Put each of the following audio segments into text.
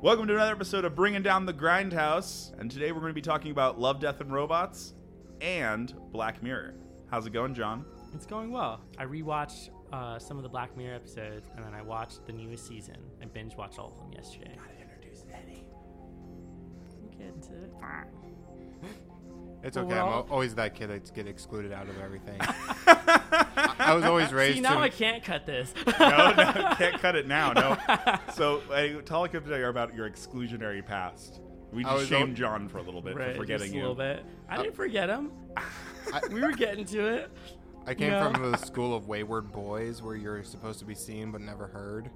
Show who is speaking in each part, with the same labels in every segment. Speaker 1: Welcome to another episode of Bringing Down the Grindhouse, and today we're going to be talking about Love, Death, and Robots and Black Mirror. How's it going, John?
Speaker 2: It's going well. I rewatched uh, some of the Black Mirror episodes, and then I watched the newest season. I binge watched all of them yesterday.
Speaker 1: Introduce
Speaker 2: We'll get into it.
Speaker 3: It's
Speaker 2: Well,
Speaker 3: okay.
Speaker 2: we're
Speaker 3: I'm
Speaker 2: all-
Speaker 3: al- always that kid that gets excluded out of everything. I, I was always raised.
Speaker 2: See, now
Speaker 3: to,
Speaker 2: I can't cut this.
Speaker 1: No, no, can't cut it now. No. So, uh, tell us today about your exclusionary past. We
Speaker 3: I
Speaker 1: just
Speaker 3: was
Speaker 1: shamed
Speaker 3: al-
Speaker 1: John for a little bit
Speaker 2: Right,
Speaker 1: for
Speaker 2: just
Speaker 1: forgetting
Speaker 2: a
Speaker 1: you. Uh,
Speaker 2: little bit. I didn't forget him.
Speaker 3: I,
Speaker 2: We were getting to it.
Speaker 3: I came
Speaker 2: No.
Speaker 3: from the school of wayward boys, where you're supposed to be seen but never heard.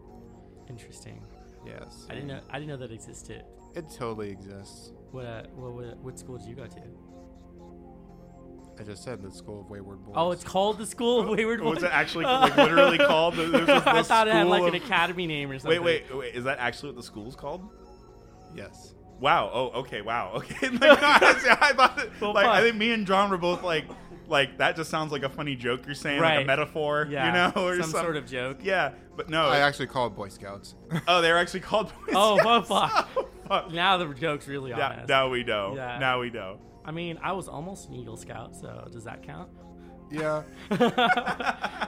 Speaker 2: Interesting.
Speaker 3: Yes,
Speaker 2: I didn't know. I didn't know that existed.
Speaker 3: it totally exists.
Speaker 2: What? Uh, what, what? What school did you go to?
Speaker 1: Oh,
Speaker 3: I just said the school of wayward boys.
Speaker 2: Oh, it's called the School of Wayward Boys.
Speaker 1: Oh, Was it actually like, literally called? The, there's this-
Speaker 2: I
Speaker 1: this
Speaker 2: thought it had
Speaker 1: school
Speaker 2: like an
Speaker 1: of-
Speaker 2: academy name or
Speaker 1: Wait,
Speaker 2: something.
Speaker 1: wait, wait. Is that actually what the school's called?
Speaker 3: yes.
Speaker 1: Wow. Oh, okay. Wow. Okay. Like, honestly, I thought, it-
Speaker 2: Well,
Speaker 1: like, I
Speaker 2: fuck.
Speaker 1: think me and John were both like, like that just sounds like a funny joke you're saying, like a
Speaker 2: Right.
Speaker 1: metaphor,
Speaker 2: Yeah.
Speaker 1: you know, or
Speaker 2: some sort of joke.
Speaker 1: Yeah, but no.
Speaker 3: I actually call it Boy Scouts.
Speaker 1: oh, they're actually called. Boy
Speaker 2: Oh,
Speaker 1: Scouts.
Speaker 2: well, fuck.
Speaker 1: Oh, fuck.
Speaker 2: Now the joke's really
Speaker 1: Now-
Speaker 2: honest.
Speaker 1: now we know.
Speaker 2: Yeah.
Speaker 1: Now we know.
Speaker 2: I mean, I was almost an Eagle Scout, so does that count?
Speaker 3: yeah,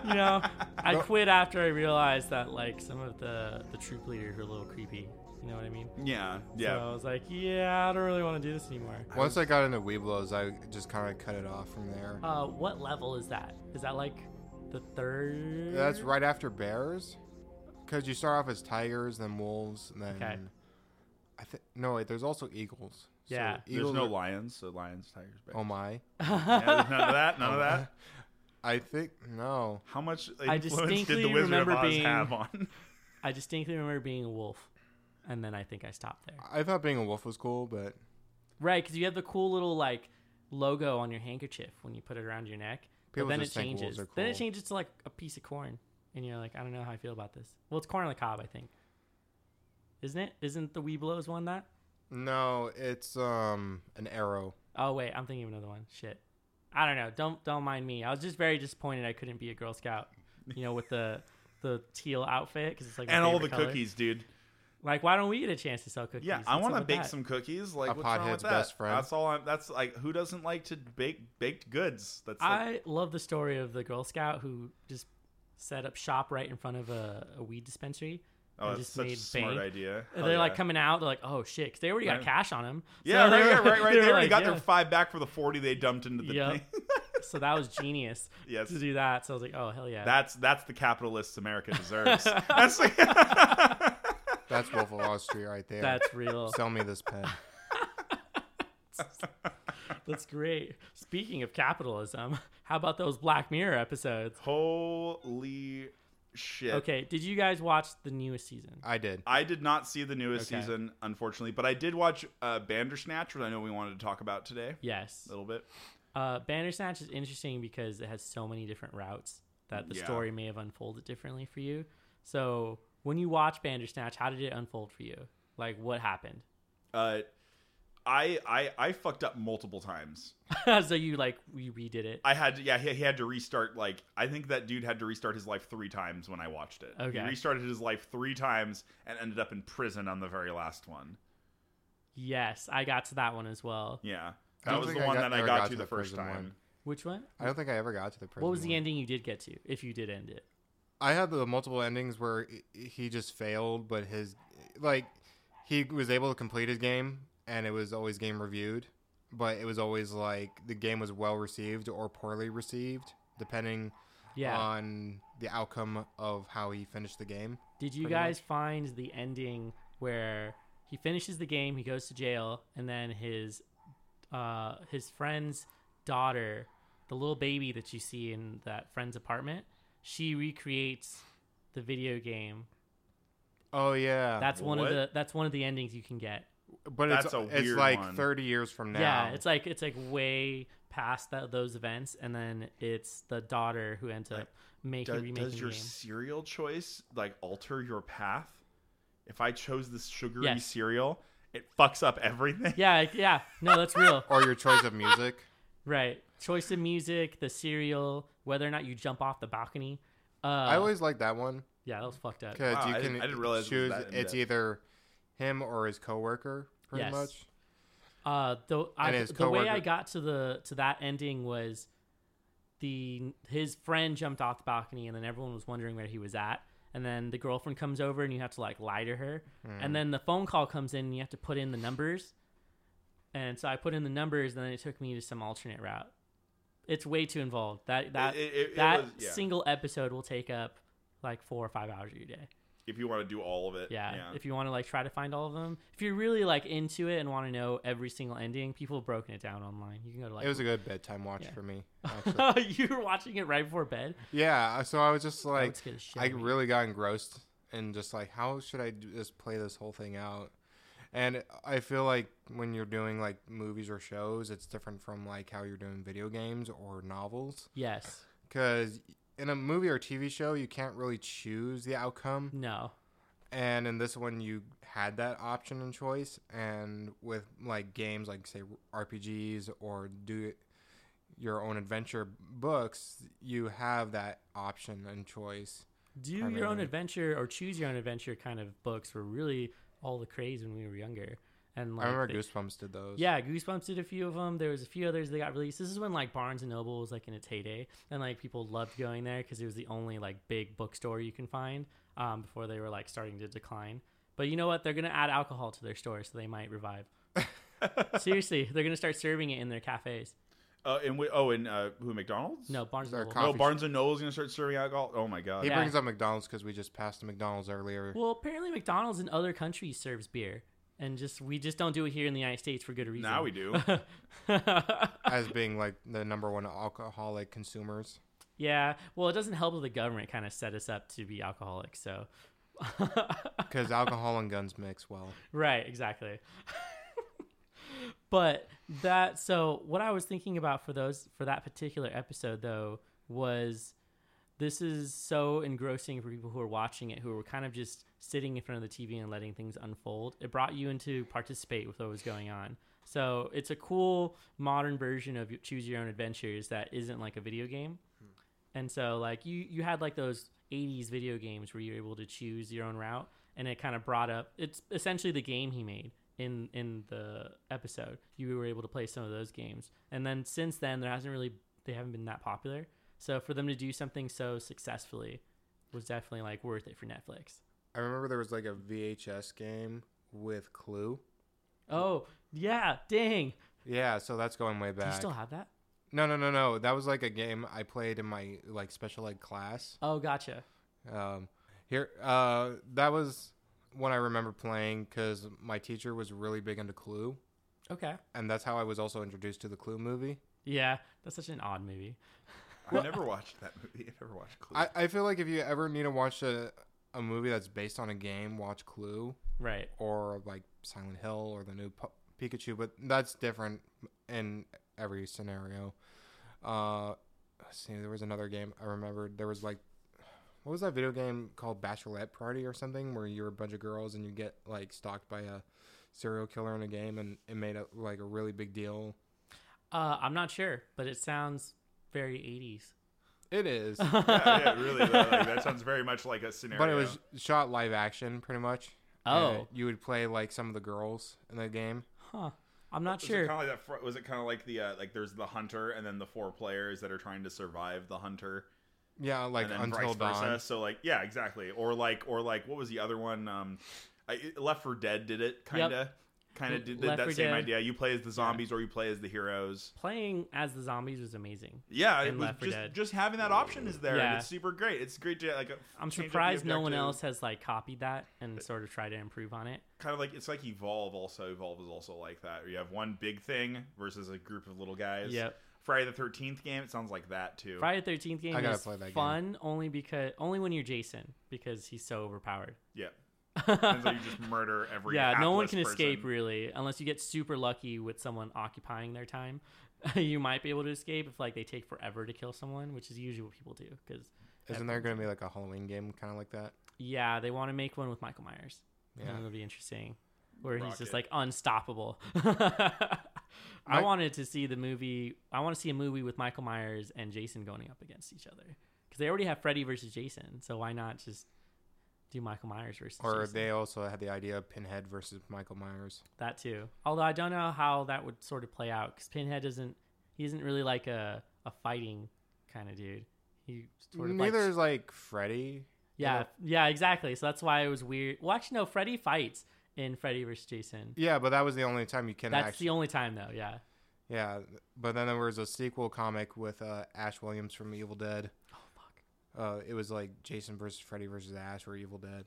Speaker 2: You know, I
Speaker 3: No.
Speaker 2: quit after I realized that like some of the the troop leaders were a little creepy. You know what I mean?
Speaker 1: Yeah.
Speaker 2: So I
Speaker 1: Yeah.
Speaker 2: was like, yeah, I don't really want to do this anymore.
Speaker 3: once I got into Weeblos, I just kind of cut it off from there.
Speaker 2: Uh, what level is that? Is that like the third?
Speaker 3: That's right after bears, because you start off as tigers, then wolves, and then
Speaker 2: Okay.
Speaker 3: I think no wait. There's also eagles. So
Speaker 2: Yeah. There's
Speaker 1: There's
Speaker 3: eagles
Speaker 1: no
Speaker 3: are-
Speaker 1: lions, so lions, tigers, bears.
Speaker 3: Oh my!
Speaker 1: Yeah, there's none of that. None of that.
Speaker 3: I think no.
Speaker 1: How much
Speaker 2: I
Speaker 1: influence did the
Speaker 2: distinctly
Speaker 1: Wizard of
Speaker 2: remember
Speaker 1: Oz
Speaker 2: being-
Speaker 1: have on?
Speaker 2: I distinctly remember being a wolf, and then I think I stopped there.
Speaker 3: I thought being a wolf was cool, but
Speaker 2: Right, because you have the cool little like logo on your handkerchief when you put it around your neck.
Speaker 3: People
Speaker 2: but then it
Speaker 3: just think wolves
Speaker 2: changes.
Speaker 3: are
Speaker 2: Then it
Speaker 3: cool.
Speaker 2: changes to like a piece of corn, and you're like, I don't know how I feel about this. Well, it's corn on the cob, I think. Isn't it? Isn't the Weeblos one that?
Speaker 3: no, it's um an arrow.
Speaker 2: Oh wait, I'm thinking of another one. Shit, I don't know. Don't don't mind me. I was just very disappointed I couldn't be a Girl Scout. You know, with the the teal outfit because it's like my
Speaker 1: and all the
Speaker 2: favorite color.
Speaker 1: cookies, dude.
Speaker 2: Like, why don't we get a chance to sell cookies?
Speaker 1: Yeah, I
Speaker 2: What's
Speaker 1: want to
Speaker 2: up with
Speaker 1: bake
Speaker 2: that?
Speaker 1: some cookies. Like,
Speaker 3: A
Speaker 1: what's wrong with
Speaker 3: pothead's
Speaker 1: that?
Speaker 3: best friend.
Speaker 1: That's all. I'm, that's like, who doesn't like to bake baked goods? That's like,
Speaker 2: I love the story of the Girl Scout who just set up shop right in front of a, a weed dispensary.
Speaker 1: oh,
Speaker 2: and
Speaker 1: that's
Speaker 2: just
Speaker 1: such a
Speaker 2: made
Speaker 1: smart
Speaker 2: bank.
Speaker 1: idea.
Speaker 2: And
Speaker 1: Hell
Speaker 2: they're
Speaker 1: yeah.
Speaker 2: like coming out. They're like, oh shit, 'cause they already got
Speaker 1: Right.
Speaker 2: cash on them.
Speaker 1: Yeah, right, yeah,
Speaker 2: there,
Speaker 1: right, right. They, already got their five back for the forty they dumped into the
Speaker 2: Yep.
Speaker 1: thing.
Speaker 2: so that was genius
Speaker 1: Yes.
Speaker 2: to do that. So I was like, oh hell yeah.
Speaker 1: That's that's the capitalists America deserves. That's like-
Speaker 3: That's Wolf of Wall Street right there.
Speaker 2: that's real.
Speaker 3: Sell me this pen.
Speaker 2: That's great. Speaking of capitalism, how about those Black Mirror episodes?
Speaker 1: holy shit.
Speaker 2: Okay, did you guys watch the newest season?
Speaker 3: I did.
Speaker 1: I did not see the newest
Speaker 2: Okay.
Speaker 1: season, unfortunately, but I did watch uh, Bandersnatch, which I know we wanted to talk about today
Speaker 2: Yes.
Speaker 1: a little bit.
Speaker 2: Uh, Bandersnatch is interesting because it has so many different routes that the
Speaker 1: Yeah.
Speaker 2: story may have unfolded differently for you. So when you watch Bandersnatch, how did it unfold for you? Like what happened?
Speaker 1: Uh, I I I fucked up multiple times.
Speaker 2: so you like we redid it.
Speaker 1: I had to, yeah, he, he had to restart like I think that dude had to restart his life 3 times when I watched it.
Speaker 2: Okay.
Speaker 1: He restarted his life 3 times and ended up in prison on the very last one.
Speaker 2: yes, I got to that one as well.
Speaker 1: Yeah.
Speaker 3: I
Speaker 1: That
Speaker 3: don't
Speaker 1: was the
Speaker 3: think I
Speaker 1: one
Speaker 3: got-
Speaker 1: that I
Speaker 3: ever
Speaker 1: got to the first
Speaker 3: prison
Speaker 1: time.
Speaker 3: one.
Speaker 2: Which one?
Speaker 3: I don't think I ever got to the prison.
Speaker 2: What was the
Speaker 3: one.
Speaker 2: ending you did get to? If you did end it,
Speaker 3: I had the multiple endings where i- he just failed, but his like he was able to complete his game, and it was always game reviewed, but it was always like the game was well received or poorly received, depending
Speaker 2: yeah.
Speaker 3: on the outcome of how he finished the game.
Speaker 2: Did you
Speaker 3: pretty
Speaker 2: guys find the ending where he finishes the game, he goes to jail, and then his uh, his friend's daughter, the little baby that you see in that friend's apartment, she recreates the video game.
Speaker 3: Oh yeah,
Speaker 2: That's one
Speaker 1: Uh, What?
Speaker 2: of the that's one of the endings you can get.
Speaker 3: but
Speaker 1: that's
Speaker 3: it's,
Speaker 1: a
Speaker 3: it's
Speaker 1: weird
Speaker 3: like
Speaker 1: one.
Speaker 3: 30 years from now.
Speaker 2: Yeah, it's like it's like way past that, those events, and then it's the daughter who ends up making
Speaker 1: Does,
Speaker 2: remaking
Speaker 1: does
Speaker 2: the
Speaker 1: your
Speaker 2: game.
Speaker 1: cereal choice like alter your path? If I chose this sugary
Speaker 2: Yes.
Speaker 1: cereal, it fucks up everything.
Speaker 2: Yeah, like- yeah, no, that's real.
Speaker 3: or your choice of music.
Speaker 2: Right. Choice of music, the cereal, whether or not you jump off the balcony. Uh,
Speaker 3: I always like that one
Speaker 2: yeah, that was fucked up.
Speaker 3: because
Speaker 1: Wow, I
Speaker 3: you
Speaker 1: didn't-
Speaker 3: can
Speaker 1: I didn't realize it was
Speaker 3: choose.
Speaker 1: that in
Speaker 3: it's
Speaker 1: depth.
Speaker 3: either him or his coworker, pretty
Speaker 2: Yes.
Speaker 3: much.
Speaker 2: Uh, the I,
Speaker 3: And his
Speaker 2: the way I
Speaker 3: coworker-
Speaker 2: got to the to that ending was the his friend jumped off the balcony, and then everyone was wondering where he was at. And then the girlfriend comes over, and you have to like lie to her.
Speaker 3: Hmm.
Speaker 2: And then the phone call comes in, and you have to put in the numbers. And so I put in the numbers, and then it took me to some alternate route. It's way too involved. That that
Speaker 1: It- it- it
Speaker 2: that
Speaker 1: was- yeah.
Speaker 2: single episode will take up like four or five hours of your day.
Speaker 1: if you want to do all of it.
Speaker 2: Yeah, If you want to like try to find all of them, if you're really like into it and want to know every single ending, people have broken it down online. You can go to like.
Speaker 3: it was a good bedtime watch
Speaker 2: Yeah.
Speaker 3: for me. Actually.
Speaker 2: you were watching it right before bed.
Speaker 3: yeah, so I was just
Speaker 2: That would
Speaker 3: like,
Speaker 2: scare the shit
Speaker 3: I
Speaker 2: out of me.
Speaker 3: really got engrossed and just like, how should I do, just play this whole thing out? And I feel like when you're doing like movies or shows, it's different from like how you're doing video games or novels.
Speaker 2: Yes.
Speaker 3: Because in a movie or TV show, you can't really choose the outcome.
Speaker 2: No.
Speaker 3: and in this one you had that option and choice and with like games like say rpgs or do it your own adventure books you have that option and choice
Speaker 2: Do your own
Speaker 3: Primarily.
Speaker 2: adventure or choose your own adventure kind of books were really all the craze when we were younger. And like,
Speaker 3: i remember
Speaker 2: they-
Speaker 3: goosebumps did those
Speaker 2: yeah, Goosebumps did a few of them. There was a few others that got released. This is when like Barnes and Noble was like in its heyday, and like people loved going there because it was the only like big bookstore you can find um, before they were like starting to decline. But you know what? They're gonna add alcohol to their store, so they might revive. Seriously, they're gonna start serving it in their cafes.
Speaker 1: Uh, and we, oh, and uh, who? McDonald's?
Speaker 2: No, Barnes and
Speaker 3: Their
Speaker 2: Noble.
Speaker 3: coffee
Speaker 1: No, Barnes and Noble's gonna start serving alcohol. Oh my god.
Speaker 3: he
Speaker 2: Yeah.
Speaker 3: brings up mcdonald's because we just passed the mcdonald's earlier
Speaker 2: well, apparently McDonald's in other countries serves beer, and just we just don't do it here in the United States for good reason.
Speaker 1: Now we do.
Speaker 2: do.
Speaker 3: as being like the number one alcoholic consumers
Speaker 2: yeah. Well, it doesn't help that the government kind of set us up to be alcoholics, so.
Speaker 3: because alcohol and guns mix well
Speaker 2: Right, exactly. but that so what I was thinking about for those for that particular episode though was this is so engrossing for people who are watching it who were kind of just sitting in front of the TV and letting things unfold. It brought you into participate with what was going on. So it's a cool modern version of choose your own adventures that isn't like a video game. And so like you you had like those 80s video games where you're able to choose your own route and it kind of brought up it's essentially the game he made in in the episode. You were able to play some of those games. And then since then there hasn't really they haven't been that popular. So for them to do something so successfully was definitely like worth it for Netflix.
Speaker 3: i remember there was like a vhs game with clue
Speaker 2: Oh, yeah, dang.
Speaker 3: yeah so that's going way
Speaker 2: Do you
Speaker 3: back
Speaker 2: still have that?
Speaker 3: No, no, no, no. That was like a game I played in my like special ed class.
Speaker 2: Oh, gotcha.
Speaker 3: Um, here, uh, that was one I remember playing because my teacher was really big into Clue,
Speaker 2: Okay.
Speaker 3: and that's how I was also introduced to the Clue movie.
Speaker 2: Yeah, that's such an odd movie.
Speaker 1: I never watched that movie. I never watched Clue.
Speaker 3: I, I feel like if you ever need to watch a a movie that's based on a game, watch Clue
Speaker 2: Right.
Speaker 3: or like Silent Hill or the new P- Pikachu, but that's different in every scenario. Uh, let's see, there was another game I remembered. There was like, what was that video game called Bachelorette Party or something, where you were a bunch of girls and you get like stalked by a serial killer in a game, and it made a, like a really big deal.
Speaker 2: Uh, I'm not sure, but it sounds very 80s.
Speaker 3: It is,
Speaker 1: yeah, yeah, really. though, like, that sounds very much like a scenario.
Speaker 3: but it was shot live action pretty much.
Speaker 2: Oh.
Speaker 3: And you would play like some of the girls in the game.
Speaker 2: Huh. I'm not
Speaker 1: Was
Speaker 2: sure.
Speaker 1: It kind of like that, fr- was it kind of like the uh, like there's the hunter and then the four players that are trying to survive the hunter
Speaker 3: Yeah, like
Speaker 1: and then
Speaker 3: until
Speaker 1: vice versa.
Speaker 3: dawn.
Speaker 1: So like yeah, exactly. Or like or like what was the other one? Um, I, it- Left for Dead did it kind of kind of did, did
Speaker 2: Left
Speaker 1: that
Speaker 2: 4
Speaker 1: same
Speaker 2: Dead.
Speaker 1: idea. You play as the zombies or you play as the heroes.
Speaker 2: Playing as the zombies was amazing.
Speaker 1: Yeah, it
Speaker 2: And
Speaker 1: was
Speaker 2: Left 4
Speaker 1: just
Speaker 2: Dead.
Speaker 1: just having that option is there.
Speaker 2: Yeah.
Speaker 1: And it's super great. It's great to like. uh,
Speaker 2: I'm surprised no one else has like copied that and sort of tried to improve on it.
Speaker 1: Kind of like it's like Evolve. Also, Evolve is also like that. Where you have one big thing versus a group of little guys.
Speaker 2: Yep.
Speaker 1: Friday the Thirteenth game. It sounds like that too.
Speaker 2: Friday Thirteenth game
Speaker 3: I gotta
Speaker 2: is
Speaker 3: play that game.
Speaker 2: fun only because only when you're Jason because he's so overpowered.
Speaker 1: Yeah. And so you just murder every.
Speaker 2: yeah, no one
Speaker 1: hapless
Speaker 2: can escape
Speaker 1: person.
Speaker 2: really unless you get super lucky with someone occupying their time. you might be able to escape if like they take forever to kill someone, which is usually what people do because
Speaker 3: Isn't there going to be like a Halloween game kind of like that?
Speaker 2: yeah, they want to make one with Michael Myers. Yeah,
Speaker 3: Yeah.
Speaker 2: it'll be interesting where he's just
Speaker 1: Rocket.
Speaker 2: like unstoppable. I
Speaker 3: Mi-
Speaker 2: wanted to see the movie. I want to see a movie with Michael Myers and Jason going up against each other because they already have Freddy versus Jason. So why not just do Michael Myers versus
Speaker 3: Or
Speaker 2: Jason.
Speaker 3: they also had the idea of Pinhead versus Michael Myers.
Speaker 2: that too. Although I don't know how that would sort of play out because Pinhead doesn't he isn't really like a a fighting kind of dude. He sort of
Speaker 3: Neither
Speaker 2: like,
Speaker 3: is like Freddy.
Speaker 2: yeah
Speaker 3: know?
Speaker 2: yeah exactly. So that's why it was weird. Well, actually no, Freddy fights in Freddy versus Jason.
Speaker 3: Yeah, but that was the only time you can
Speaker 2: That's
Speaker 3: actually.
Speaker 2: the only time though. Yeah.
Speaker 3: yeah, but then there was a sequel comic with uh, Ash Williams from Evil Dead.
Speaker 2: Oh fuck.
Speaker 3: Uh, it was like Jason versus Freddy versus Ash or Evil Dead,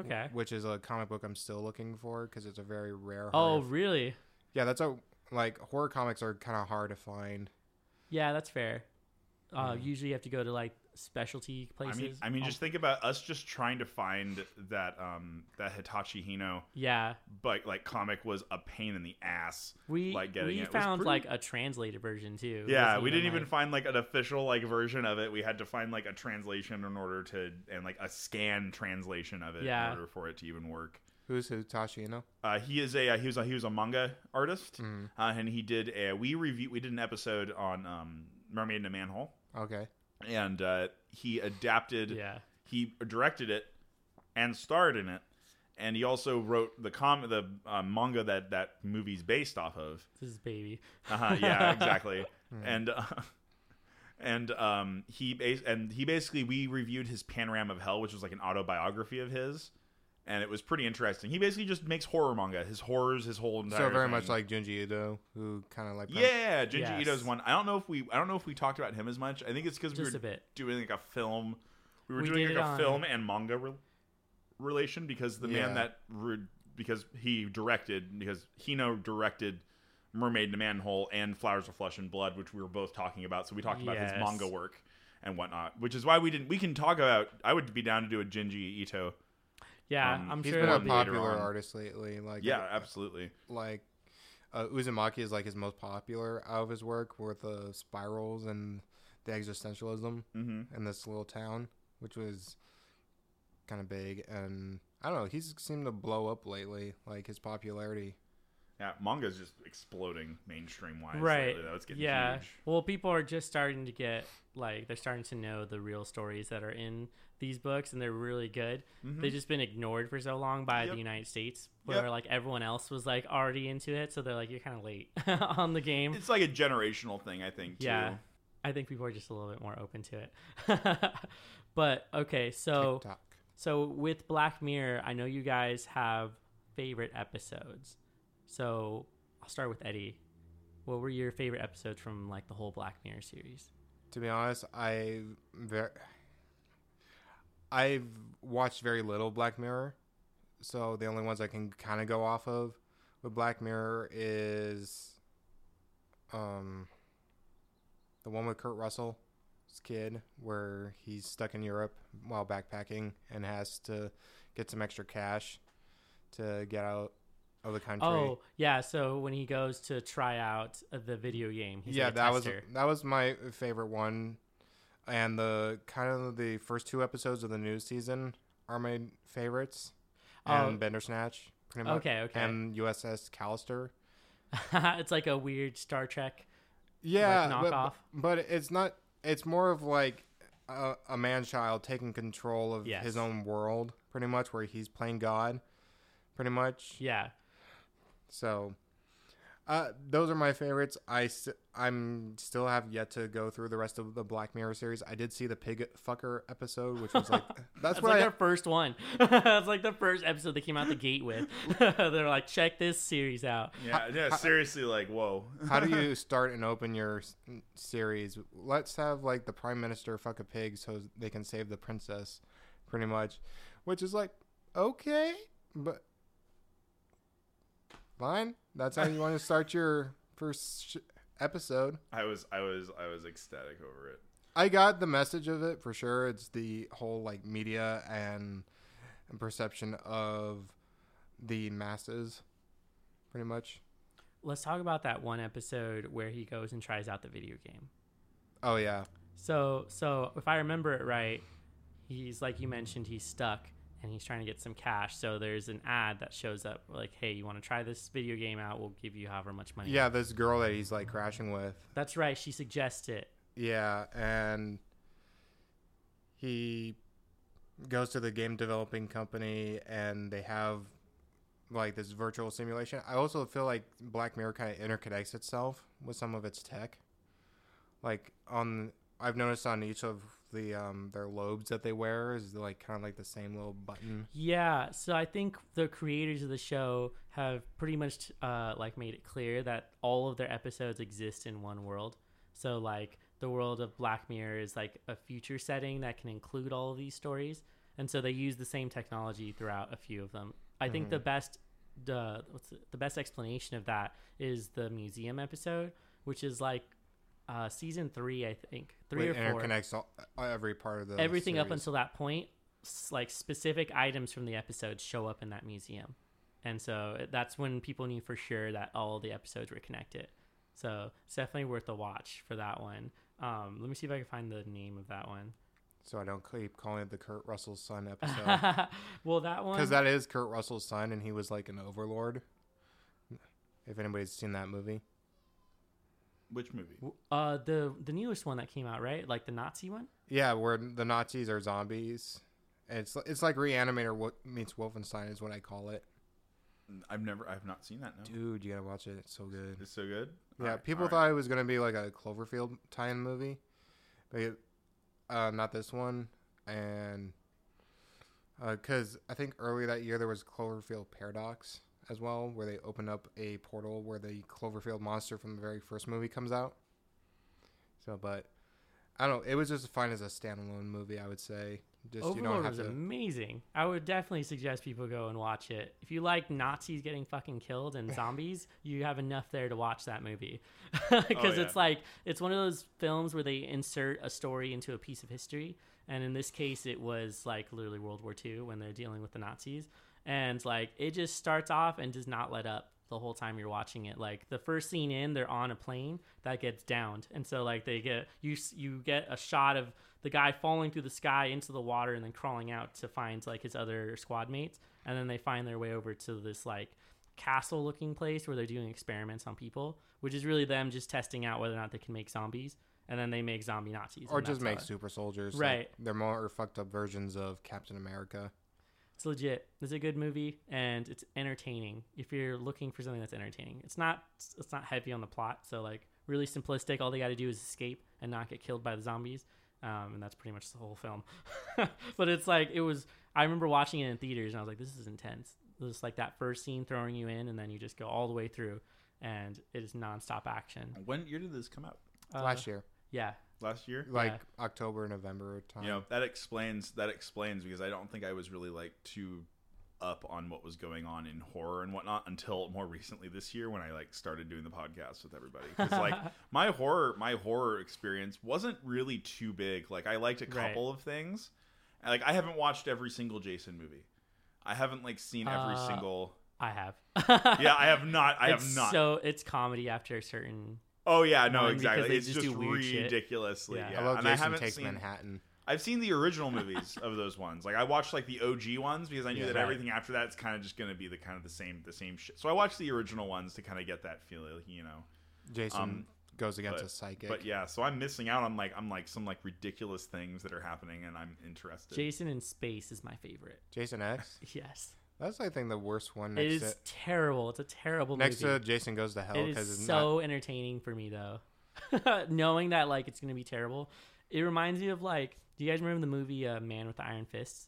Speaker 2: Okay.
Speaker 3: which is a comic book I'm still looking for because it's a very rare.
Speaker 2: Oh
Speaker 3: horror-
Speaker 2: really?
Speaker 3: yeah, that's a like horror comics are kind of hard to find.
Speaker 2: Yeah, that's fair. Uh,
Speaker 3: Yeah.
Speaker 2: Usually you have to go to like specialty
Speaker 1: I
Speaker 2: places.
Speaker 1: mean, I mean,
Speaker 2: Oh,
Speaker 1: just think about us just trying to find that um that Hitachi Hino,
Speaker 2: yeah.
Speaker 1: but like comic was a pain in the ass.
Speaker 2: We
Speaker 1: like getting
Speaker 2: we
Speaker 1: it was
Speaker 2: found
Speaker 1: pretty-
Speaker 2: like a translated version too. It
Speaker 1: Yeah,
Speaker 2: wasn't
Speaker 1: we didn't even
Speaker 2: like-
Speaker 1: find like an official like version of it. We had to find like a translation in order to and like a scan translation of it
Speaker 2: Yeah.
Speaker 1: in order for it to even work.
Speaker 3: Who's Hitachi? You know?
Speaker 1: Uh, he is a uh, he was a he was a manga artist,
Speaker 2: Mm-hmm.
Speaker 3: Mhm.
Speaker 1: uh, and he did a we review we did an episode on um, Mermaid in a Manhole,
Speaker 3: Okay.
Speaker 1: and uh, he adapted
Speaker 2: yeah.
Speaker 1: he directed it and starred in it, and he also wrote the com the uh, manga that that movie's based off of.
Speaker 2: This is baby.
Speaker 1: Uh-huh, yeah, exactly.
Speaker 3: Hmm.
Speaker 1: and uh, and um, he bas- and he basically we reviewed his Panorama of Hell, which was like an autobiography of his, and it was pretty interesting. He basically just makes horror manga, his horrors, his whole entire.
Speaker 3: So very
Speaker 1: thing.
Speaker 3: much like Junji Ito, who kind of like
Speaker 1: Yeah, Junji
Speaker 2: Yes.
Speaker 1: Ito's one. I don't know if we I don't know if we talked about him as much. I think it's because we
Speaker 2: Just
Speaker 1: were
Speaker 2: a bit.
Speaker 1: doing like a film. We were
Speaker 2: We
Speaker 1: doing
Speaker 2: did
Speaker 1: like a
Speaker 2: it on-
Speaker 1: film and manga re- relation because the
Speaker 3: Yeah.
Speaker 1: man that re- because he directed because Hino directed Mermaid in a Manhole and Flowers of Flesh and Blood, which we were both talking about. So we talked about
Speaker 2: Yes.
Speaker 1: his manga work and whatnot, which is why we didn't. We can talk about. I would be down to do a Jinji Ito.
Speaker 2: Yeah,
Speaker 1: Um,
Speaker 2: I'm
Speaker 1: he's
Speaker 3: He's
Speaker 2: sure.
Speaker 3: been a
Speaker 2: it'll be-
Speaker 1: pop- later
Speaker 3: popular
Speaker 1: on.
Speaker 3: artist lately. Like
Speaker 1: Yeah, absolutely.
Speaker 3: like uh, Uzumaki is like his most popular out of his work with the spirals and the existentialism
Speaker 1: Mm-hmm.
Speaker 3: in this little town, which was kind of big. And I don't know, he's seemed to blow up lately, like his popularity.
Speaker 1: Yeah, manga's just exploding mainstream wise.
Speaker 2: right.
Speaker 1: Lately, though. It's getting
Speaker 2: yeah.
Speaker 1: huge.
Speaker 2: Well, people are just starting to get like they're starting to know the real stories that are in these books, and they're really good.
Speaker 1: Mm-hmm.
Speaker 3: Mm-hmm.
Speaker 2: They've just been ignored for so long by
Speaker 1: Yep.
Speaker 2: the United States, where
Speaker 1: Yep.
Speaker 2: like everyone else was like already into it, so they're like you're kind of late on the game.
Speaker 1: It's like a generational thing, I think. Too.
Speaker 2: Yeah. I think people are just a little bit more open to it. but okay, so
Speaker 3: TikTok.
Speaker 2: so with Black Mirror, I know you guys have favorite episodes. So I'll start with Eddie. What were your favorite episodes from like the whole Black Mirror series?
Speaker 3: To be honest, I ver- I've watched very little Black Mirror, so the only ones I can kind of go off of with Black Mirror is um the one with Kurt Russell's kid where he's stuck in Europe while backpacking and has to get some extra cash to get out of the country.
Speaker 2: Oh yeah, so when he goes to try out uh, the video game, he's
Speaker 3: yeah,
Speaker 2: like a
Speaker 3: that was
Speaker 2: tester.
Speaker 3: that was my favorite one, and the kind of the first two episodes of the new season are my favorites, and
Speaker 2: Oh.
Speaker 3: Bendersnatch, pretty much.
Speaker 2: Okay, okay.
Speaker 3: And USS Callister.
Speaker 2: it's like a weird Star Trek.
Speaker 3: Yeah, but,
Speaker 2: knockoff?
Speaker 3: but it's not. It's more of like a, a man child taking control of
Speaker 2: Yes.
Speaker 3: his own world, pretty much, where he's playing God, pretty much.
Speaker 2: Yeah,
Speaker 3: So, uh, those are my favorites. I s- I'm still have yet to go through the rest of the Black Mirror series. I did see the pig fucker episode, which was like that's
Speaker 2: that's
Speaker 3: what
Speaker 2: like
Speaker 3: I-
Speaker 2: their first one. that's like the first episode they came out the gate with. They're like, check this series out.
Speaker 1: Yeah, yeah, seriously, like, whoa.
Speaker 3: how do you start and open your s- series? Let's have like the prime minister fuck a pig so they can save the princess, pretty much, which is like okay, but fine. That's how you want to start your first sh- episode.
Speaker 1: I was, I was, I was ecstatic over it.
Speaker 3: I got the message of it for sure. It's the whole like media and, and perception of the masses, pretty much.
Speaker 2: Let's talk about that one episode where he goes and tries out the video game.
Speaker 3: Oh yeah,
Speaker 2: So so if I remember it right, he's like you mentioned, he's stuck and he's trying to get some cash. So there's an ad that shows up like, "Hey, you want to try this video game out? We'll give you however much money."
Speaker 3: yeah. This girl that he's like crashing with,
Speaker 2: that's right. She suggests it.
Speaker 3: yeah, and he goes to the game developing company and they have like this virtual simulation. I also feel like Black Mirror kind of interconnects itself with some of its tech. Like on, I've noticed on each of the um their lobes that they wear is like kind of like the same little button.
Speaker 2: Yeah, so I think the creators of the show have pretty much uh, like made it clear that all of their episodes exist in one world. So like the world of Black Mirror is like a future setting that can include all of these stories, and so they use the same technology throughout a few of them. I think the best the what's the, the best explanation of that is the museum episode, which is like uh, season three, I think three
Speaker 3: It
Speaker 2: or four
Speaker 3: interconnects all, every part of the
Speaker 2: everything up
Speaker 3: series.
Speaker 2: until that point s- like specific items from the episode show up in that museum and so it- that's when people knew for sure that all the episodes were connected so it's definitely worth a watch for that one um, let me see if i can find the name of that one
Speaker 3: so I don't keep calling it the Kurt Russell's son episode
Speaker 2: well that one
Speaker 3: because that is Kurt Russell's son and he was like an overlord. If anybody's seen that movie,
Speaker 1: Which movie?
Speaker 2: uh, the the newest one that came out right like the nazi one
Speaker 3: yeah, where the Nazis are zombies. And It's it's like Reanimator wo- meets Wolfenstein is what I call it.
Speaker 1: I've never, I've not seen that. No,
Speaker 3: Dude, you gotta watch it. It's so good.
Speaker 1: it's so good.
Speaker 3: Yeah,
Speaker 1: Alright,
Speaker 3: people
Speaker 1: alright.
Speaker 3: thought it was gonna be like a Cloverfield tie-in movie, but it- uh, not this one. And because I think earlier that year there was Cloverfield Paradox as well, where they open up a portal where the Cloverfield monster from the very first movie comes out. So, but I don't know. It was just fine as a standalone movie, I would say. Just you don't
Speaker 2: overlord
Speaker 3: have
Speaker 2: was
Speaker 3: to.
Speaker 2: amazing i would definitely suggest people go and watch it if you like nazis getting fucking killed and zombies you have enough there to watch that movie
Speaker 3: Oh,
Speaker 2: because
Speaker 1: yeah.
Speaker 2: it's like it's one of those films where they insert a story into a piece of history and in this case it was like literally world war ii when they're dealing with the nazis and like it just starts off and does not let up the whole time you're watching it like the first scene in they're on a plane that gets downed and so like they get you s- you get a shot of the guy falling through the sky into the water and then crawling out to find like his other squad mates and then they find their way over to this like castle looking place where they're doing experiments on people which is really them just testing out whether or not they can make zombies and then they make zombie nazis
Speaker 3: Or
Speaker 2: and
Speaker 3: just
Speaker 2: that's
Speaker 3: make
Speaker 2: all.
Speaker 3: super soldiers. like,
Speaker 2: Right.
Speaker 3: they're more fucked up versions of Captain America.
Speaker 2: It's legit. It's a good movie and it's entertaining. If you're looking for something that's entertaining, it's not it's not heavy on the plot. So like really simplistic. All they got to do is escape and not get killed by the zombies, um, and that's pretty much the whole film. but it's like it was. I remember watching it in theaters and I was like, this is intense. Just like that first scene throwing you in, and then you just go all the way through, and it is nonstop action.
Speaker 1: When year did this come out?
Speaker 2: Uh,
Speaker 3: Last year,
Speaker 2: yeah,
Speaker 1: Last year.
Speaker 3: like October, November time.
Speaker 1: You know that explains that explains because I don't think I was really like too up on what was going on in horror and whatnot until more recently this year when I like started doing the podcast with everybody. Because like my horror my horror experience wasn't really too big. Like I liked a
Speaker 2: Right.
Speaker 1: couple of things. And, Like I haven't watched every single Jason movie. I haven't like seen every
Speaker 2: Uh,
Speaker 1: single.
Speaker 2: I have.
Speaker 1: Yeah, I have not. I have
Speaker 2: It's
Speaker 1: not.
Speaker 2: So it's comedy after a certain.
Speaker 1: oh yeah, no,
Speaker 2: One, because
Speaker 1: exactly.
Speaker 2: they
Speaker 1: It's
Speaker 2: just
Speaker 1: just,
Speaker 2: do weird shit.
Speaker 1: ridiculously.
Speaker 2: Yeah.
Speaker 1: Yeah.
Speaker 3: I love
Speaker 1: and
Speaker 3: Jason
Speaker 1: I haven't
Speaker 3: Takes
Speaker 1: seen um,
Speaker 3: Manhattan.
Speaker 1: I've seen the original movies of those ones. Like I watched like the OG ones because I knew
Speaker 3: Yeah.
Speaker 1: that
Speaker 2: Right.
Speaker 1: everything after that's kind of just going to be the kind of the same the same shit. So I watched the original ones to kind of get that feeling, you know.
Speaker 3: Jason
Speaker 1: Um,
Speaker 3: goes against
Speaker 1: but-
Speaker 3: a psychic.
Speaker 1: But yeah, so I'm missing out on like I'm like some like ridiculous things that are happening and I'm interested.
Speaker 2: Jason in space is my favorite.
Speaker 3: Jason X.
Speaker 2: Yes.
Speaker 3: That's I think the worst one
Speaker 2: It
Speaker 3: next
Speaker 2: is
Speaker 3: to
Speaker 2: terrible. It's a terrible
Speaker 3: next to
Speaker 2: movie.
Speaker 3: Jason Goes to Hell
Speaker 2: it
Speaker 3: because
Speaker 2: is
Speaker 3: it's
Speaker 2: so entertaining for me though. Knowing that like it's gonna be terrible, it reminds me of like. Do you guys remember the movie uh, Man with the Iron Fists?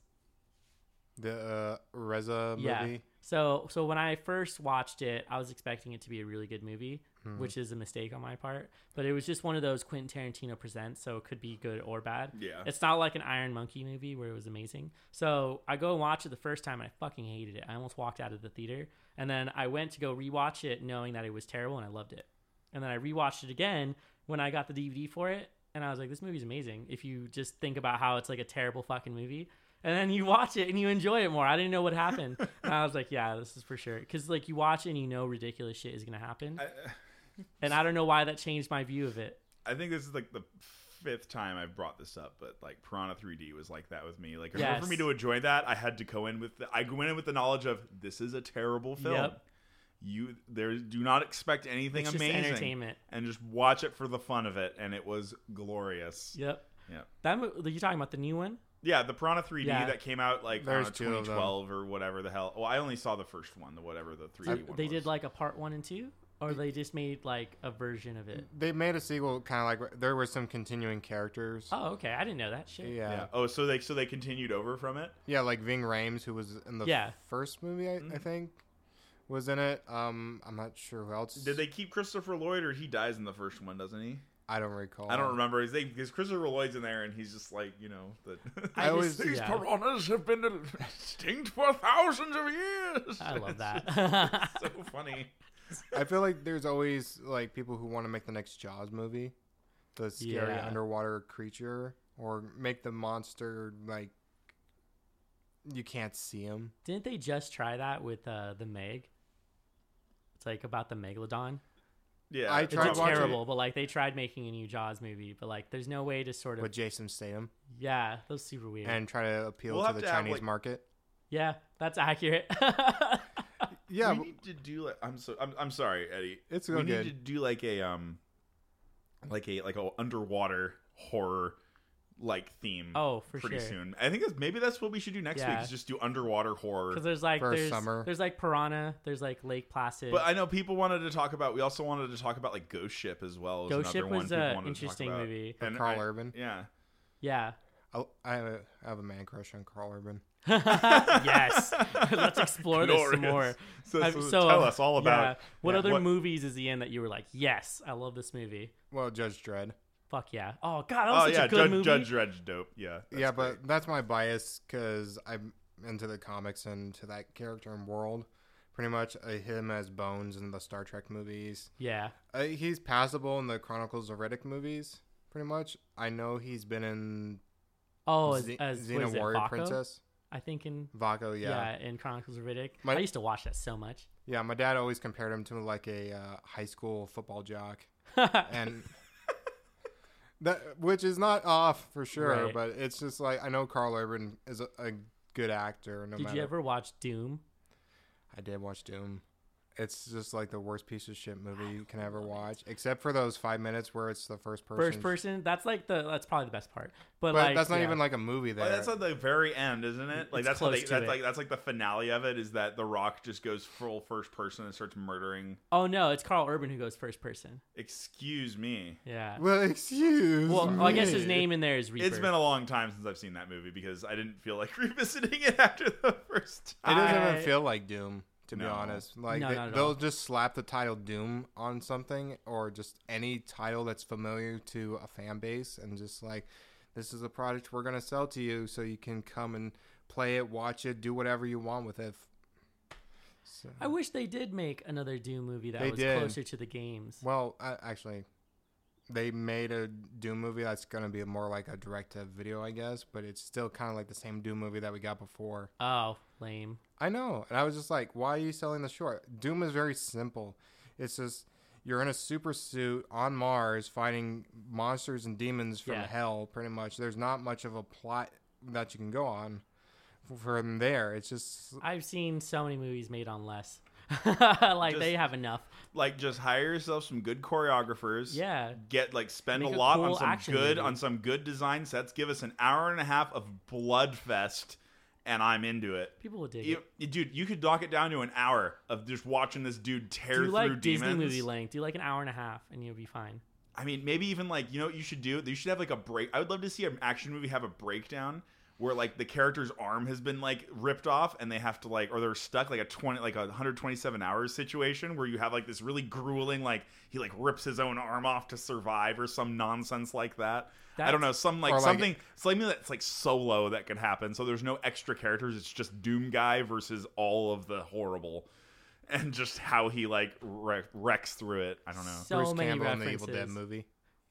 Speaker 3: not the uh, Reza movie.
Speaker 2: Yeah. So so when I first watched it, I was expecting it to be a really good movie,
Speaker 1: Hmm.
Speaker 2: which is a mistake on my part. But it was just one of those Quentin Tarantino presents, so it could be good or bad.
Speaker 1: Yeah.
Speaker 2: It's not like an Iron Monkey movie where it was amazing. So I go and watch it the first time and I fucking hated it. I almost walked out of the theater. And then I went to go rewatch it knowing that it was terrible and I loved it. And then I rewatched it again when I got the DVD for it. And I was like, this movie's amazing. If you just think about how it's like a terrible fucking movie. And then you watch it and you enjoy it more. I didn't know what happened. and I was like, yeah, this is for sure. Because, like, you watch it and you know ridiculous shit is going to happen.
Speaker 1: I, uh,
Speaker 2: and I don't know why that changed my view of it.
Speaker 1: I think this is like the fifth time I've brought this up, but like Piranha 3D was like that with me. Like in order
Speaker 2: Yes.
Speaker 1: for me to enjoy that, I had to go in with the, I went in with the knowledge of this is a terrible film.
Speaker 2: Yep.
Speaker 1: You there do not expect anything
Speaker 2: It's just
Speaker 1: amazing.
Speaker 2: entertainment.
Speaker 1: and just watch it for the fun of it, and it was glorious.
Speaker 2: Yep.
Speaker 1: Yeah.
Speaker 2: That mo- you're talking about the new one?
Speaker 1: Yeah, the Piranha 3D
Speaker 2: Yeah.
Speaker 1: that came out like I
Speaker 3: There's
Speaker 1: don't
Speaker 3: two
Speaker 1: know,
Speaker 3: of them.
Speaker 1: 2012 or whatever the hell. Well, I only saw the first one, the whatever the 3D
Speaker 2: So
Speaker 1: one.
Speaker 2: they
Speaker 1: was.
Speaker 2: did like a part one and two, or they just made like a version of
Speaker 1: Mm.
Speaker 2: it.
Speaker 3: They made a sequel, kind of like there were some continuing characters.
Speaker 2: Oh, okay. I didn't know that shit.
Speaker 3: yeah.
Speaker 1: Yeah.
Speaker 3: yeah,
Speaker 1: Oh, so they so they continued over from it.
Speaker 3: like Ving Rhames, who was in the
Speaker 2: Yeah. Mm-hmm.
Speaker 3: first movie, I, I think, was in it. Um, I'm not sure who else.
Speaker 1: Did they keep Christopher Lloyd or he dies in the first one, doesn't he?
Speaker 3: I don't recall.
Speaker 1: I don't remember. Is they because Christopher Lloyd's in there and he's just like you know the.
Speaker 2: I,
Speaker 3: I
Speaker 2: just,
Speaker 3: always-
Speaker 1: These
Speaker 2: yeah.
Speaker 1: piranhas have been extinct for thousands of years.
Speaker 2: I love that.
Speaker 1: so funny.
Speaker 3: I feel like there's always like people who want to make the next Jaws movie, the scary
Speaker 2: Yeah.
Speaker 3: underwater creature, or make the monster like you can't see him.
Speaker 2: Didn't they just try that with uh, the Meg? It's like about the megalodon.
Speaker 1: Yeah,
Speaker 3: I
Speaker 1: it's
Speaker 3: tried
Speaker 2: it's
Speaker 1: watching-
Speaker 2: terrible, but like they tried making a new Jaws movie, but like there's no way to sort of
Speaker 3: with Jason Statham
Speaker 2: yeah, that was super weird.
Speaker 3: and try to appeal
Speaker 1: We'll
Speaker 3: to
Speaker 1: have
Speaker 3: the
Speaker 1: to have,
Speaker 3: Chinese
Speaker 1: like-
Speaker 3: market.
Speaker 2: yeah, that's accurate.
Speaker 3: Yeah,
Speaker 1: we
Speaker 3: but
Speaker 1: need to do like I'm so I'm, I'm sorry, Eddie.
Speaker 3: it's
Speaker 1: we
Speaker 3: going
Speaker 1: need
Speaker 3: good.
Speaker 1: to do like a um, like a like a underwater horror like theme.
Speaker 2: oh, for
Speaker 1: pretty
Speaker 2: sure.
Speaker 1: soon. I think that's maybe that's what we should do next
Speaker 2: Yeah.
Speaker 1: week is just do underwater horror.
Speaker 2: Because there's like
Speaker 3: For
Speaker 2: there's
Speaker 3: summer.
Speaker 2: there's like Piranha, there's like Lake Placid.
Speaker 1: But I know people wanted to talk about. We also wanted to talk about like Ghost Ship as well. Is
Speaker 2: Ghost
Speaker 1: another
Speaker 2: Ship
Speaker 1: one
Speaker 2: was
Speaker 1: people wanted
Speaker 2: an
Speaker 1: to talk
Speaker 2: interesting
Speaker 1: about.
Speaker 2: movie.
Speaker 1: And
Speaker 3: Carl
Speaker 1: I-
Speaker 3: Urban.
Speaker 1: Yeah,
Speaker 2: Yeah.
Speaker 3: I, I have a, I have a man crush on Carl Urban.
Speaker 2: yes. Let's explore this some more.
Speaker 1: Glorious. So,
Speaker 2: I'm-
Speaker 1: so tell us all
Speaker 2: yeah.
Speaker 1: about.
Speaker 2: what
Speaker 1: yeah,
Speaker 2: other
Speaker 1: what-
Speaker 2: movies is he in that you were like, yes, I love this movie.
Speaker 3: Well, Judge Dredd.
Speaker 2: Fuck yeah. Oh god, that was
Speaker 1: Oh
Speaker 2: such
Speaker 1: yeah,
Speaker 2: a good
Speaker 1: Judge,
Speaker 2: movie.
Speaker 1: Judge Dredge, dope. Yeah, that's
Speaker 3: yeah,
Speaker 1: great.
Speaker 3: but that's my bias because I'm into the comics and to that character and world. Pretty much uh, him as Bones in the Star Trek movies.
Speaker 2: yeah.
Speaker 3: Uh, he's passable in the Chronicles of Riddick movies. Pretty much. I know he's been in
Speaker 2: Oh, as,
Speaker 3: Ze-
Speaker 2: as
Speaker 3: Xena
Speaker 2: was it
Speaker 3: Warrior
Speaker 2: Baco?
Speaker 3: Princess.
Speaker 2: I think in
Speaker 3: Vaco, yeah.
Speaker 2: yeah. in Chronicles of Riddick.
Speaker 3: My-
Speaker 2: I used to watch that so much.
Speaker 3: Yeah, my dad always compared him to like a uh, high school football jock. and that which is not off for sure,
Speaker 2: Right.
Speaker 3: but it's just like I know Carl Urban is a, a good actor. No
Speaker 2: Did
Speaker 3: matter,
Speaker 2: you ever watch Doom?
Speaker 3: I did watch Doom. It's just like the worst piece of shit movie you can ever watch, except for those five minutes where it's the first person.
Speaker 2: First person. That's like the that's probably the best part. But,
Speaker 3: but
Speaker 2: like
Speaker 3: that's not
Speaker 2: yeah.
Speaker 3: even like a movie. There,
Speaker 1: Like, that's at the very end, isn't it? Like
Speaker 2: It's
Speaker 1: that's how
Speaker 2: close
Speaker 1: they,
Speaker 2: to
Speaker 1: that's
Speaker 2: it.
Speaker 1: like that's like the finale of it is that The Rock just goes full first person and starts murdering.
Speaker 2: Oh no, it's Carl Urban who goes first person.
Speaker 1: Excuse me.
Speaker 2: Yeah.
Speaker 3: well, excuse.
Speaker 2: Well, I guess his
Speaker 3: me.
Speaker 2: name in there is Reaper.
Speaker 1: It's been a long time since I've seen that movie because I didn't feel like revisiting it after the first
Speaker 3: It
Speaker 1: time.
Speaker 3: doesn't
Speaker 2: I-
Speaker 3: even feel like Doom, to be
Speaker 1: No.
Speaker 3: honest. Like
Speaker 2: No,
Speaker 3: they,
Speaker 2: not at
Speaker 3: they'll
Speaker 2: all.
Speaker 3: just slap the title Doom on something or just any title that's familiar to a fan base and just like this is a product we're gonna sell to you so you can come and play it, watch it, do whatever you want with it. So,
Speaker 2: I wish they did make another Doom movie that
Speaker 3: They
Speaker 2: was
Speaker 3: did.
Speaker 2: closer to the games.
Speaker 3: well, I, actually, they made a Doom movie that's gonna be more like a direct to video, I guess, but it's still kind of like the same Doom movie that we got before.
Speaker 2: Oh, lame.
Speaker 3: I know. And I was just like, why are you selling the short? Doom is very simple. It's just you're in a super suit on Mars fighting monsters and demons from
Speaker 2: Yeah.
Speaker 3: hell, pretty much. There's not much of a plot that you can go on f- from there. It's just
Speaker 2: I've seen so many movies made on less. like they
Speaker 1: Just-
Speaker 2: have enough.
Speaker 1: Like just hire yourself some good choreographers.
Speaker 2: Yeah.
Speaker 1: Get like spend
Speaker 2: Make
Speaker 1: a
Speaker 2: a
Speaker 1: lot
Speaker 2: cool
Speaker 1: on some
Speaker 2: action
Speaker 1: good
Speaker 2: movie.
Speaker 1: on some good design sets. Give us an hour and a half of bloodfest, and I'm into it.
Speaker 2: People will dig
Speaker 1: You,
Speaker 2: it.
Speaker 1: you- dude, you could knock it down to an hour of just watching this dude tear
Speaker 2: Do
Speaker 1: through
Speaker 2: like Disney
Speaker 1: demons.
Speaker 2: movie length. Do like an hour and a half and you'll be fine.
Speaker 1: I mean, maybe even like you know what you should do. You should have like a break. I would love to see an action movie have a breakdown where like the character's arm has been like ripped off and they have to like or they're stuck like a 20 like a 127 hours situation where you have like this really grueling like he like rips his own arm off to survive or some nonsense like that. I don't
Speaker 2: That's-
Speaker 1: know, some like,
Speaker 3: Or, like-
Speaker 1: something something that's like solo that could happen. So there's no extra characters, it's just Doom guy versus all of the horrible and just how he like wreck, wrecks through it. I don't know.
Speaker 2: So
Speaker 3: Bruce
Speaker 2: many
Speaker 3: Campbell in
Speaker 2: references.
Speaker 3: the Evil Dead movie.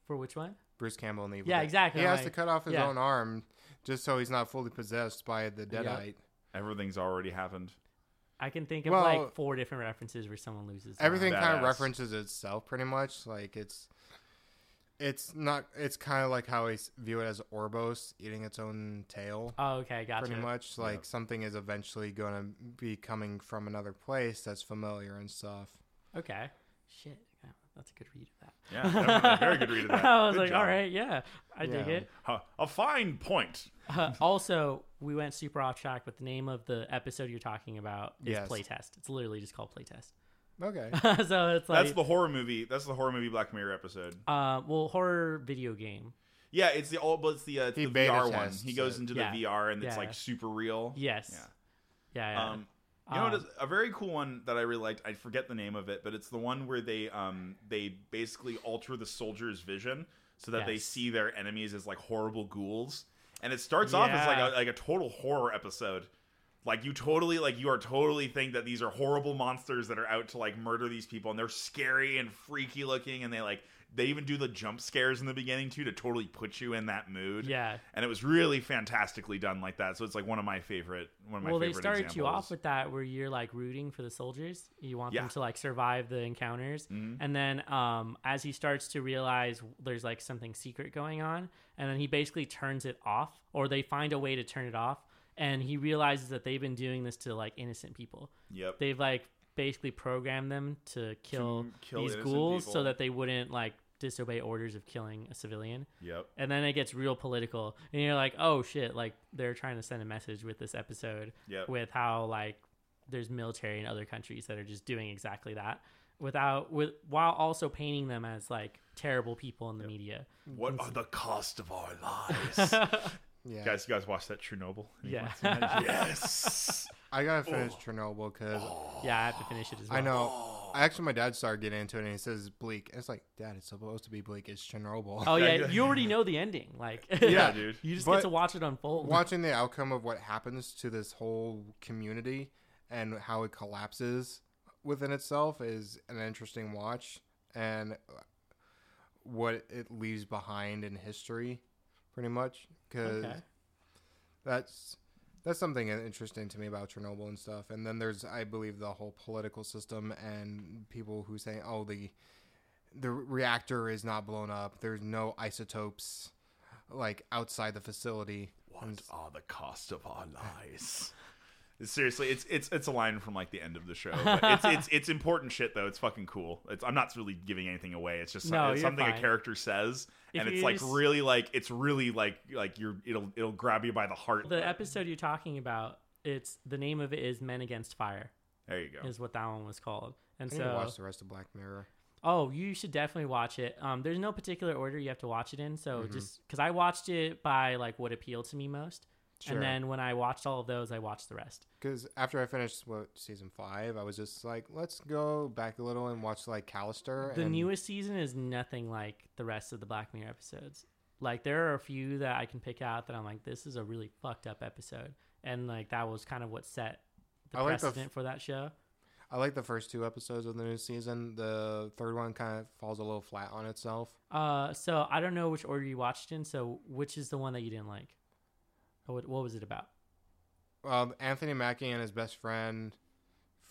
Speaker 2: For which one?
Speaker 3: Bruce Campbell in the Evil
Speaker 2: Yeah,
Speaker 3: Dead.
Speaker 2: exactly,
Speaker 3: He has
Speaker 2: like-
Speaker 3: to cut off his
Speaker 2: yeah.
Speaker 3: own arm just so he's not fully possessed by the Deadite.
Speaker 1: Everything's already happened.
Speaker 2: I can think of
Speaker 3: Well-
Speaker 2: like four different references where someone loses. their
Speaker 3: everything kind
Speaker 1: Badass.
Speaker 3: of references itself pretty much like it's it's not it's kind of like how i s- view it as orbos eating its own tail
Speaker 2: arm. Oh, okay, gotcha.
Speaker 3: pretty much like
Speaker 1: Yeah.
Speaker 3: something is eventually going to be coming from another place that's familiar and stuff
Speaker 2: Okay. Shit. That's a good read of that.
Speaker 1: Yeah, definitely. very good read of that.
Speaker 2: I was
Speaker 1: Good
Speaker 2: like,
Speaker 1: job.
Speaker 2: all right, yeah, I dig
Speaker 3: Yeah.
Speaker 2: it.
Speaker 1: Huh, a fine point.
Speaker 2: Uh, also, we went super off track, but the name of the episode you're talking about is
Speaker 3: Yes.
Speaker 2: Playtest. It's literally just called Playtest.
Speaker 3: Okay.
Speaker 2: so it's like,
Speaker 1: That's the horror movie. That's the horror movie Black Mirror episode.
Speaker 2: uh, well, horror video game.
Speaker 1: Yeah, it's the old, but it's the, uh, it's
Speaker 3: He
Speaker 1: the
Speaker 3: beta
Speaker 1: VR one.
Speaker 3: tests
Speaker 1: He goes
Speaker 3: it.
Speaker 1: into
Speaker 2: Yeah.
Speaker 1: the VR and it's
Speaker 2: Yeah.
Speaker 1: like super real.
Speaker 2: Yes.
Speaker 1: Yeah.
Speaker 2: Yeah. yeah.
Speaker 1: Um, you know, what
Speaker 2: Um,
Speaker 1: is- a very cool one that I really liked. I forget the name of it, but it's the one where they um they basically alter the soldier's vision so that they
Speaker 2: Yes.
Speaker 1: see their enemies as like horrible ghouls. And it starts off as like a,
Speaker 2: Yeah.
Speaker 1: like a total horror episode. Like you totally like you are totally think that these are horrible monsters that are out to like murder these people, and they're scary and freaky looking, and they like they even do the jump scares in the beginning too to totally put you in that mood.
Speaker 2: yeah.
Speaker 1: and it was really fantastically done like that. So it's like one of my favorite one of my
Speaker 2: Well, they
Speaker 1: favorite
Speaker 2: started
Speaker 1: examples.
Speaker 2: you off with that where you're like rooting for the soldiers. You want
Speaker 1: Yeah.
Speaker 2: them to like survive the encounters.
Speaker 1: Mhm.
Speaker 2: And then um, as he starts to realize there's like something secret going on, and then he basically turns it off, or they find a way to turn it off. And he realizes that they've been doing this to like innocent people.
Speaker 1: Yep.
Speaker 2: They've like basically programmed them to kill,
Speaker 1: kill
Speaker 2: these
Speaker 1: innocent
Speaker 2: ghouls
Speaker 1: people.
Speaker 2: so that they wouldn't like disobey orders of killing a civilian.
Speaker 1: Yep.
Speaker 2: and then it gets real political and you're like oh shit like they're trying to send a message with this episode
Speaker 1: Yep.
Speaker 2: with how like there's military in other countries that are just doing exactly that without with while also painting them as like terrible people in the media
Speaker 1: What are the cost of our lives?
Speaker 3: Yeah.
Speaker 1: guys, you guys watched that Chernobyl?
Speaker 2: yeah
Speaker 1: yes.
Speaker 3: I gotta finish Chernobyl because
Speaker 2: yeah i have to finish it as well
Speaker 3: I know. Actually, my dad started getting into it, and he says bleak. It's like, Dad, it's supposed to be bleak. It's Chernobyl.
Speaker 2: oh
Speaker 1: Yeah,
Speaker 2: yeah
Speaker 1: yeah.
Speaker 2: you already know the ending like
Speaker 1: Yeah, dude.
Speaker 2: you just
Speaker 3: But-
Speaker 2: get to watch it unfold
Speaker 3: Watching the outcome of what happens to this whole community and how it collapses within itself is an interesting watch, and what it leaves behind in history, pretty much. Because
Speaker 2: Okay.
Speaker 3: that's that's something interesting to me about Chernobyl and stuff. And then there's, I believe, the whole political system and people who say, "Oh, the the reactor is not blown up. There's no isotopes like outside the facility."
Speaker 1: What are the cost of our lives? Seriously, it's it's it's a line from like the end of the show. But it's it's it's important shit though. It's fucking cool. It's, I'm not really giving anything away. It's just some-
Speaker 2: No,
Speaker 1: it's
Speaker 2: you're
Speaker 1: something a
Speaker 2: fine.
Speaker 1: character says,
Speaker 2: If
Speaker 1: and it's
Speaker 2: you
Speaker 1: like
Speaker 2: just-
Speaker 1: really like it's really like like you're it'll it'll grab you by the heart.
Speaker 2: the episode you're talking about it's the name of it is men against fire
Speaker 1: there you go.
Speaker 2: is what that one was called and
Speaker 3: Oh. I need
Speaker 2: so
Speaker 3: to watch the rest of Black Mirror.
Speaker 2: Oh, you should definitely watch it. Um, there's no particular order you have to watch it in. So
Speaker 3: Mm-hmm.
Speaker 2: just because I watched it by like what appealed to me most,
Speaker 3: Sure.
Speaker 2: and then when I watched all of those, I watched the rest.
Speaker 3: Because after I finished what season five, I was just like, let's go back a little and watch like Callister.
Speaker 2: The
Speaker 3: and
Speaker 2: newest season is nothing like the rest of the Black Mirror episodes. Like there are a few that I can pick out that I'm like, this is a really fucked up episode, and like that was kind of what set the
Speaker 3: I like the f-
Speaker 2: precedent for that show.
Speaker 3: I like the first two episodes of the new season. The third one kind of falls a little flat on itself.
Speaker 2: Uh, so I don't know which order you watched in. So which is the one that you didn't like? What what was it about?
Speaker 3: Um, Anthony Mackie and his best friend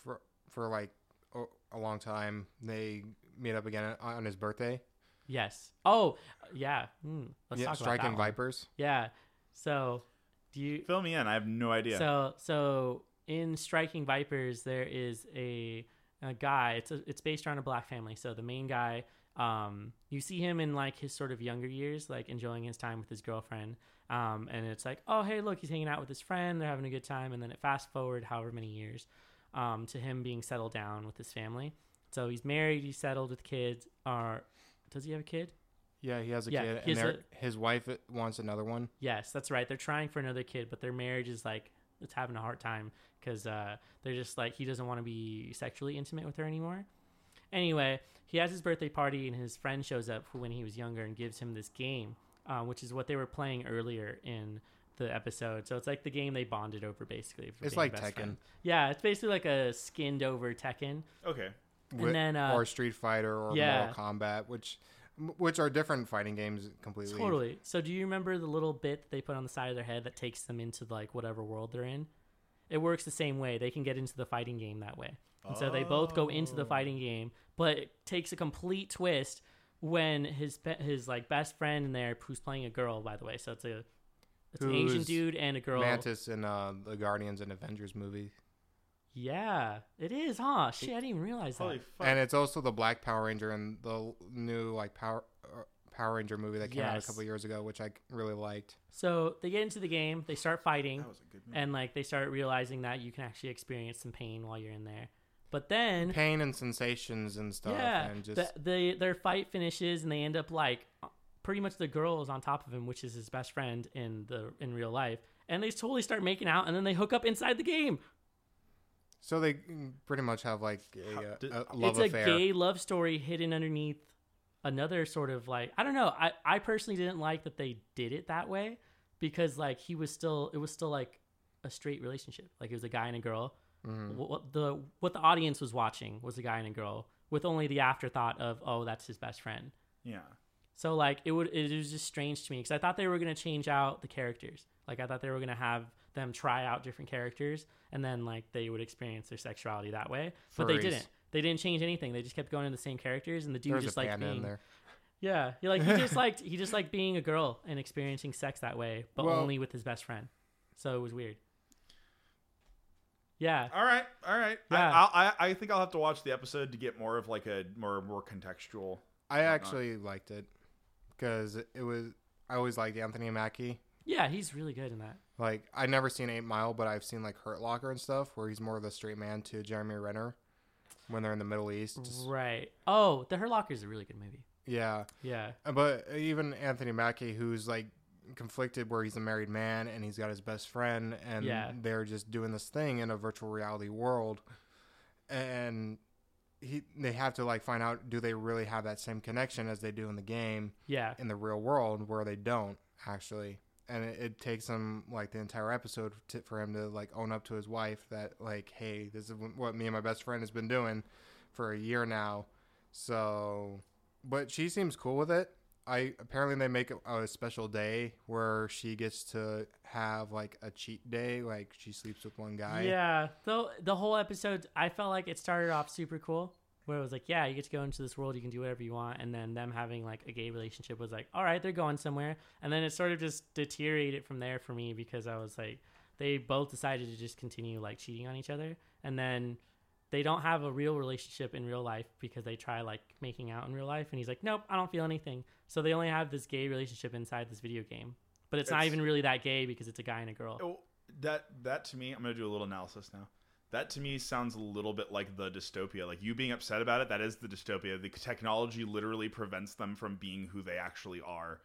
Speaker 3: for for like a, a long time. They meet up again on his birthday.
Speaker 2: Yes. Oh, yeah. Hmm. Let's
Speaker 3: yeah,
Speaker 2: talk
Speaker 3: Strike
Speaker 2: about that
Speaker 3: and
Speaker 2: one.
Speaker 3: Vipers.
Speaker 2: Yeah. So, do you?
Speaker 1: Fill me in. I have no idea.
Speaker 2: So, so in Striking Vipers, there is a, a guy. It's a, it's based around a black family. So the main guy, um, you see him in like his sort of younger years, like enjoying his time with his girlfriend. Um, and it's like, oh hey, look, he's hanging out with his friend. They're having a good time. And then it fast forward however many years, um, to him being settled down with his family. So he's married. He's settled with kids. Or does he have a kid?
Speaker 3: Yeah, he has a
Speaker 2: Yeah,
Speaker 3: kid,
Speaker 2: he
Speaker 3: and
Speaker 2: has
Speaker 3: they're- his wife wants another one.
Speaker 2: Yes, that's right. They're trying for another kid, but their marriage is like it's having a hard time because uh, they're just like he doesn't want to be sexually intimate with her anymore. Anyway, he has his birthday party, and his friend shows up who- when he was younger and gives him this game, uh, which is what they were playing earlier in the episode. So it's like the game they bonded over, basically. for
Speaker 3: It's
Speaker 2: being
Speaker 3: like
Speaker 2: best
Speaker 3: Tekken.
Speaker 2: friends. Yeah, it's basically like a skinned over Tekken.
Speaker 1: okay.
Speaker 2: And
Speaker 3: Wi-
Speaker 2: then, uh,
Speaker 3: or Street Fighter or
Speaker 2: yeah.
Speaker 3: Mortal Kombat, which which are different fighting games completely.
Speaker 2: Totally. So do you remember the little bit that they put on the side of their head that takes them into like whatever world they're in? It works the same way. They can get into the fighting game that way. And so they both go into the
Speaker 1: Oh.
Speaker 2: fighting game, but it takes a complete twist when his pe- his like best friend in there who's playing a girl by the way. So it's a it's an Asian
Speaker 3: Who's
Speaker 2: dude and a girl.
Speaker 3: Mantis in uh, the Guardians and Avengers movie.
Speaker 2: Yeah, it is, huh? Shit, I didn't even realize that.
Speaker 1: Holy fuck!
Speaker 3: And it's also the Black Power Ranger and the l- new like Power uh, Power Ranger movie that came out a
Speaker 2: Yes.
Speaker 3: couple years ago, which I really liked.
Speaker 2: So they get into the game, they start fighting,
Speaker 1: that was a good movie.
Speaker 2: and like they start realizing that you can actually experience some pain while you're in there. But then,
Speaker 3: Pain and sensations and stuff.
Speaker 2: yeah,
Speaker 3: and just
Speaker 2: the, they- their fight finishes, and they end up like pretty much the girl is on top of him, which is his best friend in the in real life, and they totally start making out, and then they hook up inside the game.
Speaker 3: so they mm, pretty much have like a, uh,
Speaker 1: did-
Speaker 3: a
Speaker 2: it's
Speaker 3: love affair.
Speaker 2: a gay love story hidden underneath another sort of like I don't know. I I personally didn't like that they did it that way because like he was still it was still like a straight relationship. Like it was a guy and a girl.
Speaker 3: Mhm.
Speaker 2: What, what the what the audience was watching was a guy and a girl with only the afterthought of oh that's his best friend.
Speaker 1: yeah,
Speaker 2: So like it would it was just strange to me because I thought they were gonna change out the characters. Like I thought they were gonna have them try out different characters and then like they would experience their sexuality that way. But they
Speaker 3: Furries.
Speaker 2: didn't. They didn't change anything. They just kept going to the same characters and the dude
Speaker 3: There's
Speaker 2: just
Speaker 3: a
Speaker 2: like
Speaker 3: panda in
Speaker 2: being
Speaker 3: there.
Speaker 2: yeah he like he just liked he just liked being a girl and experiencing sex that way, but
Speaker 3: Well-
Speaker 2: only with his best friend. So it was weird. Yeah,
Speaker 1: all right, all right.
Speaker 2: Yeah.
Speaker 1: I, I I think I'll have to watch the episode to get more of like a more more contextual.
Speaker 3: I
Speaker 1: whatnot.
Speaker 3: actually liked it because it was. I always liked Anthony Mackie.
Speaker 2: yeah, he's really good in that.
Speaker 3: Like I've never seen Eight Mile, but I've seen like Hurt Locker and stuff, where he's more of a straight man to Jeremy Renner when they're in the Middle East. Just-
Speaker 2: Right. Oh, The Her Locker is a really good movie.
Speaker 3: yeah, Uh,
Speaker 2: Yeah.
Speaker 3: but even Anthony Mackie, who's like conflicted, where he's a married man and he's got his best friend, and
Speaker 2: Yeah.
Speaker 3: they're just doing this thing in a virtual reality world, and he they have to like find out do they really have that same connection as they do in the game
Speaker 2: Yeah.
Speaker 3: in the real world where they don't actually and it, it takes him like the entire episode to, for him to like own up to his wife that like hey this is what me and my best friend has been doing for a year now so but she seems cool with it i apparently they make a, a special day where she gets to have like a cheat day like she sleeps with one guy
Speaker 2: Yeah, though the whole episode, I felt like it started off super cool, where it was like, yeah, you get to go into this world, you can do whatever you want, and then them having like a gay relationship was like, all right, they're going somewhere, and then it sort of just deteriorated from there for me because I was like, they both decided to just continue like cheating on each other, and then they don't have a real relationship in real life because they try like making out in real life, and he's like, nope, I don't feel anything, so they only have this gay relationship inside this video game. But it's, not
Speaker 1: It's-
Speaker 2: even really that gay because it's a guy and a girl.
Speaker 1: Oh, that that to me, I'm gonna do a little analysis now. That to me sounds a little bit like the dystopia. Like you being upset about it, that is the dystopia. The technology literally prevents them from being who they actually are,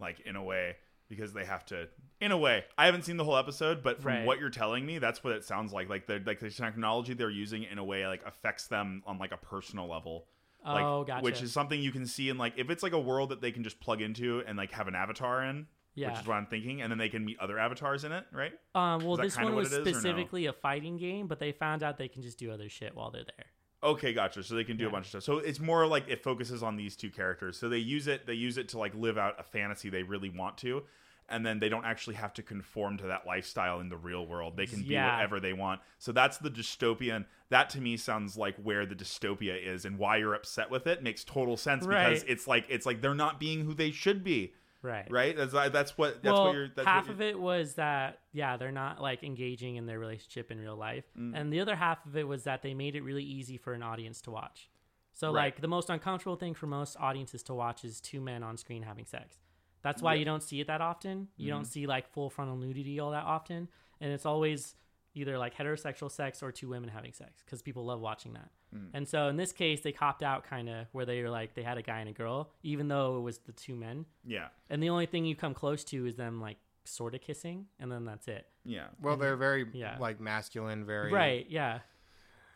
Speaker 1: like in a way, because they have to. In a way, I haven't seen the whole episode, but from
Speaker 2: Right.
Speaker 1: what you're telling me, that's what it sounds like. Like the like the technology they're using in a way like affects them on like a personal level like,
Speaker 2: oh, gotcha.
Speaker 1: Which is something you can see in like if it's like a world that they can just plug into and like have an avatar in,
Speaker 2: Yeah.
Speaker 1: which is what I'm thinking, and then they can meet other avatars in it, right?
Speaker 2: Um, well,
Speaker 1: Is that
Speaker 2: this
Speaker 1: kinda
Speaker 2: one
Speaker 1: what
Speaker 2: was
Speaker 1: it is or no?
Speaker 2: specifically a fighting game, but they found out they can just do other shit while they're there.
Speaker 1: Okay, gotcha. So they can do a
Speaker 2: Yeah.
Speaker 1: bunch of stuff. So it's more like it focuses on these two characters. So they use it they use it to like live out a fantasy they really want to. And then they don't actually have to conform to that lifestyle in the real world. They can
Speaker 2: Yeah.
Speaker 1: be whatever they want. So that's the dystopian. That to me sounds like where the dystopia is, and why you're upset with it makes total sense because
Speaker 2: Right.
Speaker 1: it's like it's like they're not being who they should be.
Speaker 2: Right.
Speaker 1: right? That's that's what that's
Speaker 2: well,
Speaker 1: what you're. That's
Speaker 2: half
Speaker 1: what
Speaker 2: of it was that yeah, they're not like engaging in their relationship in real life,
Speaker 1: Mm.
Speaker 2: and the other half of it was that they made it really easy for an audience to watch. So
Speaker 1: Right.
Speaker 2: like the most uncomfortable thing for most audiences to watch is two men on screen having sex. That's why
Speaker 1: Yeah. Mm.
Speaker 2: you don't see it that often. You don't see like full frontal nudity all that often, and it's always either like heterosexual sex or two women having sex because people love watching that.
Speaker 1: Mm.
Speaker 2: And so in this case, they copped out kind of where they were like they had a guy and a girl, even though it was the two men.
Speaker 1: Yeah,
Speaker 2: And the only thing you come close to is them like sort of kissing, and then that's it.
Speaker 1: yeah.
Speaker 3: well they're very
Speaker 2: Yeah.
Speaker 3: like masculine very
Speaker 2: Right? Yeah.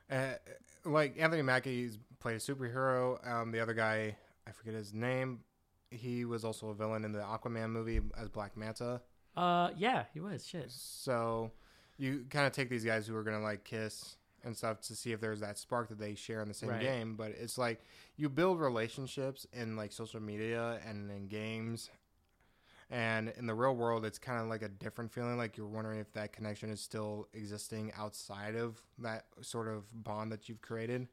Speaker 3: uh, like Anthony Mackie's played a superhero. Um, the other guy, I forget his name. He was also a villain in the Aquaman movie as Black Manta.
Speaker 2: Uh. Yeah. He was shit.
Speaker 3: So you kind of take these guys who are gonna like kiss and stuff to see if there's that spark that they share in the same
Speaker 2: Right.
Speaker 3: game. But it's like you build relationships in like social media and in games. And in the real world, it's kind of like a different feeling. Like you're wondering if that connection is still existing outside of that sort of bond that you've created.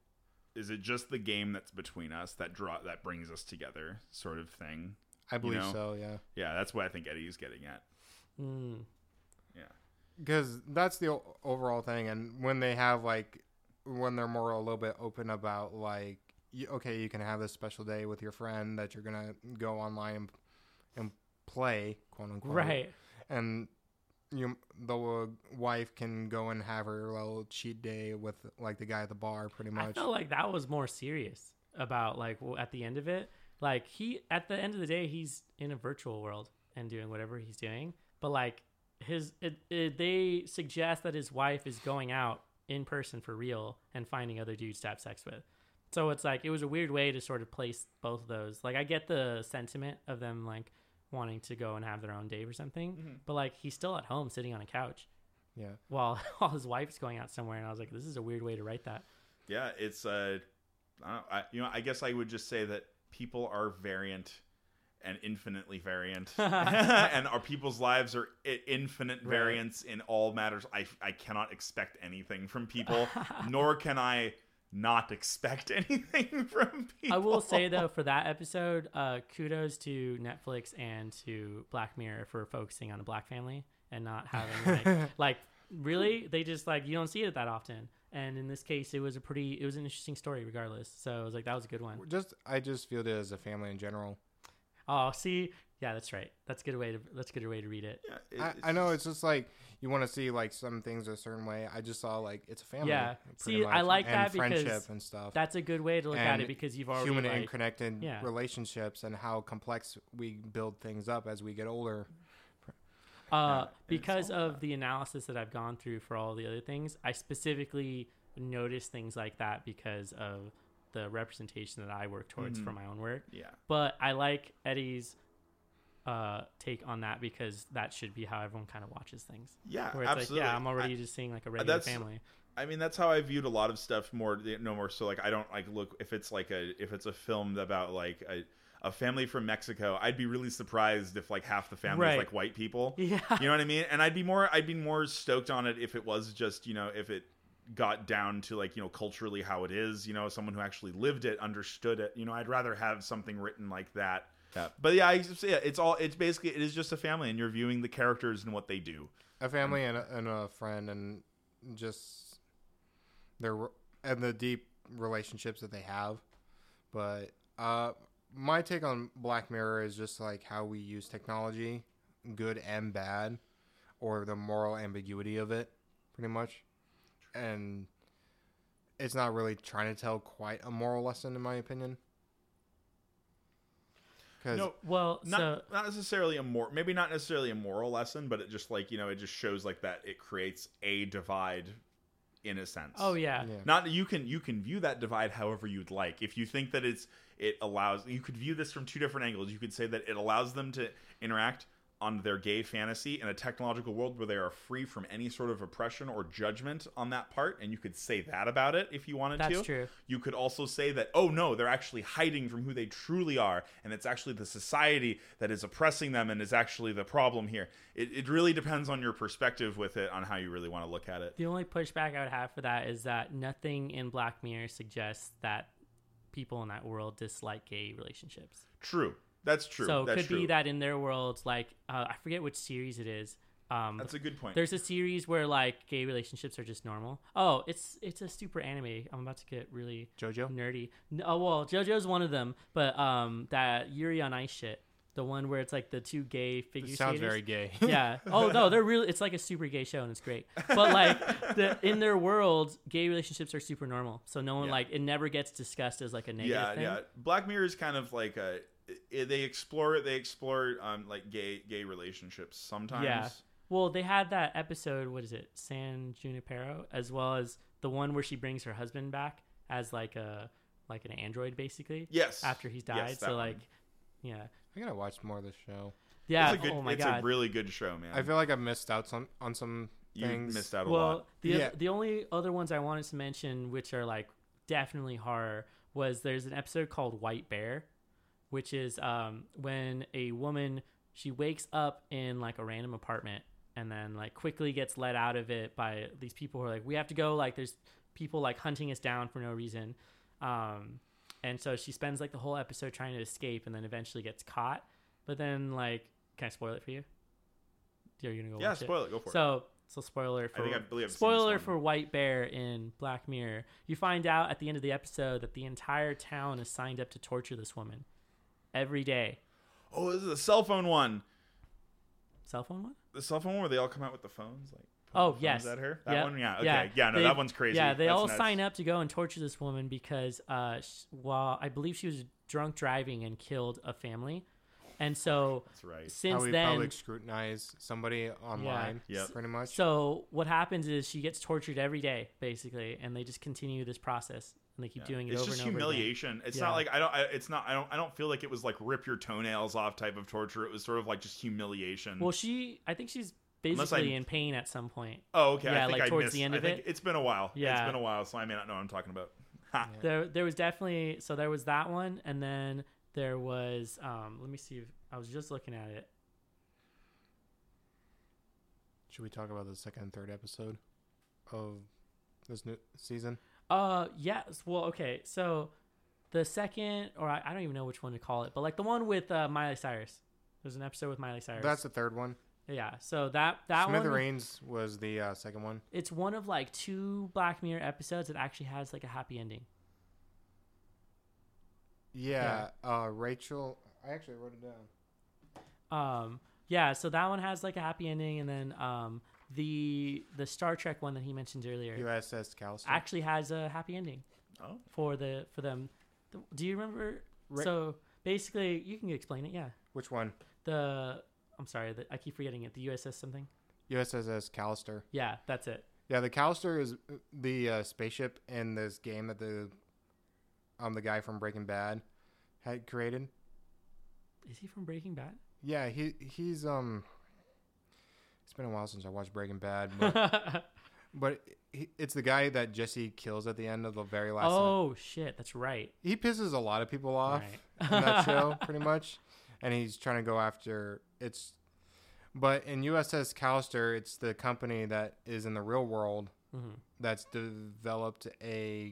Speaker 1: Is it just the game that's between us that draw that brings us together, sort of thing?
Speaker 3: I believe
Speaker 1: know?
Speaker 3: so. Yeah.
Speaker 1: Yeah, that's what I think Eddie is getting at.
Speaker 2: Mm.
Speaker 1: Yeah.
Speaker 3: because that's the o- overall thing. And when they have like, when they're more a little bit open about like, y okay, you can have this special day with your friend that you're gonna go online and, and play, quote unquote,
Speaker 2: Right.
Speaker 3: And you, the uh, wife can go and have her little cheat day with like the guy at the bar, pretty
Speaker 2: I
Speaker 3: much.
Speaker 2: felt like that was more serious about like w- at the end of it. Like he at the end of the day, he's in a virtual world and doing whatever he's doing. But like his, it, it, they suggest that his wife is going out in person for real and finding other dudes to have sex with. So it's like it was a weird way to sort of place both of those. Like I get the sentiment of them like wanting to go and have their own date or something, but like he's still at home sitting on a couch
Speaker 3: yeah.
Speaker 2: while while his wife's going out somewhere. And I was like, this is a weird way to write that.
Speaker 1: yeah it's uh I, don't, I you know i guess i would just say that people are variant and infinitely variant and our people's lives are i- infinite
Speaker 2: Right.
Speaker 1: variants in all matters i i cannot expect anything from people nor can i not expect anything from people
Speaker 2: I will say though, for that episode, uh, kudos to Netflix and to Black Mirror for focusing on a black family and not having like, like really they just like you don't see it that often. And in this case, it was a pretty, it was an interesting story regardless. So I was like, that was a good one.
Speaker 3: Just I just feel it as a family in general.
Speaker 2: Oh, see, yeah, that's right. That's a good way to that's a good way to read it.
Speaker 1: yeah, it-
Speaker 3: I, I know it's just like you want to see like some things a certain way. I just saw like it's a family.
Speaker 2: Yeah.
Speaker 3: pretty
Speaker 2: See, I like
Speaker 3: and
Speaker 2: that
Speaker 3: friendship
Speaker 2: because
Speaker 3: and stuff.
Speaker 2: That's a good way to look at
Speaker 3: And
Speaker 2: it because you've already
Speaker 3: human and
Speaker 2: like,
Speaker 3: connected
Speaker 2: yeah.
Speaker 3: relationships and how complex we build things up as we get older.
Speaker 2: Uh,
Speaker 1: and it's
Speaker 2: because
Speaker 1: all
Speaker 2: of the analysis that I've gone through for all the other things, I specifically notice things like that because of the representation that I work towards
Speaker 1: Mm.
Speaker 2: for my own work.
Speaker 1: yeah
Speaker 2: But I like Eddie's uh, take on that because that should be how everyone kind of watches things.
Speaker 1: yeah
Speaker 2: Where it's
Speaker 1: absolutely
Speaker 2: like, yeah, I'm already
Speaker 1: I- uh,
Speaker 2: just seeing like a regular
Speaker 1: that's-
Speaker 2: family.
Speaker 1: I mean, that's how I viewed a lot of stuff. More, no more. So like, I don't like look if it's like a if it's a film about like a a family from Mexico. I'd be really surprised if like half the family is
Speaker 2: Right.
Speaker 1: like white people.
Speaker 2: Yeah.
Speaker 1: You know what I mean? And I'd be more I'd be more stoked on it if it was just you know if it got down to like you know culturally how it is. You know, someone who actually lived it understood it. You know, I'd rather have something written like that.
Speaker 3: Yeah.
Speaker 1: But yeah, I just, yeah, it's all it's basically it is just a family, and you're viewing the characters and what they do.
Speaker 3: A family and a, and a friend and just their re- and the deep relationships that they have. But uh, my take on Black Mirror is just like how we use technology, good and bad, or the moral ambiguity of it, pretty much. And it's not really trying to tell quite a moral lesson, in my opinion. 'Cause-
Speaker 1: No,
Speaker 2: Well,
Speaker 1: not
Speaker 2: so
Speaker 1: not necessarily a mor maybe not necessarily a moral lesson, but it just like you know it just shows like that it creates a divide in a sense.
Speaker 2: oh yeah.
Speaker 3: yeah.
Speaker 1: Not you can you can view that divide however you'd like. If you think that it's it allows you could view this from two different angles. You could say that it allows them to interact on their gay fantasy in a technological world where they are free from any sort of oppression or judgment on that part, and you could say that about it if you wanted to.
Speaker 2: That's true.
Speaker 1: You could also say that, oh no, they're actually hiding from who they truly are, and it's actually the society that is oppressing them and is actually the problem here. It, it really depends on your perspective with it, on how you really want to look at it.
Speaker 2: The only pushback I would have for that is that nothing in Black Mirror suggests that people in that world dislike gay relationships.
Speaker 1: True. That's true.
Speaker 2: So it
Speaker 1: That's
Speaker 2: could
Speaker 1: true.
Speaker 2: be that in their world, like uh, I forget which series it is. Um,
Speaker 1: That's a good point.
Speaker 2: there's a series where like gay relationships are just normal. Oh, it's it's a super anime. I'm about to get really
Speaker 3: JoJo?
Speaker 2: nerdy. N- Oh well, JoJo's one of them, but um, that Yuri on Ice shit, the one where it's like the two gay figure
Speaker 3: It sounds
Speaker 2: skaters.
Speaker 3: very gay.
Speaker 2: yeah. Oh no, they're really. It's like a super gay show, and it's great. But like the, in their world, gay relationships are super normal. So no one
Speaker 1: Yeah.
Speaker 2: like it never gets discussed as like a negative
Speaker 1: yeah,
Speaker 2: thing.
Speaker 1: yeah. Black Mirror is kind of like a i- they explore they explore um like gay gay relationships sometimes.
Speaker 2: Yeah. Well, they had that episode. What is it, San Junipero, as well as the one where she brings her husband back as like a like an android, basically.
Speaker 1: Yes.
Speaker 2: After he's
Speaker 1: Yes,
Speaker 2: died,
Speaker 1: that
Speaker 2: so
Speaker 1: one.
Speaker 2: like, yeah,
Speaker 3: I gotta watch more of this show.
Speaker 2: yeah.
Speaker 1: it's a good,
Speaker 2: oh my
Speaker 1: it's
Speaker 2: god.
Speaker 1: a really good show, man.
Speaker 3: I feel like I missed out some on some
Speaker 1: you
Speaker 3: things.
Speaker 1: missed out a
Speaker 2: well,
Speaker 1: lot.
Speaker 2: the
Speaker 3: Yeah.
Speaker 2: oth- the only other ones I wanted to mention, which are like definitely horror, was there's an episode called White Bear, which is um, when a woman she wakes up in like a random apartment and then like quickly gets let out of it by these people who are like, we have to go. Like there's people like hunting us down for no reason, um, and so she spends like the whole episode trying to escape and then eventually gets caught. But then like, can I spoil it for you? Are you gonna go
Speaker 1: Yeah,
Speaker 2: watch it?
Speaker 1: spoil it. Go for it.
Speaker 2: So So spoiler for
Speaker 1: think I believe I've seen this
Speaker 2: spoiler
Speaker 1: one.
Speaker 2: for White Bear in Black Mirror. You find out at the end of the episode that the entire town is signed up to torture this woman every day.
Speaker 1: Oh, this is a cell phone one.
Speaker 2: Cell phone one?
Speaker 1: The cell phone one where they all come out with the phones, like. point
Speaker 2: Oh
Speaker 1: the phones
Speaker 2: yes,
Speaker 1: at her. That
Speaker 2: Yep.
Speaker 1: one, yeah, okay, yeah, no, that one's crazy.
Speaker 2: Yeah, they
Speaker 1: That's
Speaker 2: all
Speaker 1: nuts.
Speaker 2: sign up to go and torture this woman because, uh, sh- while I believe she was drunk driving and killed a family, and so
Speaker 1: That's right.
Speaker 3: How
Speaker 2: since
Speaker 3: we
Speaker 2: then,
Speaker 3: public scrutinize somebody online,
Speaker 1: Yep.
Speaker 3: pretty much.
Speaker 2: so what happens is she gets tortured every day, basically, and they just continue this process and they keep doing it
Speaker 1: it's
Speaker 2: over
Speaker 1: just
Speaker 2: and over. Again.
Speaker 1: humiliation. It's
Speaker 2: Yeah.
Speaker 1: not like I don't. I, it's not. I don't. I don't feel like it was like rip your toenails off type of torture. It was sort of like just humiliation.
Speaker 2: Well, she, I think she's
Speaker 1: Mm-hmm. Unless I'm-
Speaker 2: basically in pain at some point.
Speaker 1: oh, okay.
Speaker 2: yeah,
Speaker 1: I think
Speaker 2: like
Speaker 1: I
Speaker 2: towards
Speaker 1: missed-
Speaker 2: the end
Speaker 1: I
Speaker 2: of
Speaker 1: think
Speaker 2: it.
Speaker 1: It's been a while.
Speaker 2: Yeah.
Speaker 1: it's been a while, so I may not know what I'm talking about. Ha.
Speaker 2: There, there was definitely so there was that one, and then there was. Um, let me see. If, I was just looking at it.
Speaker 3: Should we talk about the second and third episode of this new season?
Speaker 2: Uh, yes. Well, okay. So the second, or I, I don't even know which one to call it, but like the one with uh, Miley Cyrus. There's an episode with Miley Cyrus.
Speaker 3: That's the third one.
Speaker 2: yeah. So that that one,
Speaker 3: Smithereens was the uh, second one.
Speaker 2: it's one of like two Black Mirror episodes that actually has like a happy ending.
Speaker 3: Yeah, Uh, Rachel. I actually wrote it down.
Speaker 2: Um, yeah. So that one has like a happy ending, and then um, the the Star Trek one that he mentioned earlier
Speaker 3: USS Callister.
Speaker 2: actually has a happy ending.
Speaker 1: Oh.
Speaker 2: For the for them, The- do you remember?
Speaker 3: Ra-
Speaker 2: so basically, you can explain it. Yeah.
Speaker 3: Which one?
Speaker 2: The I'm sorry, the, I keep forgetting it. The USS something.
Speaker 3: USS Callister.
Speaker 2: Yeah, that's it.
Speaker 3: Yeah, the Callister is the uh, spaceship in this game that the um the guy from Breaking Bad had created.
Speaker 2: Is he from Breaking Bad?
Speaker 3: Yeah, he he's um. It's been a while since I watched Breaking Bad, but, but he, it's the guy that Jesse kills at the end of the very last.
Speaker 2: oh shit, that's right.
Speaker 3: he pisses a lot of people off
Speaker 2: Right.
Speaker 3: in that show, pretty much. And he's trying to go after it's, but in USS Callister, it's the company that is in the real world
Speaker 2: Mhm.
Speaker 3: that's developed a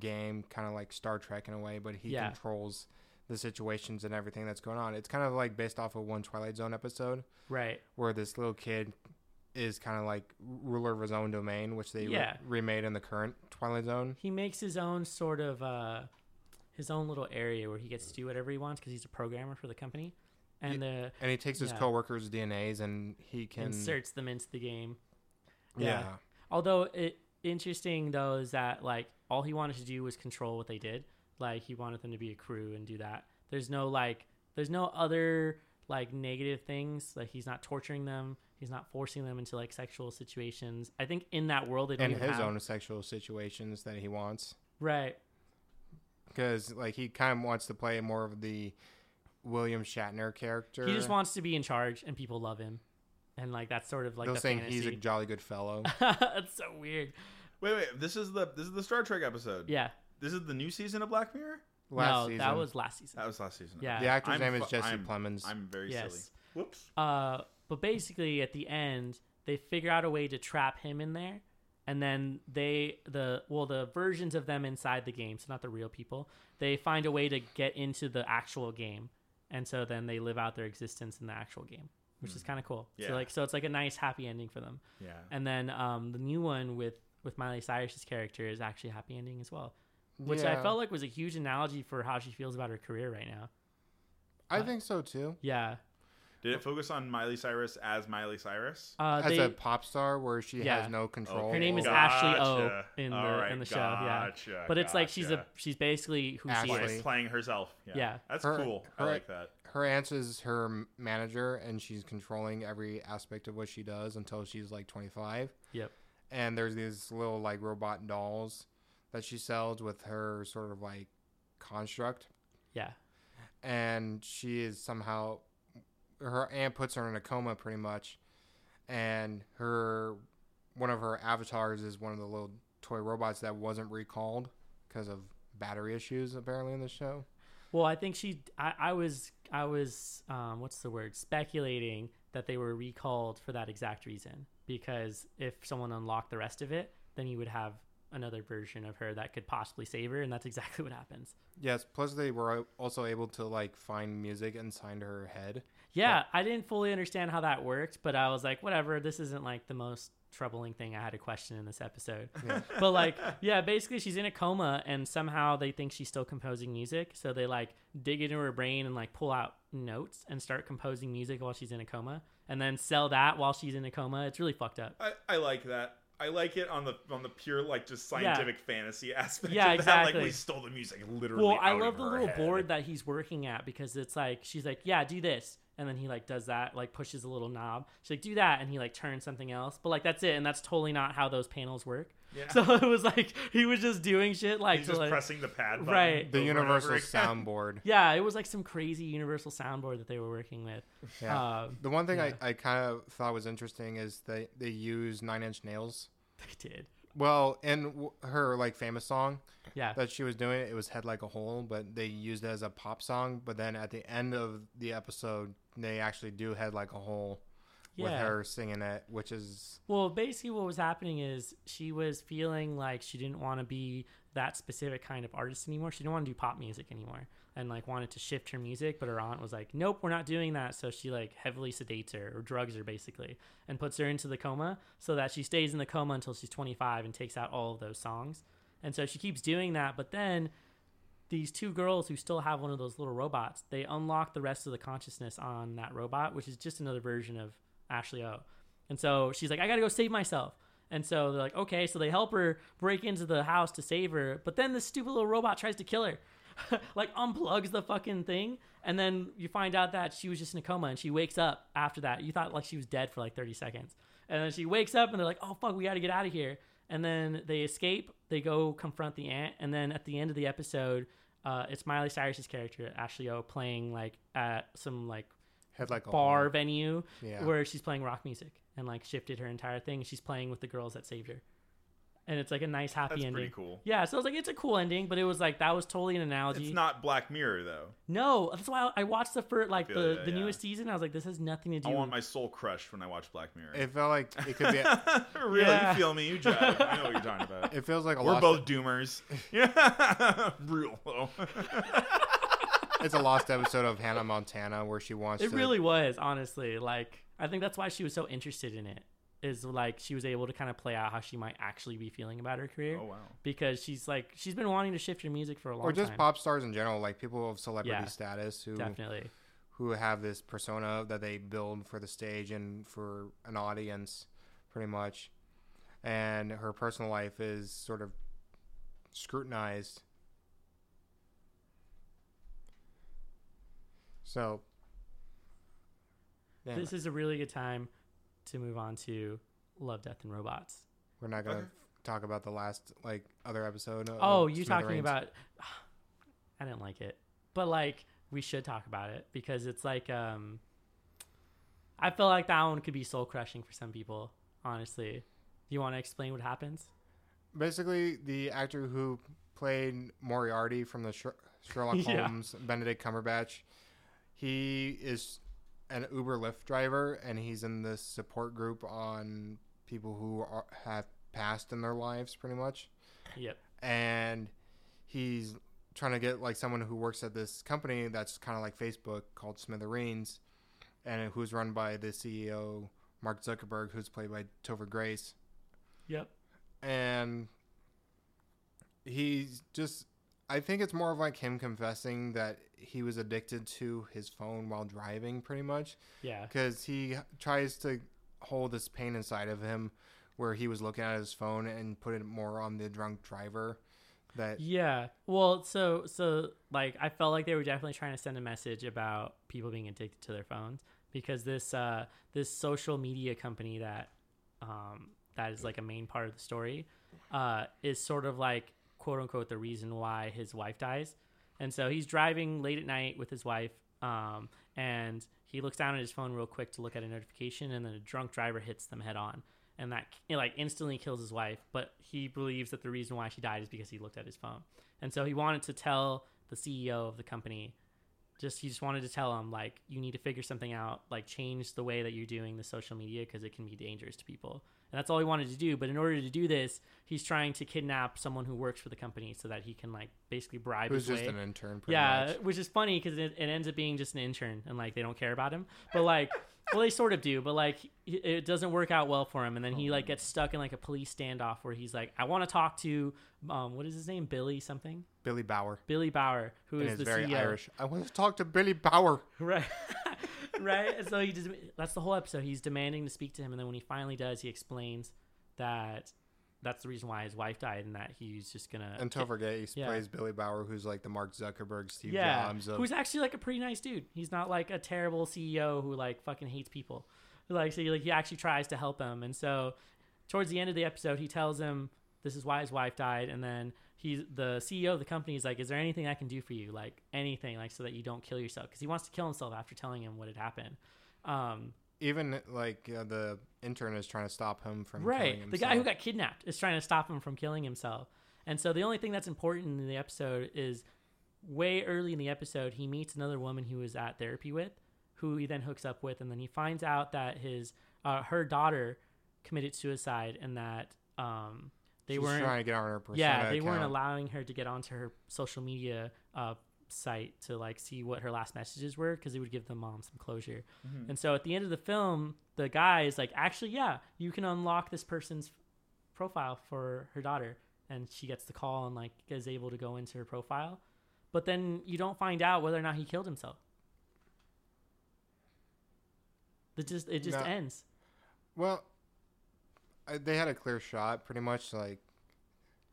Speaker 3: game, kind of like Star Trek in a way, but he
Speaker 2: Yeah.
Speaker 3: controls the situations and everything that's going on. It's kind of like based off of one Twilight Zone episode
Speaker 2: Right.
Speaker 3: where this little kid is kind of like ruler of his own domain, which they re-
Speaker 2: Yeah.
Speaker 3: remade in the current Twilight Zone.
Speaker 2: He makes his own sort of uh, his own little area where he gets to do whatever he wants because he's a programmer for the company, and the
Speaker 3: And he takes his
Speaker 2: Yeah.
Speaker 3: coworkers' DNAs and he can
Speaker 2: inserts them into the game.
Speaker 3: Yeah.
Speaker 2: Although it interesting though is that like all he wanted to do was control what they did. Like he wanted them to be a crew and do that. There's no like there's no other like negative things. Like he's not torturing them. He's not forcing them into like sexual situations. I think in that world they don't
Speaker 3: And
Speaker 2: even
Speaker 3: his
Speaker 2: have-
Speaker 3: own sexual situations that he wants.
Speaker 2: right.
Speaker 3: Because, like, he kind of wants to play more of the William Shatner character.
Speaker 2: He just wants to be in charge and people love him. And like that's sort of like
Speaker 3: They'll
Speaker 2: the
Speaker 3: saying
Speaker 2: fantasy.
Speaker 3: he's a jolly good fellow.
Speaker 2: that's so weird.
Speaker 1: Wait, wait. This is the this is the Star Trek episode.
Speaker 2: Yeah.
Speaker 1: This is the new season of Black Mirror.
Speaker 3: Last
Speaker 2: no,
Speaker 3: season.
Speaker 2: that was last season.
Speaker 1: That was last season.
Speaker 2: Yeah.
Speaker 3: the actor's
Speaker 1: I'm
Speaker 3: name is
Speaker 1: fu-
Speaker 3: Jesse
Speaker 1: I'm-
Speaker 3: Plemons.
Speaker 1: I'm very
Speaker 2: Yes.
Speaker 1: silly. Whoops.
Speaker 2: Uh, but basically, at the end, they figure out a way to trap him in there, and then they the well the versions of them inside the game, so not the real people. They find a way to get into the actual game, and so then they live out their existence in the actual game, which is kind of cool.
Speaker 1: Yeah.
Speaker 2: So like so it's like a nice happy ending for them.
Speaker 1: Yeah.
Speaker 2: And then um, the new one with with Miley Cyrus's character is actually a happy ending as well, which I
Speaker 3: Yeah.
Speaker 2: felt like was a huge analogy for how she feels about her career right now.
Speaker 3: I think so too.
Speaker 2: Yeah.
Speaker 1: Did it focus on Miley Cyrus as Miley Cyrus?
Speaker 2: Uh,
Speaker 3: As
Speaker 2: they,
Speaker 3: a pop star, where she
Speaker 2: Yeah.
Speaker 3: has no control.
Speaker 2: Her name is
Speaker 3: over-
Speaker 1: Oh, Gotcha.
Speaker 2: Ashley O in the
Speaker 1: All
Speaker 2: in
Speaker 1: right,
Speaker 2: the show. Yeah,
Speaker 1: gotcha,
Speaker 2: but it's like she's a
Speaker 1: gotcha.
Speaker 2: she's basically who she
Speaker 3: Ashley.
Speaker 2: is.
Speaker 1: Playing, playing herself. Yeah.
Speaker 2: Yeah.
Speaker 1: That's
Speaker 3: Her-
Speaker 1: cool. I
Speaker 3: her-
Speaker 1: like that.
Speaker 3: her aunt is her m- manager, and she's controlling every aspect of what she does until she's like 25.
Speaker 2: Yep.
Speaker 3: and there's these little like robot dolls that she sells with her sort of like construct
Speaker 2: Yeah.
Speaker 3: and she is somehow her aunt puts her in a coma pretty much and her one of her avatars is one of the little toy robots that wasn't recalled because of battery issues apparently in the show
Speaker 2: Well, I think she. I, I was. I was. Um, what's the word? Speculating that they were recalled for that exact reason. Because if someone unlocked the rest of it, then you would have another version of her that could possibly save her, and that's exactly what happens.
Speaker 3: Yes. Plus, they were also able to like find music inside her head.
Speaker 2: Yeah, I didn't fully understand how that worked, but I was like, whatever, this isn't like the most troubling thing I had a question in this episode. but like, yeah, basically she's in a coma and somehow they think she's still composing music, so they like dig into her brain and like pull out notes and start composing music while she's in a coma and then sell that while she's in a coma. It's really fucked up.
Speaker 1: I, I like that. I like it on the on the pure like just scientific fantasy aspect.
Speaker 2: Yeah,
Speaker 1: of That. Like
Speaker 2: exactly.
Speaker 1: we stole the music literally.
Speaker 2: Well, I
Speaker 1: out
Speaker 2: love
Speaker 1: of
Speaker 2: the
Speaker 1: her
Speaker 2: little
Speaker 1: head.
Speaker 2: board that he's working at because it's like she's like, "Yeah, do this," and then he like does that, like pushes a little knob. She's like, "Do that," and he like turns something else. But like that's it, and that's totally not how those panels work.
Speaker 1: Yeah.
Speaker 2: So it was like he was just doing shit like
Speaker 1: He's
Speaker 2: to,
Speaker 1: just
Speaker 2: like-
Speaker 1: pressing the pad. Button
Speaker 2: Right.
Speaker 3: The
Speaker 1: over and over
Speaker 3: universal
Speaker 1: again.
Speaker 3: soundboard.
Speaker 2: yeah, it was like some crazy universal soundboard that they were working with.
Speaker 1: Uh,
Speaker 3: Yeah.
Speaker 2: Um,
Speaker 3: the one thing I, I kind of thought was interesting is they they use Nine Inch Nails.
Speaker 2: they did.
Speaker 3: Well, in w- her like famous song
Speaker 2: Yeah.
Speaker 3: that she was doing, it was "Head Like a Hole," but they used it as a pop song. But then at the end of the episode, they actually do "Head Like a Hole" with
Speaker 2: Yeah.
Speaker 3: her singing it, which is
Speaker 2: Well, basically, what was happening is she was feeling like she didn't want to be that specific kind of artist anymore. She didn't want to do pop music anymore, and like wanted to shift her music. But her aunt was like, "Nope, we're not doing that." So she like heavily sedates her or drugs her basically, and puts her into the coma so that she stays in the coma until she's 25 and takes out all of those songs. And so she keeps doing that, but then these two girls who still have one of those little robots, they unlock the rest of the consciousness on that robot, which is just another version of Ashley O. And so she's like, I gotta go save myself. And so they're like, okay. So they help her break into the house to save her, but then this stupid little robot tries to kill her. like unplugs the fucking thing and then you find out that she was just in a coma and she wakes up after that you thought like she was dead for like 30 seconds and then she wakes up and they're like oh fuck we gotta get out of here and then they escape they go confront the aunt and then at the end of the episode uh, it's miley cyrus's character ashley o playing like at some like
Speaker 3: "Head Like a
Speaker 2: bar
Speaker 3: Hole."
Speaker 2: venue
Speaker 3: Oh, Yeah.
Speaker 2: where she's playing rock music and like shifted her entire thing. She's playing with the girls that saved her, and it's like a nice happy
Speaker 1: That's
Speaker 2: ending.
Speaker 1: pretty cool.
Speaker 2: Yeah, so I was like, it's a cool ending, but it was like that was totally an analogy.
Speaker 1: It's not Black Mirror though.
Speaker 2: no, that's why I watched the first like
Speaker 1: feel
Speaker 2: the,
Speaker 1: ya,
Speaker 2: the
Speaker 1: yeah.
Speaker 2: newest season. I was like, this has nothing to do.
Speaker 1: I want my soul crushed when I watch Black Mirror.
Speaker 3: It felt like it could be.
Speaker 1: really,
Speaker 2: Yeah.
Speaker 1: you feel me? You jive. I know what you're talking about.
Speaker 3: It feels like a
Speaker 1: We're
Speaker 3: lost,
Speaker 1: both doomers. Yeah, real low.
Speaker 3: It's a lost episode of Hannah Montana where she wants.
Speaker 2: it
Speaker 3: to,
Speaker 2: really was honestly like I think that's why she was so interested in it. Is like she was able to kind of play out how she might actually be feeling about her career
Speaker 1: Oh wow.
Speaker 2: because she's like she's been wanting to shift her music for a long
Speaker 3: or just
Speaker 2: time.
Speaker 3: pop stars in general, like people of celebrity
Speaker 2: Yeah.
Speaker 3: status who
Speaker 2: Definitely,
Speaker 3: who have this persona that they build for the stage and for an audience, pretty much. And her personal life is sort of scrutinized. So, yeah,
Speaker 2: this is a really good time to move on to Love, Death, and Robots.
Speaker 3: we're not gonna talk about the last like other episode. of
Speaker 2: Oh, you talking
Speaker 3: Smithereens.
Speaker 2: about? I didn't like it, but like we should talk about it because it's like um, I feel like that one could be soul crushing for some people. Honestly, do you want to explain what happens?
Speaker 3: basically the actor who played Moriarty from the Sher- Sherlock
Speaker 2: Yeah.
Speaker 3: Holmes, Benedict Cumberbatch. He is an Uber Lyft driver, and he's in this support group on people who are, have passed in their lives, pretty much.
Speaker 2: Yep.
Speaker 3: And he's trying to get like someone who works at this company that's kind of like Facebook called Smithereens, and who's run by the CEO Mark Zuckerberg, who's played by Topher Grace
Speaker 2: Yep.
Speaker 3: and he's just I think it's more of like him confessing that he was addicted to his phone while driving pretty much
Speaker 2: Yeah.
Speaker 3: because he tries to hold this pain inside of him where he was looking at his phone and put it more on the drunk driver that
Speaker 2: Yeah. Well, so so like I felt like they were definitely trying to send a message about people being addicted to their phones because this uh this social media company that um that is like a main part of the story uh is sort of like quote unquote the reason why his wife dies. And so he's driving late at night with his wife um and he looks down at his phone real quick to look at a notification and then a drunk driver hits them head on and that it, like instantly kills his wife but he believes that the reason why she died is because he looked at his phone and so he wanted to tell the ceo of the company just he just wanted to tell him like you need to figure something out like change the way that you're doing the social media because it can be dangerous to people and that's all he wanted to do. But in order to do this, he's trying to kidnap someone who works for the company so that he can like basically bribe.
Speaker 3: Who's
Speaker 2: his
Speaker 3: just
Speaker 2: way.
Speaker 3: an intern, pretty
Speaker 2: yeah,
Speaker 3: much.
Speaker 2: which is funny because it, it ends up being just an intern and like they don't care about him. But like, well, they sort of do, but like he- it doesn't work out well for him. And then he like gets stuck in like a police standoff where he's like, I want to talk to um, what is his name, Billy something,
Speaker 3: Billy Bauer.
Speaker 2: Billy Bauer, who
Speaker 3: And
Speaker 2: is
Speaker 3: it's
Speaker 2: the E
Speaker 3: very
Speaker 2: CEO.
Speaker 3: Irish. I want to talk to Billy Bauer.
Speaker 2: right right and so he just that's the whole episode he's demanding to speak to him and then when he finally does he explains that that's the reason why his wife died and that he's just gonna
Speaker 3: And don't forget, he
Speaker 2: Yeah.
Speaker 3: plays Billy Bauer, who's like the Mark Zuckerberg, Steve
Speaker 2: yeah
Speaker 3: Jobs of
Speaker 2: who's actually like a pretty nice dude he's not like a terrible ceo who like fucking hates people like so he, like he actually tries to help him and so towards the end of the episode he tells him this is why his wife died and then he's the ceo of the company is like is there anything i can do for you like anything like so that you don't kill yourself because he wants to kill himself after telling him what had happened um
Speaker 3: even like uh, the intern is trying to stop him from
Speaker 2: right
Speaker 3: killing
Speaker 2: the guy who
Speaker 3: himself.
Speaker 2: got kidnapped is trying to stop him from killing himself and so the only thing that's important in the episode is way early in the episode he meets another woman he was at therapy with who he then hooks up with and then he finds out that his uh, her daughter committed suicide and that um, they
Speaker 3: She's
Speaker 2: weren't
Speaker 3: trying to get on her persona
Speaker 2: yeah they weren't
Speaker 3: account.
Speaker 2: allowing her to get onto her social media uh, site to like see what her last messages were because it would give the mom some closure
Speaker 3: Mm-hmm.
Speaker 2: and so at the end of the film the guy is like actually yeah you can unlock this person's profile for her daughter and she gets the call and like is able to go into her profile but then you don't find out whether or not he killed himself it just it just
Speaker 3: No.
Speaker 2: ends
Speaker 3: Well, I, they had a clear shot, pretty much. Like,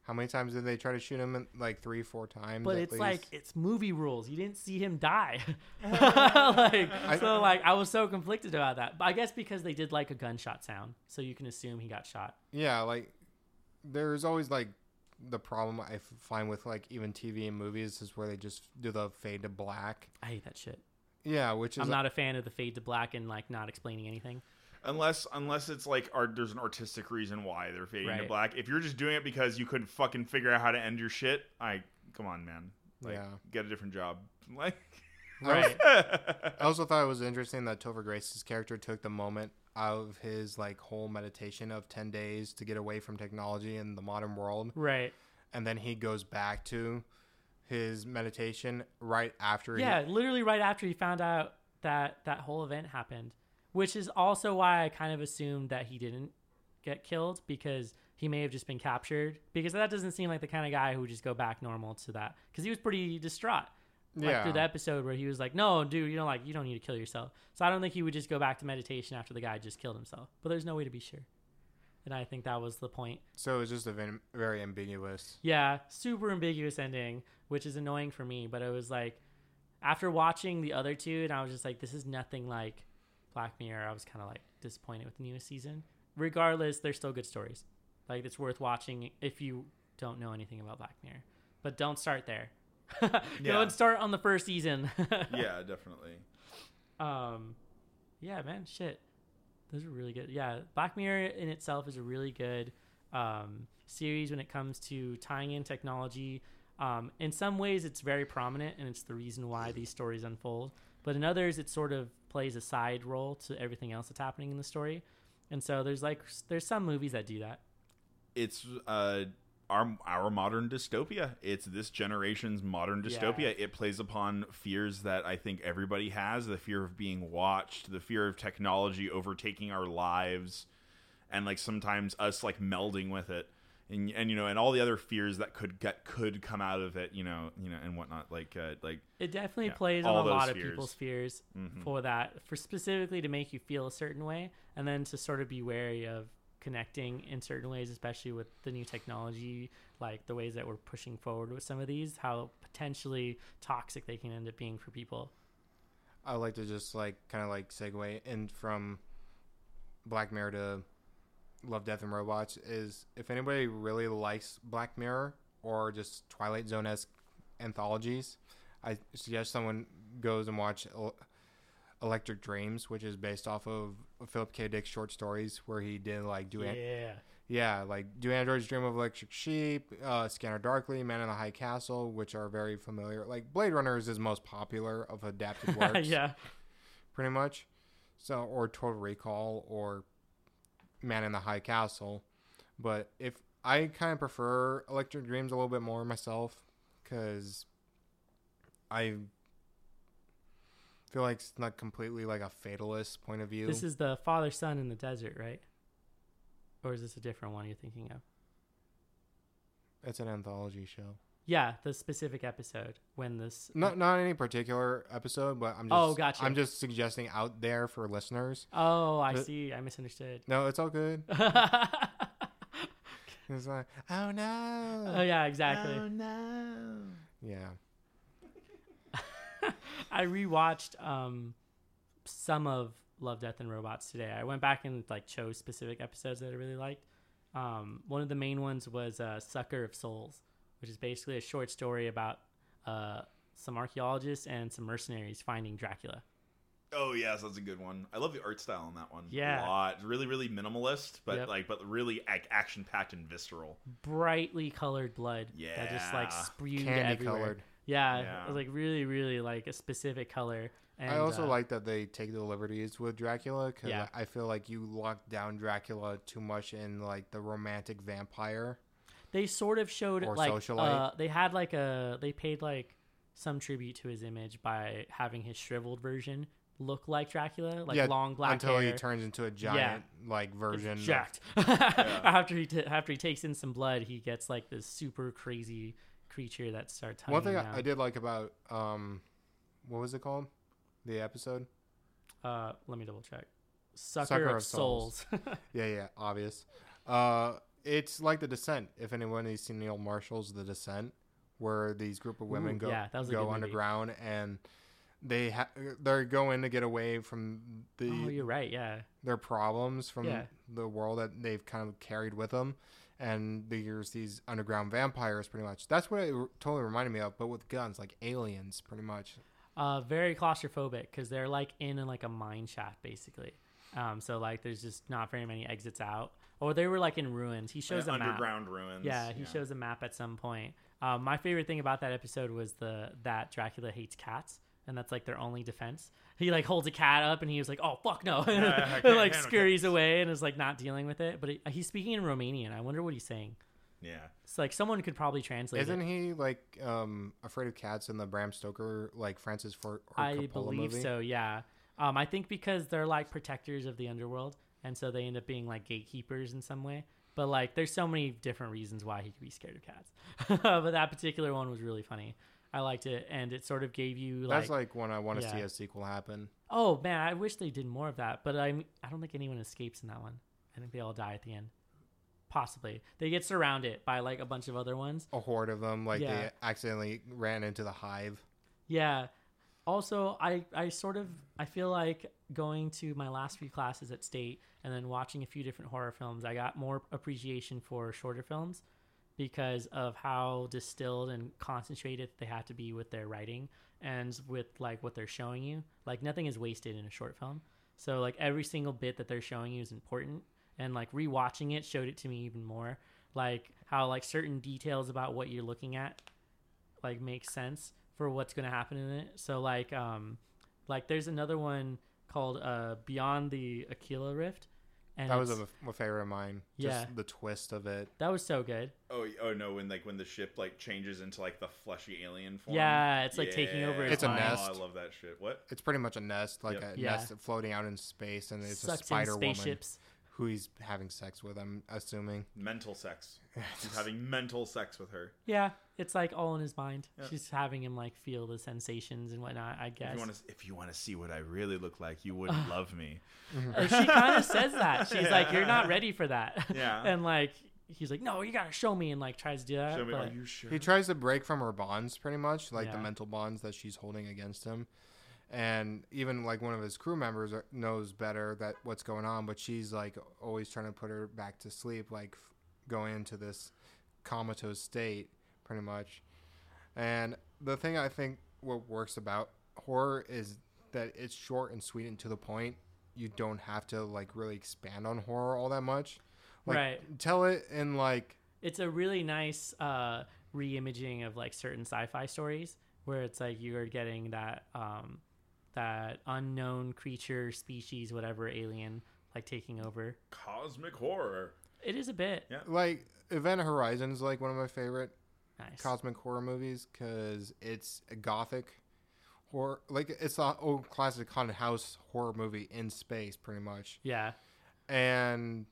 Speaker 3: how many times did they try to shoot him? In, like three, four times.
Speaker 2: But
Speaker 3: at
Speaker 2: it's
Speaker 3: least.
Speaker 2: like it's movie rules. You didn't see him die, like so. Like I was so conflicted about that. But I guess because they did like a gunshot sound, so you can assume he got shot.
Speaker 3: yeah, like there's always like the problem I f- find with like even TV and movies is where they just do the fade to black.
Speaker 2: I hate that shit.
Speaker 3: Yeah, which is
Speaker 2: I'm not a fan of the fade to black and like not explaining anything.
Speaker 1: Unless unless it's like art, there's an artistic reason why they're fading to
Speaker 2: Right.
Speaker 1: black. If you're just doing it because you couldn't fucking figure out how to end your shit, I come on, man. Like,
Speaker 3: Yeah.
Speaker 1: get a different job. Like,
Speaker 2: Right.
Speaker 3: I also thought it was interesting that Tover Grace's character took the moment out of his like whole meditation of 10 days to get away from technology in the modern world
Speaker 2: right.
Speaker 3: and then he goes back to his meditation right after he-
Speaker 2: Yeah. Literally right after he found out that that whole event happened, which is also why I kind of assumed that he didn't get killed because he may have just been captured because that doesn't seem like the kind of guy who would just go back normal to that because he was pretty distraught. like
Speaker 3: yeah
Speaker 2: through the episode where he was like, "No, dude, you don't like you don't need to kill yourself." So I don't think he would just go back to meditation after the guy just killed himself. But there's no way to be sure, and I think that was the point.
Speaker 3: so it was just a ven- very ambiguous
Speaker 2: Yeah, super ambiguous ending, which is annoying for me. But it was like, after watching the other two, and I was just like, "This is nothing like Black Mirror." I was kind of like disappointed with the newest season. Regardless, they're still good stories. Like it's worth watching if you don't know anything about Black Mirror, but don't start there.
Speaker 1: Yeah.
Speaker 2: Don't start on the first season.
Speaker 1: yeah, definitely.
Speaker 2: Um, yeah, man, shit. Those are really good. Yeah, Black Mirror in itself is a really good um, series when it comes to tying in technology. Um, in some ways, it's very prominent and it's the reason why these stories unfold. But in others, it sort of plays a side role to everything else that's happening in the story. And so there's like there's some movies that do that.
Speaker 1: It's uh our our modern dystopia. It's this generation's modern dystopia.
Speaker 2: Yeah.
Speaker 1: It plays upon fears that I think everybody has: the fear of being watched, the fear of technology overtaking our lives, and like sometimes us like melding with it. And, and you know and all the other fears that could get could come out of it you know you know and whatnot like uh, like
Speaker 2: It definitely
Speaker 1: Yeah,
Speaker 2: plays
Speaker 1: all
Speaker 2: on a
Speaker 1: those
Speaker 2: lot
Speaker 1: fears.
Speaker 2: of people's fears
Speaker 1: Mhm.
Speaker 2: for that, for specifically to make you feel a certain way, and then to sort of be wary of connecting in certain ways, especially with the new technology, like the ways that we're pushing forward with some of these, how potentially toxic they can end up being for people.
Speaker 3: i would like to just like kind of like segue and from black mirror to love death and robots is if anybody really likes black mirror or just twilight zone-esque anthologies i suggest someone goes and watch El- electric dreams which is based off of philip k dick's short stories where he did like do an-
Speaker 2: yeah,
Speaker 3: Yeah, like Do Androids Dream of Electric Sheep, uh, Scanner Darkly, Man in the High Castle, which are very familiar. Like Blade Runner is his most popular of adapted works,
Speaker 2: yeah,
Speaker 3: pretty much. So, or Total Recall, or Man in the High Castle. But if I kind of prefer Electric Dreams a little bit more myself, because I feel like it's not completely like a fatalist point of view.
Speaker 2: This is the father son in the desert, right? Or is this a different one you're thinking of?
Speaker 3: it's an anthology show.
Speaker 2: Yeah, the specific episode when this.
Speaker 3: Not not any particular episode, but I'm just
Speaker 2: Oh, gotcha.
Speaker 3: I'm just suggesting out there for listeners.
Speaker 2: Oh, I
Speaker 3: The-
Speaker 2: see. I misunderstood.
Speaker 3: No, it's all good.
Speaker 2: oh
Speaker 3: It's like, oh no.
Speaker 2: yeah, exactly.
Speaker 1: no.
Speaker 3: yeah.
Speaker 2: I rewatched um some of Love, Death, and Robots today. I went back and like chose specific episodes that I really liked. Um, one of the main ones was uh, "Sucker of Souls," which is basically a short story about uh, some archaeologists and some mercenaries finding Dracula.
Speaker 1: Oh yes, that's a good one. I love the art style on that one. a
Speaker 2: Yeah.
Speaker 1: lot. It's really, really minimalist, but
Speaker 2: Yep.
Speaker 1: like, but really ac- action packed and visceral.
Speaker 2: Brightly colored blood that just like
Speaker 1: Yeah.
Speaker 2: spewed
Speaker 3: Candy
Speaker 2: everywhere.
Speaker 3: colored.
Speaker 2: Yeah,
Speaker 1: Yeah.
Speaker 2: it was like really, really like a specific color. And,
Speaker 3: I also
Speaker 2: uh,
Speaker 3: like that they take the liberties with Dracula because
Speaker 2: Yeah.
Speaker 3: I feel like you lock down Dracula too much in like the romantic vampire.
Speaker 2: they sort of showed
Speaker 3: Or
Speaker 2: like uh,
Speaker 3: socialite.
Speaker 2: they had like a they paid like some tribute to his image by having his shriveled version look like Dracula, like
Speaker 3: Yeah,
Speaker 2: long black
Speaker 3: until
Speaker 2: hair.
Speaker 3: he turns into a giant like
Speaker 2: It's
Speaker 3: version. of-
Speaker 2: jacked. after he t- after he takes in some blood, he gets like this super crazy creature that starts hunting
Speaker 3: One thing
Speaker 2: him
Speaker 3: I, I
Speaker 2: down.
Speaker 3: did like about um, what was it called? The episode.
Speaker 2: Uh, let me double check. Sucker,
Speaker 3: Sucker
Speaker 2: of,
Speaker 3: of
Speaker 2: souls.
Speaker 3: Souls. Yeah, yeah, obvious. Uh, it's like The Descent. If anyone has seen Neil Marshall's The Descent, where these group of women
Speaker 2: Ooh,
Speaker 3: go
Speaker 2: yeah, that was a good
Speaker 3: go
Speaker 2: movie.
Speaker 3: underground and they ha- they're going to get away from the
Speaker 2: oh, you're right. Yeah.
Speaker 3: their problems from
Speaker 2: Yeah.
Speaker 3: the world that they've kind of carried with them. And there's these underground vampires, pretty much. That's what it r- totally reminded me of, but with guns, like aliens, pretty much.
Speaker 2: Uh, very claustrophobic because they're like in a, like a mine shaft basically. Um, so like there's just not very many exits out. Or they were like in ruins. He shows
Speaker 1: Like,
Speaker 2: a map.
Speaker 1: underground ruins.
Speaker 2: Yeah, he shows a map at some point. Um, my favorite thing about that episode was the that Dracula hates cats, and that's like their only defense. He like holds a cat up, and he was like, "Oh fuck no!" and
Speaker 1: I can't
Speaker 2: like
Speaker 1: handle
Speaker 2: scurries away, and is like not dealing with it. But he, he's speaking in Romanian. I wonder what he's saying.
Speaker 1: Yeah,
Speaker 2: It's like someone could probably translate.
Speaker 3: Isn't
Speaker 2: it.
Speaker 3: he like um, afraid of cats in the Bram Stoker, like Francis Ford? or
Speaker 2: I
Speaker 3: Coppola
Speaker 2: believe
Speaker 3: movie?
Speaker 2: so. Yeah. Um, I think because they're like protectors of the underworld, and so they end up being like gatekeepers in some way. But like, there's so many different reasons why he could be scared of cats. but that particular one was really funny. I liked it, and it sort of gave you like,
Speaker 3: That's like when I want to see
Speaker 2: yeah.
Speaker 3: a sequel happen.
Speaker 2: oh man, I wish they did more of that. But I'm, I don't think anyone escapes in that one. I think they all die at the end. Possibly, they get surrounded by like a bunch of other ones.
Speaker 3: A horde of them, like
Speaker 2: Yeah.
Speaker 3: they accidentally ran into the hive.
Speaker 2: Yeah. Also, I, I sort of I feel like going to my last few classes at state and then watching a few different horror films, I got more appreciation for shorter films because of how distilled and concentrated they have to be with their writing and with like what they're showing you. Like nothing is wasted in a short film. So like every single bit that they're showing you is important and like rewatching it showed it to me even more. Like how like certain details about what you're looking at like makes sense for what's going to happen in it. So like um like there's another one called uh Beyond the Aquila Rift and
Speaker 3: That was
Speaker 2: it's-
Speaker 3: a, a favorite of mine.
Speaker 2: Yeah.
Speaker 3: Just the twist of it.
Speaker 2: that was so good.
Speaker 1: Oh, oh no! When like when the ship like changes into like the fleshy alien form.
Speaker 2: Yeah, it's, like, taking over
Speaker 3: It's a
Speaker 1: Oh,
Speaker 3: nest.
Speaker 1: I love that shit. What?
Speaker 3: It's pretty much a nest, like
Speaker 1: Yep.
Speaker 3: a
Speaker 2: Yeah.
Speaker 3: nest floating out in space, and it's
Speaker 2: Sucks
Speaker 3: a spider
Speaker 2: in
Speaker 3: woman
Speaker 2: spaceships.
Speaker 3: who he's having sex with. I'm assuming.
Speaker 1: Mental sex. He's having mental sex with her.
Speaker 2: Yeah, it's like all in his mind.
Speaker 1: Yeah.
Speaker 2: She's having him like feel the sensations and whatnot. I
Speaker 1: If
Speaker 2: guess
Speaker 1: you want to, if you want to see what I really look like, you wouldn't love me.
Speaker 2: Uh, she kind of says that. She's like, "You're not ready for that."
Speaker 1: Yeah.
Speaker 2: and like he's like, "No, you gotta show me," and like tries to do that.
Speaker 1: Show me,
Speaker 2: but-
Speaker 1: are you sure?
Speaker 3: He tries to break from her bonds, pretty much, like the
Speaker 2: Yeah.
Speaker 3: mental bonds that she's holding against him. And even like one of his crew members are- knows better that what's going on, but she's like always trying to put her back to sleep, like f- going into this comatose state, pretty much. And the thing I think what works about horror is that it's short and sweet and to the point. You don't have to like really expand on horror all that much. Like,
Speaker 2: Right.
Speaker 3: Tell it in like
Speaker 2: it's a really nice uh, re-imaging of like certain sci-fi stories where it's like you are getting that um, that unknown creature species whatever alien like taking over.
Speaker 1: Cosmic horror.
Speaker 2: It is a bit
Speaker 1: Yeah.
Speaker 3: Like Event Horizon's like one of my favorite
Speaker 2: nice.
Speaker 3: cosmic horror movies because it's a gothic horror. Like it's the old classic haunted house horror movie in space, pretty much.
Speaker 2: yeah,
Speaker 3: And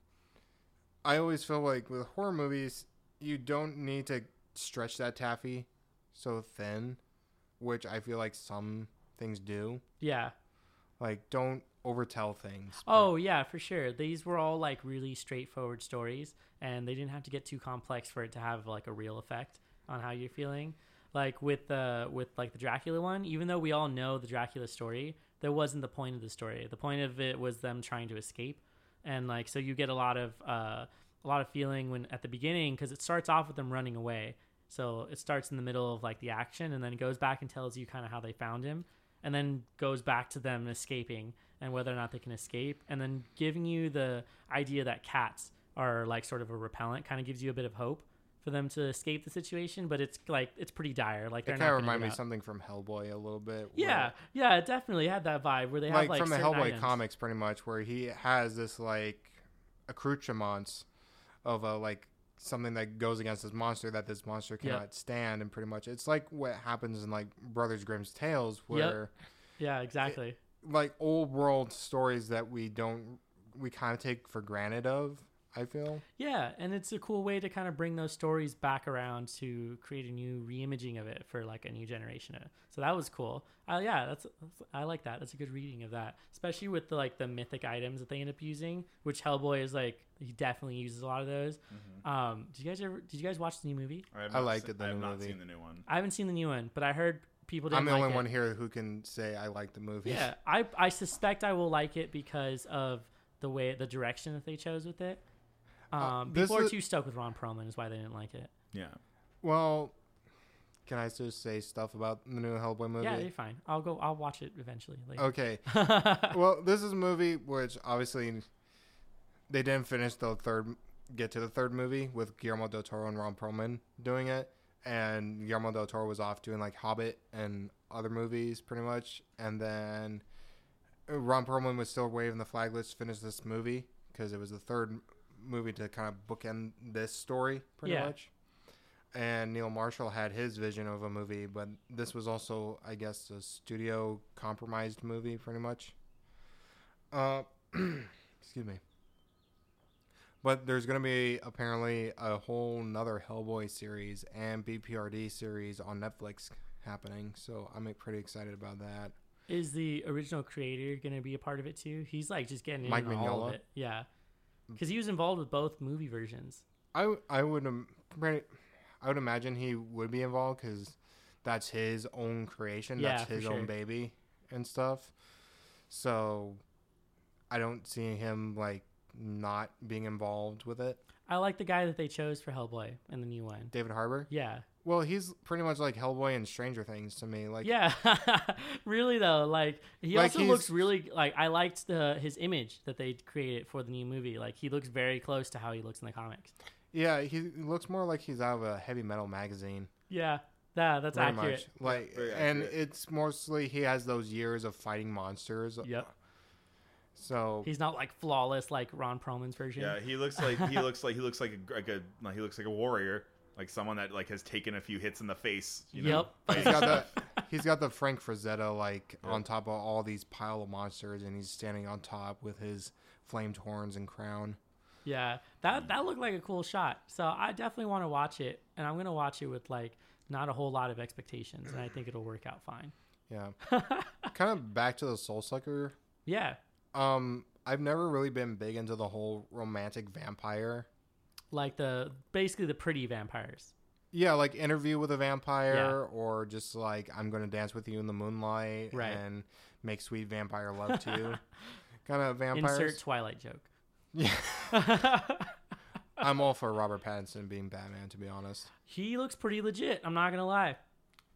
Speaker 3: I always feel like with horror movies, you don't need to stretch that taffy so thin, which I feel like some things do.
Speaker 2: yeah.
Speaker 3: Like don't overtell things. but-
Speaker 2: Oh yeah, for sure. These were all like really straightforward stories, and they didn't have to get too complex for it to have like a real effect on how you're feeling. Like with the with like the Dracula one, even though we all know the Dracula story, that wasn't the point of the story. The point of it was them trying to escape, and like so you get a lot of uh, a lot of feeling when at the beginning because it starts off with them running away. So it starts in the middle of like the action, and then it goes back and tells you kind of how they found him, and then goes back to them escaping and whether or not they can escape, and then giving you the idea that cats are like sort of a repellent, kind of gives you a bit of hope for them to escape the situation. But it's like it's pretty dire. Like they're
Speaker 3: It
Speaker 2: not
Speaker 3: kind of
Speaker 2: gonna
Speaker 3: reminded
Speaker 2: get
Speaker 3: me of
Speaker 2: out.
Speaker 3: something from Hellboy a little bit. where-
Speaker 2: Yeah, yeah, it definitely had that vibe where they
Speaker 3: like,
Speaker 2: have like
Speaker 3: from the
Speaker 2: certain
Speaker 3: Hellboy
Speaker 2: items.
Speaker 3: comics, pretty much, where he has this like accoutrements of a like something that goes against this monster that this monster cannot stand, and pretty much it's like what happens in like Brothers Grimm's tales, where
Speaker 2: Yeah, exactly.
Speaker 3: like old world stories that we don't we kind of take for granted of. I feel
Speaker 2: Yeah, and it's a cool way to kind of bring those stories back around to create a new reimaging of it for like a new generation. of it. So that was cool. Uh, yeah, that's, that's I like that. That's a good reading of that, especially with the like the mythic items that they end up using, which Hellboy is like he definitely uses a lot of those.
Speaker 3: Mm-hmm.
Speaker 2: Um, did you guys ever? Did you guys watch the new movie?
Speaker 1: have
Speaker 3: I
Speaker 1: not
Speaker 3: liked
Speaker 1: se-
Speaker 3: it, the
Speaker 1: I have
Speaker 3: new
Speaker 1: not
Speaker 3: movie.
Speaker 1: seen the new one.
Speaker 2: I haven't seen the new one, but I heard people didn't.
Speaker 3: I'm the
Speaker 2: like
Speaker 3: only
Speaker 2: it.
Speaker 3: one here who can say I like the movie.
Speaker 2: Yeah, I I suspect I will like it because of the way the direction that they chose with it. Um,
Speaker 3: Uh, this
Speaker 2: people are
Speaker 3: is-
Speaker 2: too stoked with Ron Perlman, is why they didn't like it.
Speaker 1: Yeah.
Speaker 3: Well, can I just say stuff about the new Hellboy movie?
Speaker 2: Yeah, they're fine. I'll go. I'll watch it eventually. Later.
Speaker 3: Okay. well, this is a movie which obviously they didn't finish the third, get to the third movie with Guillermo del Toro and Ron Perlman doing it, and Guillermo del Toro was off doing like Hobbit and other movies pretty much, and then Ron Perlman was still waving the flag. Let's finish this movie because it was the third movie to kind of bookend this story pretty
Speaker 2: Yeah.
Speaker 3: much. And Neil Marshall had his vision of a movie, but this was also, I guess, a studio compromised movie pretty much. Uh, excuse me. But there's going to be apparently a whole nother Hellboy series and BPRD series on Netflix happening, so I'm pretty excited about that.
Speaker 2: Is the original creator going to be a part of it too? He's like just getting in
Speaker 3: Mike
Speaker 2: on all
Speaker 3: Mignola? Mm.
Speaker 2: of it. Yeah, because he was involved with both movie versions.
Speaker 3: I w- I would im- pretty, I would imagine he would be involved because that's his own creation.
Speaker 2: Yeah,
Speaker 3: that's
Speaker 2: for
Speaker 3: his
Speaker 2: sure.
Speaker 3: own baby and stuff. So I don't see him like not being involved with it.
Speaker 2: I like the guy that they chose for Hellboy in the new one.
Speaker 3: David Harbour.
Speaker 2: Yeah,
Speaker 3: Well, he's pretty much like Hellboy and Stranger Things to me. Like
Speaker 2: yeah. really though, like he
Speaker 3: Like,
Speaker 2: also
Speaker 3: he's-
Speaker 2: looks really like I liked the his image that they created for the new movie. Like he looks very close to how he looks in the comics.
Speaker 3: yeah, he looks more like he's out of a heavy metal magazine.
Speaker 2: Yeah, yeah, that's
Speaker 3: Very
Speaker 2: accurate.
Speaker 3: much like,
Speaker 1: Very
Speaker 3: and
Speaker 1: accurate.
Speaker 3: it's mostly he has those years of fighting monsters.
Speaker 2: Yep,
Speaker 3: So
Speaker 2: he's not like flawless like Ron Perlman's version.
Speaker 1: Yeah, he looks like he looks like he looks like a like a like he looks like a warrior, like someone that like has taken a few hits in the face. You know?
Speaker 2: Yep.
Speaker 1: Like,
Speaker 3: he's got the he's got the Frank Frazetta like
Speaker 1: Yeah.
Speaker 3: on top of all these pile of monsters, and he's standing on top with his flamed horns and crown.
Speaker 2: Yeah,
Speaker 3: Mm.
Speaker 2: that that looked like a cool shot. So I definitely want to watch it, and I'm gonna watch it with like not a whole lot of expectations, and I think it'll work out fine.
Speaker 3: Yeah, kind of back to the Soul Sucker.
Speaker 2: Yeah,
Speaker 3: Um, I've never really been big into the whole romantic vampire.
Speaker 2: like the basically the pretty vampires.
Speaker 3: Yeah, like interview with a vampire,
Speaker 2: Yeah.
Speaker 3: or just like I'm gonna dance with you in the moonlight
Speaker 2: Right.
Speaker 3: and make sweet vampire love to you. kind of vampires.
Speaker 2: Insert Twilight joke.
Speaker 3: Yeah, I'm all for Robert Pattinson being Batman. To be honest.
Speaker 2: he looks pretty legit. I'm not gonna lie.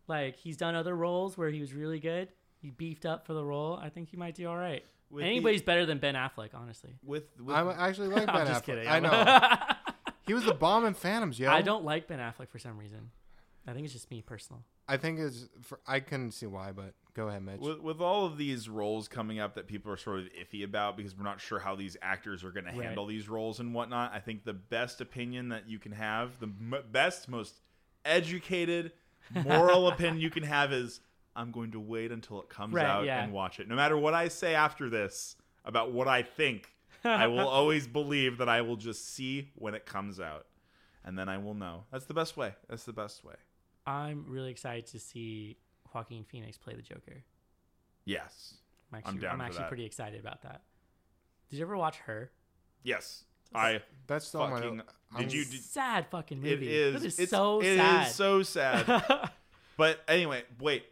Speaker 2: Like he's done other roles where he was really good. He beefed up for the role. I think he might do all right.
Speaker 1: With the-
Speaker 2: Anybody's better than Ben Affleck, honestly.
Speaker 1: with with
Speaker 3: I actually like Ben
Speaker 2: I'm just
Speaker 3: Affleck.
Speaker 2: kidding.
Speaker 3: I know he was the bomb in Phantoms. Yeah,
Speaker 2: I don't like Ben Affleck for some reason. I think it's just me personal.
Speaker 3: I think it's. For, I couldn't see why, but Go ahead, Mitch.
Speaker 1: With, with all of these roles coming up that people are sort of iffy about because we're not sure how these actors are going to
Speaker 2: Right.
Speaker 1: handle these roles and whatnot, I think the best opinion that you can have, the m- best, most educated, moral opinion you can have is I'm going to wait until it comes
Speaker 2: Right,
Speaker 1: out
Speaker 2: yeah.
Speaker 1: and watch it. No matter what I say after this about what I think, I will always believe that I will just see when it comes out. And then I will know. That's the best way. That's the best way.
Speaker 2: I'm really excited to see Joaquin Phoenix play the Joker.
Speaker 1: Yes.
Speaker 2: I'm actually,
Speaker 1: down for
Speaker 2: actually
Speaker 1: that.
Speaker 2: pretty excited about that. Did you ever watch her?
Speaker 1: Yes. I
Speaker 3: That's still
Speaker 1: fucking-
Speaker 3: my.
Speaker 1: did
Speaker 3: I'm-
Speaker 1: you- did-
Speaker 2: sad fucking movie.
Speaker 1: It is.
Speaker 2: That is
Speaker 1: it's,
Speaker 2: so
Speaker 1: it is
Speaker 2: sad.
Speaker 1: so sad. but anyway, wait.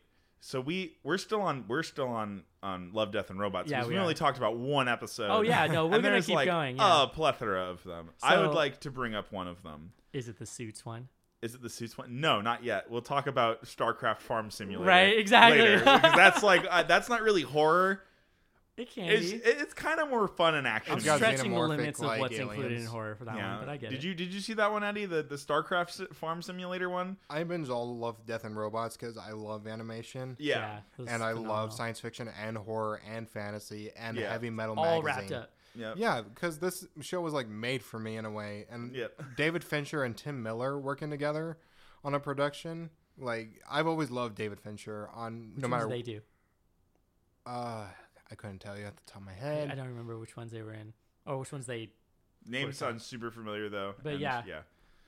Speaker 1: So we we're still on we're still on on Love, Death, and Robots.
Speaker 2: Yeah,
Speaker 1: because
Speaker 2: we
Speaker 1: we only
Speaker 2: are.
Speaker 1: talked about one episode.
Speaker 2: Oh, yeah, no, we're
Speaker 1: and
Speaker 2: gonna
Speaker 1: there's,
Speaker 2: keep
Speaker 1: like,
Speaker 2: going, yeah.
Speaker 1: A plethora of them. I would
Speaker 2: So-
Speaker 1: like to bring up one of them.
Speaker 2: is it the suits one?
Speaker 1: Is it the suits one? No, not yet. We'll talk about StarCraft Farm Simulator.
Speaker 2: Right, exactly.
Speaker 1: later, because that's like uh, that's not really horror.
Speaker 2: It can
Speaker 1: It's
Speaker 2: be.
Speaker 1: it's kind of more fun and action.
Speaker 2: I'm
Speaker 3: It's got
Speaker 2: stretching the
Speaker 3: xenomorphic
Speaker 2: limits of
Speaker 3: like
Speaker 2: what's included in
Speaker 3: aliens.
Speaker 2: horror for that one, but I get
Speaker 1: did
Speaker 2: it.
Speaker 1: you did you see that one, Eddie? The the StarCraft s- Farm Simulator one?
Speaker 3: I binge all Love, Death, and Robots because I love animation.
Speaker 2: Yeah, it was
Speaker 3: and I
Speaker 2: phenomenal.
Speaker 3: love science fiction and horror and fantasy and
Speaker 1: Yeah.
Speaker 3: heavy metal
Speaker 2: All
Speaker 3: magazine.
Speaker 2: wrapped up.
Speaker 1: Yeah.
Speaker 3: Yeah, because this show was like made for me in a way, and
Speaker 1: Yep.
Speaker 3: David Fincher and Tim Miller working together on a production. Like I've always loved David Fincher on
Speaker 2: Which
Speaker 3: no matter.
Speaker 2: ones they do.
Speaker 3: uh, I couldn't tell you at the top of my
Speaker 2: I
Speaker 3: head.
Speaker 2: I don't remember which ones they were in, or which ones they.
Speaker 1: Name
Speaker 2: Worth
Speaker 1: sounds super familiar though.
Speaker 2: But
Speaker 1: and
Speaker 2: yeah.
Speaker 1: yeah.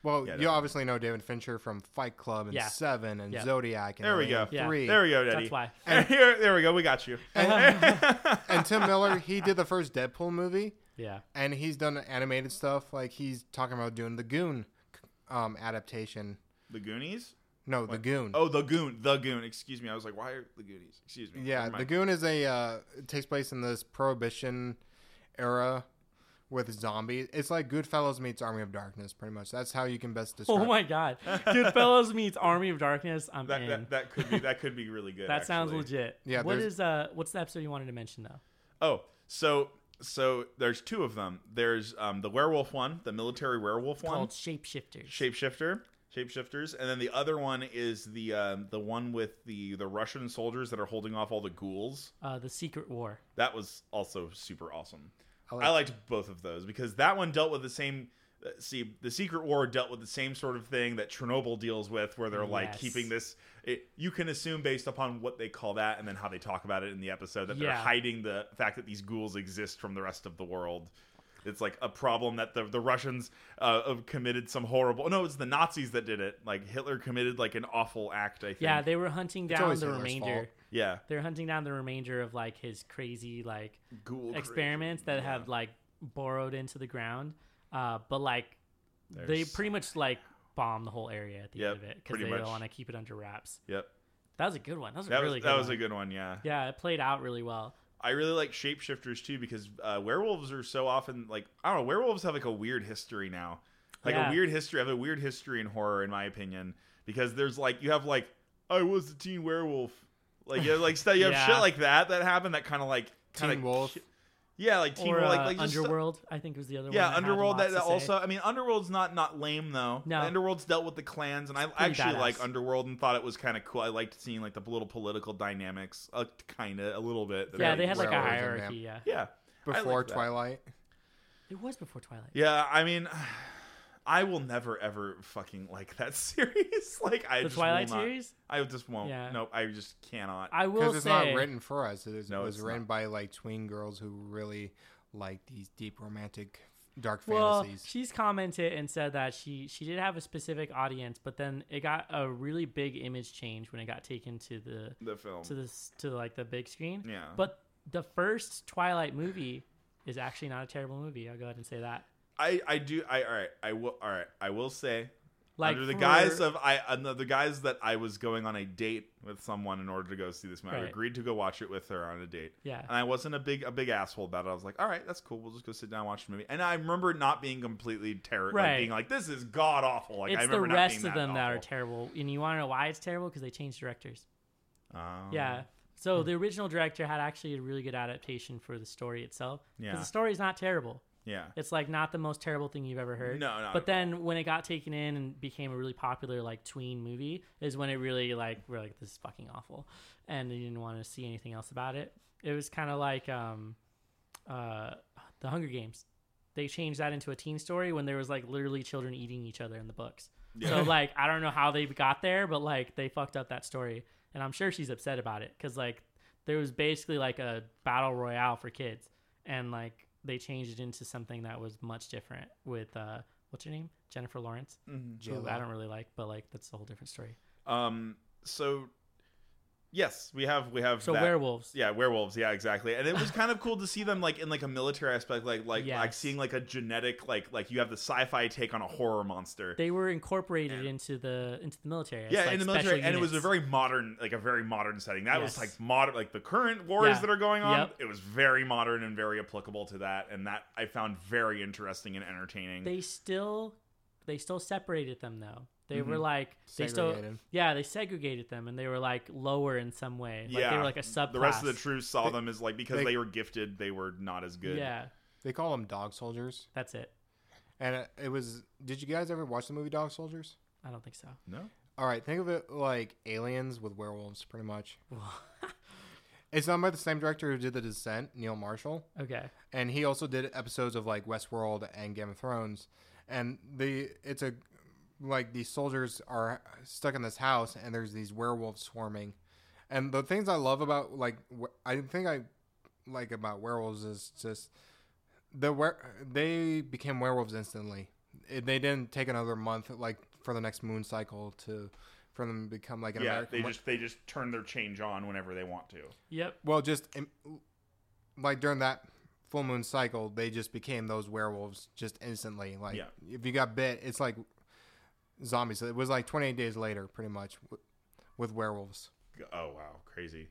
Speaker 3: Well,
Speaker 1: Yeah,
Speaker 3: you
Speaker 1: definitely.
Speaker 3: obviously know David Fincher from Fight Club and
Speaker 2: Yeah.
Speaker 3: Seven and
Speaker 2: Yeah.
Speaker 3: Zodiac. And
Speaker 1: There we
Speaker 3: Alien
Speaker 1: go.
Speaker 2: Yeah.
Speaker 3: Three.
Speaker 1: There we go, Daddy.
Speaker 2: That's why.
Speaker 1: Here, there we go. We got you.
Speaker 3: and Tim Miller, he did the first Deadpool movie.
Speaker 2: Yeah.
Speaker 3: and he's done animated stuff like he's talking about doing the goon um adaptation
Speaker 1: the Goonies.
Speaker 3: no the goon
Speaker 1: Oh, the Goon. The Goon. Excuse me. I was like, why are the Goonies? Excuse me.
Speaker 3: yeah
Speaker 1: Never
Speaker 3: the
Speaker 1: mind.
Speaker 3: goon is a uh it takes place in this prohibition era with zombies it's like goodfellas meets army of darkness pretty much that's how you can best describe
Speaker 2: Oh my God. Goodfellas meets Army of Darkness. I'm
Speaker 1: That,
Speaker 2: in.
Speaker 1: that, that could be that could be really good.
Speaker 2: That sounds
Speaker 1: actually.
Speaker 2: legit.
Speaker 3: Yeah,
Speaker 2: What
Speaker 3: there's-
Speaker 2: is uh? What's the episode you wanted to mention though?
Speaker 1: Oh, so so there's two of them. There's um the werewolf one, the military werewolf one,
Speaker 2: Called Shapeshifters.
Speaker 1: shapeshifter, shapeshifters, and then the other one is the um, the one with the the Russian soldiers that are holding off all the ghouls.
Speaker 2: Uh, the Secret War.
Speaker 1: That was also super awesome.
Speaker 3: I
Speaker 1: I,
Speaker 3: like-
Speaker 1: liked both of those because that one dealt with the same. uh, See, the Secret War dealt with the same sort of thing that Chernobyl deals with, where they're like
Speaker 2: Yes.
Speaker 1: keeping this. It, you can assume based upon what they call that and then how they talk about it in the episode that they're
Speaker 2: Yeah.
Speaker 1: hiding the fact that these ghouls exist from the rest of the world. It's like a problem that the the Russians uh, have committed some horrible. No, it's the Nazis that did it. Like Hitler committed like an awful act. I think.
Speaker 2: Yeah, they were hunting down
Speaker 3: always
Speaker 2: the
Speaker 3: Hitler's fault.
Speaker 2: remainder.
Speaker 1: yeah.
Speaker 2: They're hunting down the remainder of like his crazy like
Speaker 1: Ghoul
Speaker 2: experiments that have like burrowed into the ground. Uh, but like they
Speaker 1: There's-
Speaker 2: pretty much like bomb the whole area at the
Speaker 1: Yep,
Speaker 2: end of it because
Speaker 1: pretty
Speaker 2: they
Speaker 1: much.
Speaker 2: want to keep it under wraps.
Speaker 1: Yep.
Speaker 2: That was a good one. That was a
Speaker 1: That
Speaker 2: really
Speaker 1: was
Speaker 2: good.
Speaker 1: that was
Speaker 2: one.
Speaker 1: a good one. Yeah.
Speaker 2: Yeah, it played out really well.
Speaker 1: I really like shapeshifters too because uh, werewolves are so often like I don't know. Werewolves have like a weird history now, like
Speaker 2: Yeah.
Speaker 1: a weird history. Have a weird history in horror, in my opinion, because there's like you have like I was a teen werewolf, like you have, like stuff. You have
Speaker 2: Yeah.
Speaker 1: shit like that that happened that kind of like kind
Speaker 3: Teen
Speaker 1: of
Speaker 3: Wolf.
Speaker 1: yeah, like teen
Speaker 2: or
Speaker 1: wolf, like,
Speaker 2: uh,
Speaker 1: like just stuff-
Speaker 2: Underworld, I think was the other
Speaker 1: yeah,
Speaker 2: one. had
Speaker 1: Underworld. That,
Speaker 2: lots
Speaker 1: that
Speaker 2: to say.
Speaker 1: also, I mean, Underworld's not not lame though.
Speaker 2: No.
Speaker 1: Underworld's dealt with the clans, and I
Speaker 2: pretty
Speaker 1: actually
Speaker 2: badass.
Speaker 1: like Underworld and thought it was kind of cool. I liked seeing like the little political dynamics, uh, kind of a little bit. that
Speaker 2: Yeah,
Speaker 1: are,
Speaker 2: they had like a
Speaker 3: Werewolves in there.
Speaker 2: hierarchy. Yeah,
Speaker 1: yeah. I
Speaker 3: before
Speaker 1: like that.
Speaker 3: twilight
Speaker 2: it was before Twilight.
Speaker 1: Yeah, I mean, I will never ever fucking like that series. like I
Speaker 2: the
Speaker 1: just
Speaker 2: Twilight
Speaker 1: will not.
Speaker 2: series.
Speaker 1: I just won't.
Speaker 2: Yeah.
Speaker 1: Nope, I just cannot.
Speaker 2: I will
Speaker 3: because it's
Speaker 2: say
Speaker 3: not written for us it, is,
Speaker 1: No,
Speaker 3: it was
Speaker 1: it's
Speaker 3: written
Speaker 1: not.
Speaker 3: by like tween girls who really like these deep romantic dark
Speaker 2: Well,
Speaker 3: fantasies
Speaker 2: she's commented and said that she she did have a specific audience, but then it got a really big image change when it got taken to the
Speaker 1: the film.
Speaker 2: to this to like the big screen.
Speaker 1: yeah,
Speaker 2: But the first Twilight movie is actually not a terrible movie. I'll go ahead and say that.
Speaker 1: I I do. I all right. I will. All right. I will say.
Speaker 2: Like
Speaker 1: under the
Speaker 2: for-
Speaker 1: guise of I under the guise that I was going on a date with someone in order to go see this movie. I
Speaker 2: Right.
Speaker 1: agreed to go watch it with her on a date.
Speaker 2: yeah,
Speaker 1: And I wasn't a big a big asshole about it. I was like, all right, that's cool. We'll just go sit down and watch the movie. And I remember not being completely terrified,
Speaker 2: Right.
Speaker 1: like being like, this is god awful. Like I
Speaker 2: it's the
Speaker 1: remember
Speaker 2: rest
Speaker 1: not being
Speaker 2: of them that are
Speaker 1: awful.
Speaker 2: terrible, and you want to know why it's terrible because they changed directors.
Speaker 1: Um,
Speaker 2: Yeah. So the original director had actually a really good adaptation for the story itself. 'cause
Speaker 1: Yeah.
Speaker 2: The story is not terrible.
Speaker 1: Yeah.
Speaker 2: It's like not the most terrible thing you've ever heard.
Speaker 1: No, not at
Speaker 2: But then when it got taken in and became a really popular like tween movie is when it really like we're like this is fucking awful, and you didn't want to see anything else about it. It was kind of like um, uh, the Hunger Games. They changed that into a teen story when there was like literally children eating each other in the books. So
Speaker 1: Yeah.
Speaker 2: like I don't know how they got there, but like they fucked up that story, and I'm sure she's upset about it because like there was basically like a battle royale for kids, and like they changed it into something that was much different with uh what's her name Jennifer Lawrence,
Speaker 1: Mhm.
Speaker 2: who I
Speaker 3: J-Lo.
Speaker 2: don't really like, but like that's a whole different story.
Speaker 1: Um. So, yes, we have we have
Speaker 2: So
Speaker 1: that.
Speaker 2: werewolves,
Speaker 1: Yeah, werewolves. Yeah, exactly. And it was kind of cool to see them like in like a military aspect, like like like
Speaker 2: Yes.
Speaker 1: seeing like a genetic like like you have the sci-fi take on a horror monster.
Speaker 2: they were incorporated
Speaker 1: Yeah.
Speaker 2: into the into the military. as,
Speaker 1: yeah,
Speaker 2: like,
Speaker 1: in the military,
Speaker 2: special
Speaker 1: and it was a
Speaker 2: units.
Speaker 1: very modern, like a very modern setting. That was
Speaker 2: Yes.
Speaker 1: like modern, like the current wars
Speaker 2: Yeah.
Speaker 1: that are going on.
Speaker 2: Yep.
Speaker 1: It was very modern and very applicable to that, and that I found very interesting and entertaining.
Speaker 2: they still they still separated them though. They were
Speaker 1: Mhm.
Speaker 2: like they still
Speaker 3: Segregated.
Speaker 2: yeah they segregated them and they were like lower in some way. Like, they were like a subclass.
Speaker 1: The rest of the troops saw
Speaker 3: They-
Speaker 1: them as like because they,
Speaker 3: they-
Speaker 1: were gifted, they were not as good.
Speaker 2: Yeah,
Speaker 3: They call them dog soldiers.
Speaker 2: that's it.
Speaker 3: And uh, it- it was. Did you guys ever watch the movie Dog Soldiers?
Speaker 2: I don't think so.
Speaker 1: No.
Speaker 3: All right, think of it like aliens with werewolves, pretty much. It's done by the same director who did The Descent, Neil Marshall,
Speaker 2: okay.
Speaker 3: and he also did episodes of like Westworld and Game of Thrones. And the it's a like these soldiers are stuck in this house, and there's these werewolves swarming. And the things I love about like we- I think I like about werewolves is just the were they became werewolves instantly. It, they didn't take another month like for the next moon cycle to for them to become like an
Speaker 1: Yeah,
Speaker 3: American.
Speaker 1: they
Speaker 3: we-
Speaker 1: just they just turn their change on whenever they want to.
Speaker 2: Yep.
Speaker 3: well, just um, like during that full moon cycle, they just became those werewolves just instantly. Like
Speaker 1: Yeah.
Speaker 3: if you got bit, it's like zombies. It was like 28 days later, pretty much, w- with werewolves.
Speaker 1: Oh wow, crazy.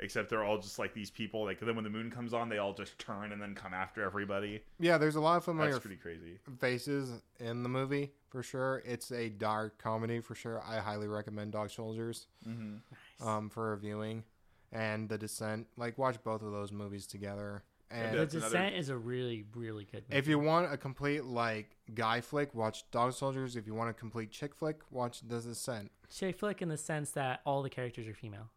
Speaker 1: Except they're all just like these people. Like then when the moon comes on, they all just turn and then come after everybody.
Speaker 3: Yeah, there's a lot of familiar
Speaker 1: That's
Speaker 3: f-
Speaker 1: pretty crazy.
Speaker 3: faces in the movie for sure. It's a dark comedy for sure. I highly recommend Dog Soldiers
Speaker 1: Mm-hmm.
Speaker 3: um, for reviewing and The Descent. Like watch both of those movies together. And
Speaker 2: The
Speaker 1: That's another-
Speaker 2: Descent is a really, really good movie.
Speaker 3: If you want a complete like guy flick, watch Dog Soldiers. If you want a complete chick flick, watch The Descent.
Speaker 2: Chick flick in the sense that all the characters are female,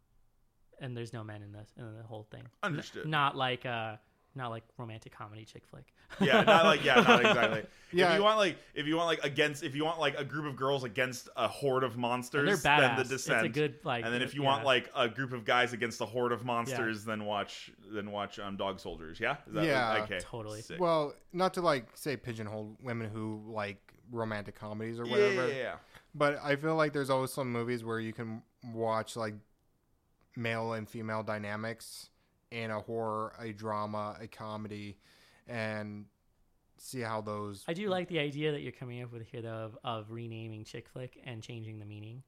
Speaker 2: and there's no men in this in the whole thing.
Speaker 1: Understood.
Speaker 2: Not like uh, not like romantic comedy chick flick.
Speaker 1: yeah, not like yeah, not exactly. If
Speaker 3: Yeah.
Speaker 1: you want like if you want like against if you want like a group of girls against a horde of
Speaker 2: And they're
Speaker 1: monsters,
Speaker 2: badass.
Speaker 1: then the
Speaker 2: It's
Speaker 1: descent.
Speaker 2: a good like.
Speaker 1: and then if you
Speaker 2: yeah.
Speaker 1: want like a group of guys against a horde of monsters, then watch then watch um Dog Soldiers. Yeah, Is
Speaker 3: Yeah.
Speaker 1: okay,
Speaker 2: Totally.
Speaker 1: Sick.
Speaker 3: Well, not to like say pigeonhole women who like romantic comedies or
Speaker 1: Yeah,
Speaker 3: whatever,
Speaker 1: yeah, yeah.
Speaker 3: but I feel like there's always some movies where you can watch like male and female dynamics in a horror, a drama, a comedy, and see how those.
Speaker 2: I do like the idea that you're coming up with here, though, of, of renaming chick flick and changing the meaning.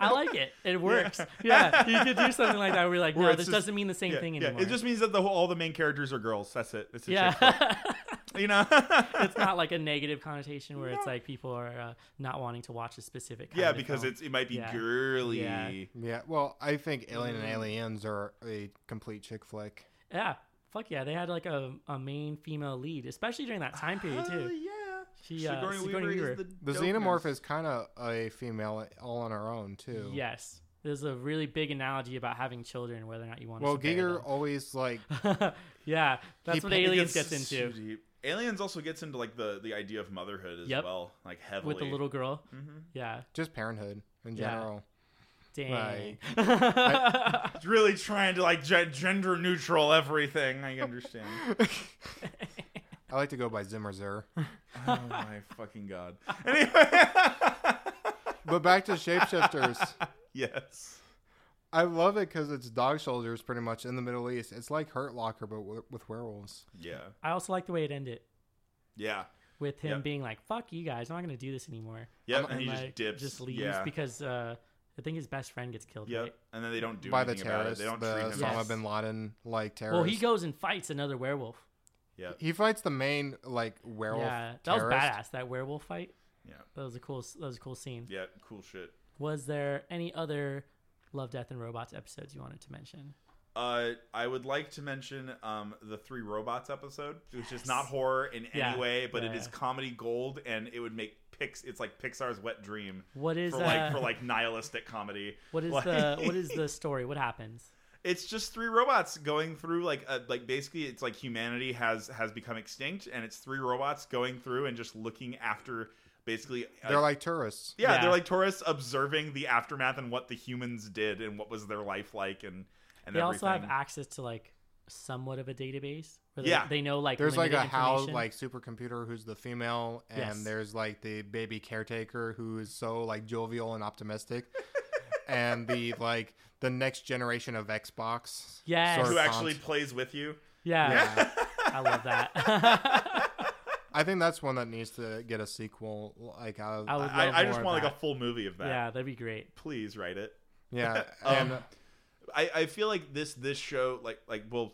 Speaker 2: I like it. It works. Yeah, you could do something like that. Where you're like,
Speaker 1: Where
Speaker 2: no,
Speaker 1: it's
Speaker 2: this
Speaker 1: just-
Speaker 2: doesn't mean the same
Speaker 1: yeah,
Speaker 2: thing
Speaker 1: yeah.
Speaker 2: anymore.
Speaker 1: It just means that the whole, all the main characters are girls. That's it. It's a chick flick.
Speaker 2: yeah.
Speaker 1: you know.
Speaker 2: it's not like a negative connotation where it's like people are uh, not wanting to watch a specific. Kind
Speaker 1: yeah,
Speaker 2: of
Speaker 1: because
Speaker 2: film.
Speaker 1: it's it might be
Speaker 2: Yeah.
Speaker 1: girly.
Speaker 2: Yeah.
Speaker 3: Yeah, well, I think Alien and
Speaker 1: Mm.
Speaker 3: Aliens are a complete chick flick.
Speaker 2: yeah, fuck yeah, they had like a, a main female lead, especially during that time period
Speaker 1: Hell
Speaker 2: too.
Speaker 1: Oh, yeah.
Speaker 2: She, uh, Sigourney, Weaver.
Speaker 1: is
Speaker 3: The
Speaker 1: dopeness.
Speaker 3: xenomorph is kind of a female all on her own too.
Speaker 2: Yes, there's a really big analogy about having children, whether or not you want.
Speaker 3: Well,
Speaker 2: to bury
Speaker 3: Giger
Speaker 2: them.
Speaker 3: always like
Speaker 2: yeah, that's
Speaker 3: He
Speaker 2: what
Speaker 3: pa-
Speaker 2: aliens
Speaker 1: It
Speaker 2: gets
Speaker 1: so
Speaker 2: into
Speaker 1: deep. Aliens also gets into like the the idea of motherhood as
Speaker 2: Yep.
Speaker 1: well, like heavily.
Speaker 2: with the little girl.
Speaker 1: hmm
Speaker 2: Yeah,
Speaker 3: just parenthood in
Speaker 2: Yeah.
Speaker 3: general.
Speaker 2: dang.
Speaker 3: Like,
Speaker 1: It's really trying to like ge- gender neutral everything. I understand.
Speaker 3: I like to go by Zimmer Zur.
Speaker 1: oh my fucking god. Anyway.
Speaker 3: But back to shapeshifters.
Speaker 1: yes.
Speaker 3: I love it because it's dog soldiers pretty much in the Middle East. It's like Hurt Locker, but w- with werewolves.
Speaker 1: Yeah.
Speaker 2: I also like the way it ended
Speaker 1: Yeah.
Speaker 2: with him
Speaker 1: Yep.
Speaker 2: being like, "Fuck you guys, I'm not gonna do this anymore."
Speaker 1: Yep.
Speaker 3: Um,
Speaker 1: And he
Speaker 2: like,
Speaker 1: just dips.
Speaker 2: just leaves
Speaker 1: Yeah.
Speaker 2: because uh, I think his best friend gets killed.
Speaker 1: Yep.
Speaker 2: Right?
Speaker 1: And then they don't do
Speaker 3: by the
Speaker 1: anything about it.
Speaker 3: terrorists,
Speaker 1: They don't
Speaker 3: the
Speaker 1: treat him.
Speaker 3: Osama
Speaker 2: Yes.
Speaker 3: bin Laden like terrorists.
Speaker 2: Well, he goes and fights another werewolf.
Speaker 1: Yep.
Speaker 3: He fights the main like werewolf.
Speaker 2: yeah, that was
Speaker 3: terrorist.
Speaker 2: badass. That werewolf fight.
Speaker 1: Yeah.
Speaker 2: That was a cool. That was a cool scene.
Speaker 1: Yeah. Cool shit.
Speaker 2: Was there any other Love, Death, and Robots episodes you wanted to mention?
Speaker 1: Uh, I would like to mention um, the Three Robots episode, which is
Speaker 2: Yes.
Speaker 1: not horror in
Speaker 2: Yeah.
Speaker 1: any way, but it
Speaker 2: Yeah,
Speaker 1: is
Speaker 2: yeah.
Speaker 1: comedy gold, and it would make Pix. It's like Pixar's wet dream
Speaker 2: What is
Speaker 1: for
Speaker 2: uh,
Speaker 1: like for like nihilistic comedy.
Speaker 2: what is
Speaker 1: like-
Speaker 2: the what is the story? What happens?
Speaker 1: It's just three robots going through like a, like basically it's like humanity has has become extinct, and it's three robots going through and just looking after basically. uh,
Speaker 3: They're like tourists.
Speaker 1: yeah,
Speaker 2: Yeah.
Speaker 1: they're like tourists observing the aftermath and what the humans did and what was their life like and and
Speaker 2: they
Speaker 1: everything.
Speaker 2: also have access to like somewhat of a database where they,
Speaker 1: Yeah.
Speaker 2: they know like
Speaker 3: There's like a
Speaker 2: limited
Speaker 3: house
Speaker 2: information.
Speaker 3: like supercomputer who's the female, and
Speaker 2: Yes.
Speaker 3: there's like the baby caretaker who is so like jovial and optimistic, and the like the next generation of Xbox.
Speaker 2: Yes.
Speaker 3: sort of
Speaker 1: who actually
Speaker 3: font.
Speaker 1: plays with you.
Speaker 2: yeah,
Speaker 3: Yeah.
Speaker 2: I love that.
Speaker 3: I think that's one that needs to get a sequel. Like, out of,
Speaker 2: I would love
Speaker 1: I, I
Speaker 2: more
Speaker 1: just
Speaker 2: of
Speaker 1: want like
Speaker 2: that.
Speaker 1: a full movie of that.
Speaker 2: yeah, that'd be great.
Speaker 1: Please write it.
Speaker 3: yeah,
Speaker 1: Um,
Speaker 3: and
Speaker 1: I, I feel like this this show like like well,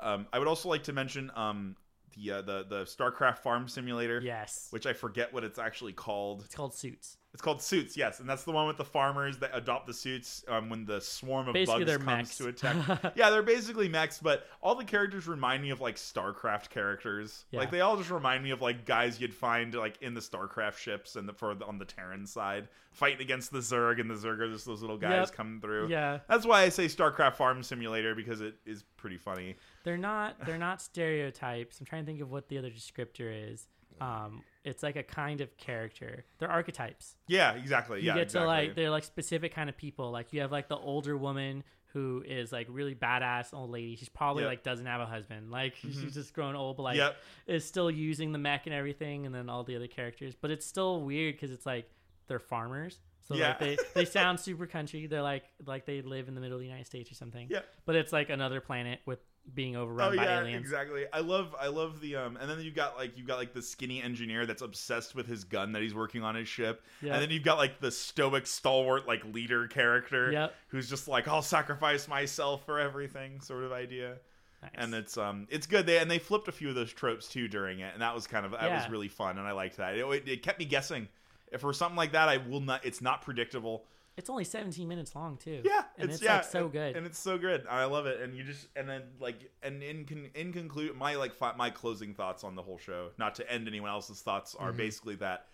Speaker 1: um, I would also like to mention um the uh, the the StarCraft Farm Simulator,
Speaker 2: Yes,
Speaker 1: which I forget what it's actually called.
Speaker 2: it's called Suits.
Speaker 1: It's called Suits, yes, and that's the one with the farmers that adopt the suits um, when the swarm of
Speaker 2: Basically,
Speaker 1: bugs
Speaker 2: they're
Speaker 1: comes
Speaker 2: mechs.
Speaker 1: to attack. yeah, they're basically mechs, but all the characters remind me of like StarCraft characters.
Speaker 2: Yeah.
Speaker 1: Like they all just remind me of like guys you'd find like in the StarCraft ships and the for the, on the Terran side fighting against the Zerg, and the Zerg are just those little guys
Speaker 2: Yep.
Speaker 1: coming through.
Speaker 2: Yeah,
Speaker 1: That's why I say StarCraft Farm Simulator because it is pretty funny.
Speaker 2: they're not they're not stereotypes. I'm trying to think of what the other descriptor is. Um, it's like a kind of character. They're archetypes.
Speaker 1: Yeah, exactly.
Speaker 2: you
Speaker 1: yeah,
Speaker 2: get
Speaker 1: exactly.
Speaker 2: to like they're like specific kind of people like you have like the older woman who is like really badass old lady she's probably
Speaker 1: Yep. Mm-hmm.
Speaker 2: like doesn't have a husband like she's just grown old but like
Speaker 1: Yep.
Speaker 2: is still using the mech and everything and then all the other characters but it's still weird because it's like they're farmers so
Speaker 1: Yeah.
Speaker 2: like they, they sound super country they're like like they live in the middle of the united states or something
Speaker 1: Yep.
Speaker 2: but it's like another planet with being overrun
Speaker 1: oh
Speaker 2: by
Speaker 1: yeah,
Speaker 2: aliens
Speaker 1: exactly. I love I love the um and then you've got like you've got like the skinny engineer that's obsessed with his gun that he's working on his ship.
Speaker 2: Yeah.
Speaker 1: And then you've got like the stoic stalwart like leader character
Speaker 2: Yep.
Speaker 1: who's just like I'll sacrifice myself for everything sort of idea.
Speaker 2: Nice.
Speaker 1: And it's um it's good they and they flipped a few of those tropes too during it and that was kind of that was
Speaker 2: Yeah.
Speaker 1: really fun and I liked that. It, it, it kept me guessing. If for something like that I will not it's not predictable.
Speaker 2: it's only 17 minutes long too
Speaker 1: Yeah,
Speaker 2: and it's,
Speaker 1: yeah,
Speaker 2: like so
Speaker 1: and-
Speaker 2: good
Speaker 1: and it's so good. I love it. And you just and then like and in con- in conclude my like fi- my closing thoughts on the whole show, not to end anyone else's thoughts, are
Speaker 2: Mm-hmm.
Speaker 3: Mhm.
Speaker 1: basically that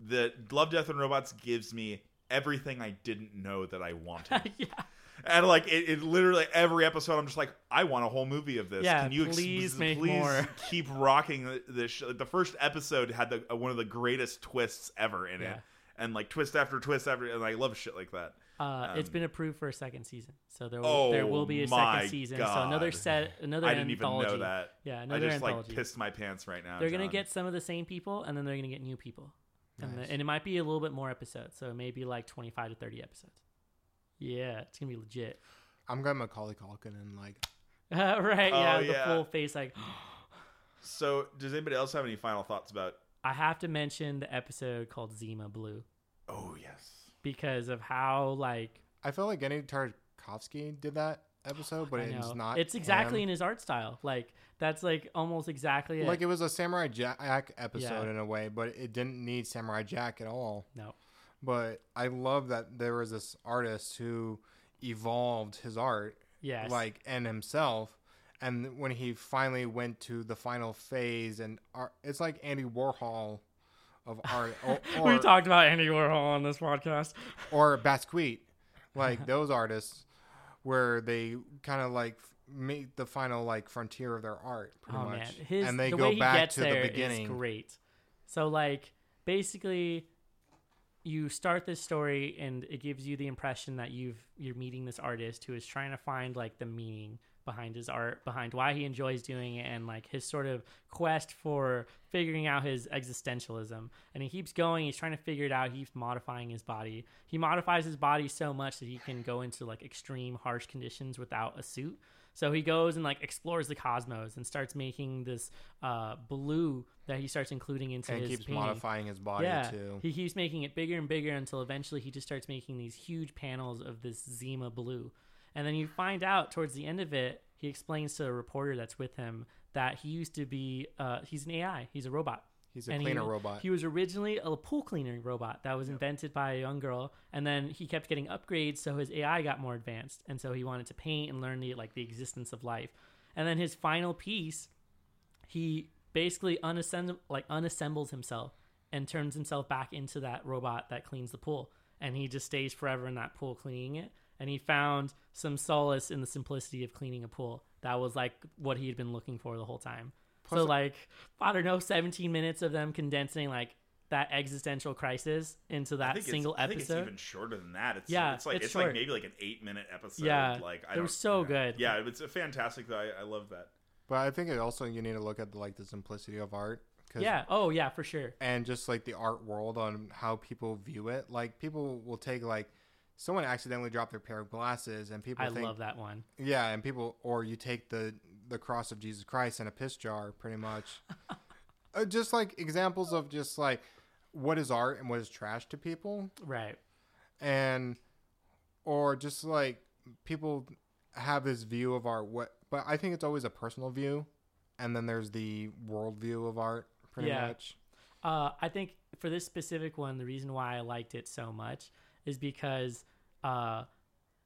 Speaker 1: the Love, Death, and Robots gives me everything I didn't know that I wanted,
Speaker 2: yeah
Speaker 1: and like it, it literally every episode, I'm just like, I want a whole movie of this.
Speaker 2: Yeah,
Speaker 1: Can you
Speaker 2: please make
Speaker 1: please
Speaker 2: more."
Speaker 1: keep rocking th- this? Show? The first episode had the, uh, one of the greatest twists ever in it,
Speaker 2: Yeah.
Speaker 1: and like twist after twist after, and I love shit like that.
Speaker 2: Uh, it's
Speaker 1: Um,
Speaker 2: been approved for a second season, so there will, there
Speaker 1: Oh
Speaker 2: will be a
Speaker 1: my
Speaker 2: second season. So another
Speaker 1: God.
Speaker 2: set, another
Speaker 1: I didn't
Speaker 2: anthology.
Speaker 1: even know that.
Speaker 2: Yeah,
Speaker 1: I
Speaker 2: another
Speaker 1: just like
Speaker 2: anthology.
Speaker 1: pissed my pants right now.
Speaker 2: they're gonna
Speaker 1: John.
Speaker 2: get some of the same people, and then they're gonna get new people, and, the-
Speaker 3: Nice.
Speaker 2: and it might be a little bit more episodes. So it may be like twenty five to thirty episodes. Yeah, it's gonna be legit.
Speaker 3: I'm going Macaulay Culkin and like
Speaker 2: right? yeah,
Speaker 1: Oh,
Speaker 2: the
Speaker 1: yeah.
Speaker 2: full face. Like,
Speaker 1: So, does anybody else have any final thoughts about?
Speaker 2: I have to mention the episode called Zima Blue
Speaker 1: Oh yes,
Speaker 2: because of how like
Speaker 3: I feel like any Tarkovsky did that episode, but
Speaker 2: I
Speaker 3: it's
Speaker 2: know.
Speaker 3: not.
Speaker 2: It's exactly
Speaker 3: him.
Speaker 2: in his art style. Like that's like almost exactly it.
Speaker 3: like it was a Samurai Jack episode
Speaker 2: Yeah.
Speaker 3: in a way, but it didn't need Samurai Jack at all.
Speaker 2: no.
Speaker 3: But I love that there was this artist who evolved his art,
Speaker 2: Yes.
Speaker 3: like and himself. And when he finally went to the final phase, and art, it's like Andy Warhol of art, or,
Speaker 2: we
Speaker 3: or,
Speaker 2: talked about Andy Warhol on this podcast.
Speaker 3: or Basquiat, like those artists, where they kind of like f- make the final like frontier of their art, pretty
Speaker 2: oh
Speaker 3: much,
Speaker 2: man, his
Speaker 3: and they
Speaker 2: the way
Speaker 3: go
Speaker 2: he
Speaker 3: back
Speaker 2: gets
Speaker 3: to
Speaker 2: there
Speaker 3: the
Speaker 2: is
Speaker 3: beginning.
Speaker 2: great. So like basically, you start this story and it gives you the impression that you've you're meeting this artist who is trying to find like the meaning behind his art, behind why he enjoys doing it, and like his sort of quest for figuring out his existentialism. And he keeps going. He's trying to figure it out. He keeps modifying his body. He modifies his body so much that he can go into like extreme harsh conditions without a suit. So he goes and like explores the cosmos and starts making this uh, blue that he starts including into
Speaker 3: and
Speaker 2: his
Speaker 3: keeps
Speaker 2: painting.
Speaker 3: modifying his body
Speaker 2: yeah,
Speaker 3: too.
Speaker 2: he keeps making it bigger and bigger until eventually he just starts making these huge panels of this Zima blue. And then you find out towards the end of it, he explains to a reporter that's with him that he used to be uh, he's an AI, he's a robot.
Speaker 3: He's a
Speaker 2: and
Speaker 3: cleaner
Speaker 2: he,
Speaker 3: robot.
Speaker 2: He was originally a pool cleaning robot that was invented by a young girl, and then he kept getting upgrades, so his AI got more advanced, and so he wanted to paint and learn the like the existence of life. And then his final piece, he basically unassemb- like unassembles himself and turns himself back into that robot that cleans the pool, and he just stays forever in that pool cleaning it. And he found some solace in the simplicity of cleaning a pool. That was like what he had been looking for the whole time so like I don't know, 17 minutes of them condensing like that existential crisis into
Speaker 1: I
Speaker 2: that
Speaker 1: think it's-
Speaker 2: single
Speaker 1: I think it's
Speaker 2: episode.
Speaker 1: even shorter than that. It's,
Speaker 2: Yeah,
Speaker 1: it's like
Speaker 2: it's
Speaker 1: it's, like
Speaker 2: short.
Speaker 1: maybe like an eight minute episode.
Speaker 2: Yeah,
Speaker 1: like I
Speaker 2: they were
Speaker 1: don't,
Speaker 2: so
Speaker 1: yeah.
Speaker 2: good.
Speaker 1: Yeah, it's a fantastic. I, I love that.
Speaker 3: but I think it also you need to look at like the simplicity of art. 'cause-
Speaker 2: Yeah. Oh yeah, for sure.
Speaker 3: and just like the art world on how people view it. Like people will take like someone accidentally dropped their pair of glasses and people
Speaker 2: I
Speaker 3: think
Speaker 2: love that one.
Speaker 3: yeah, and people or you take the the cross of Jesus Christ and a piss jar pretty much. Uh, just like examples of just like what is art and what is trash to people
Speaker 2: Right.
Speaker 3: and or just like people have this view of art what but I think it's always a personal view and then there's the world view of art pretty
Speaker 2: Yeah.
Speaker 3: much.
Speaker 2: Uh, I think for this specific one, the reason why I liked it so much is because uh,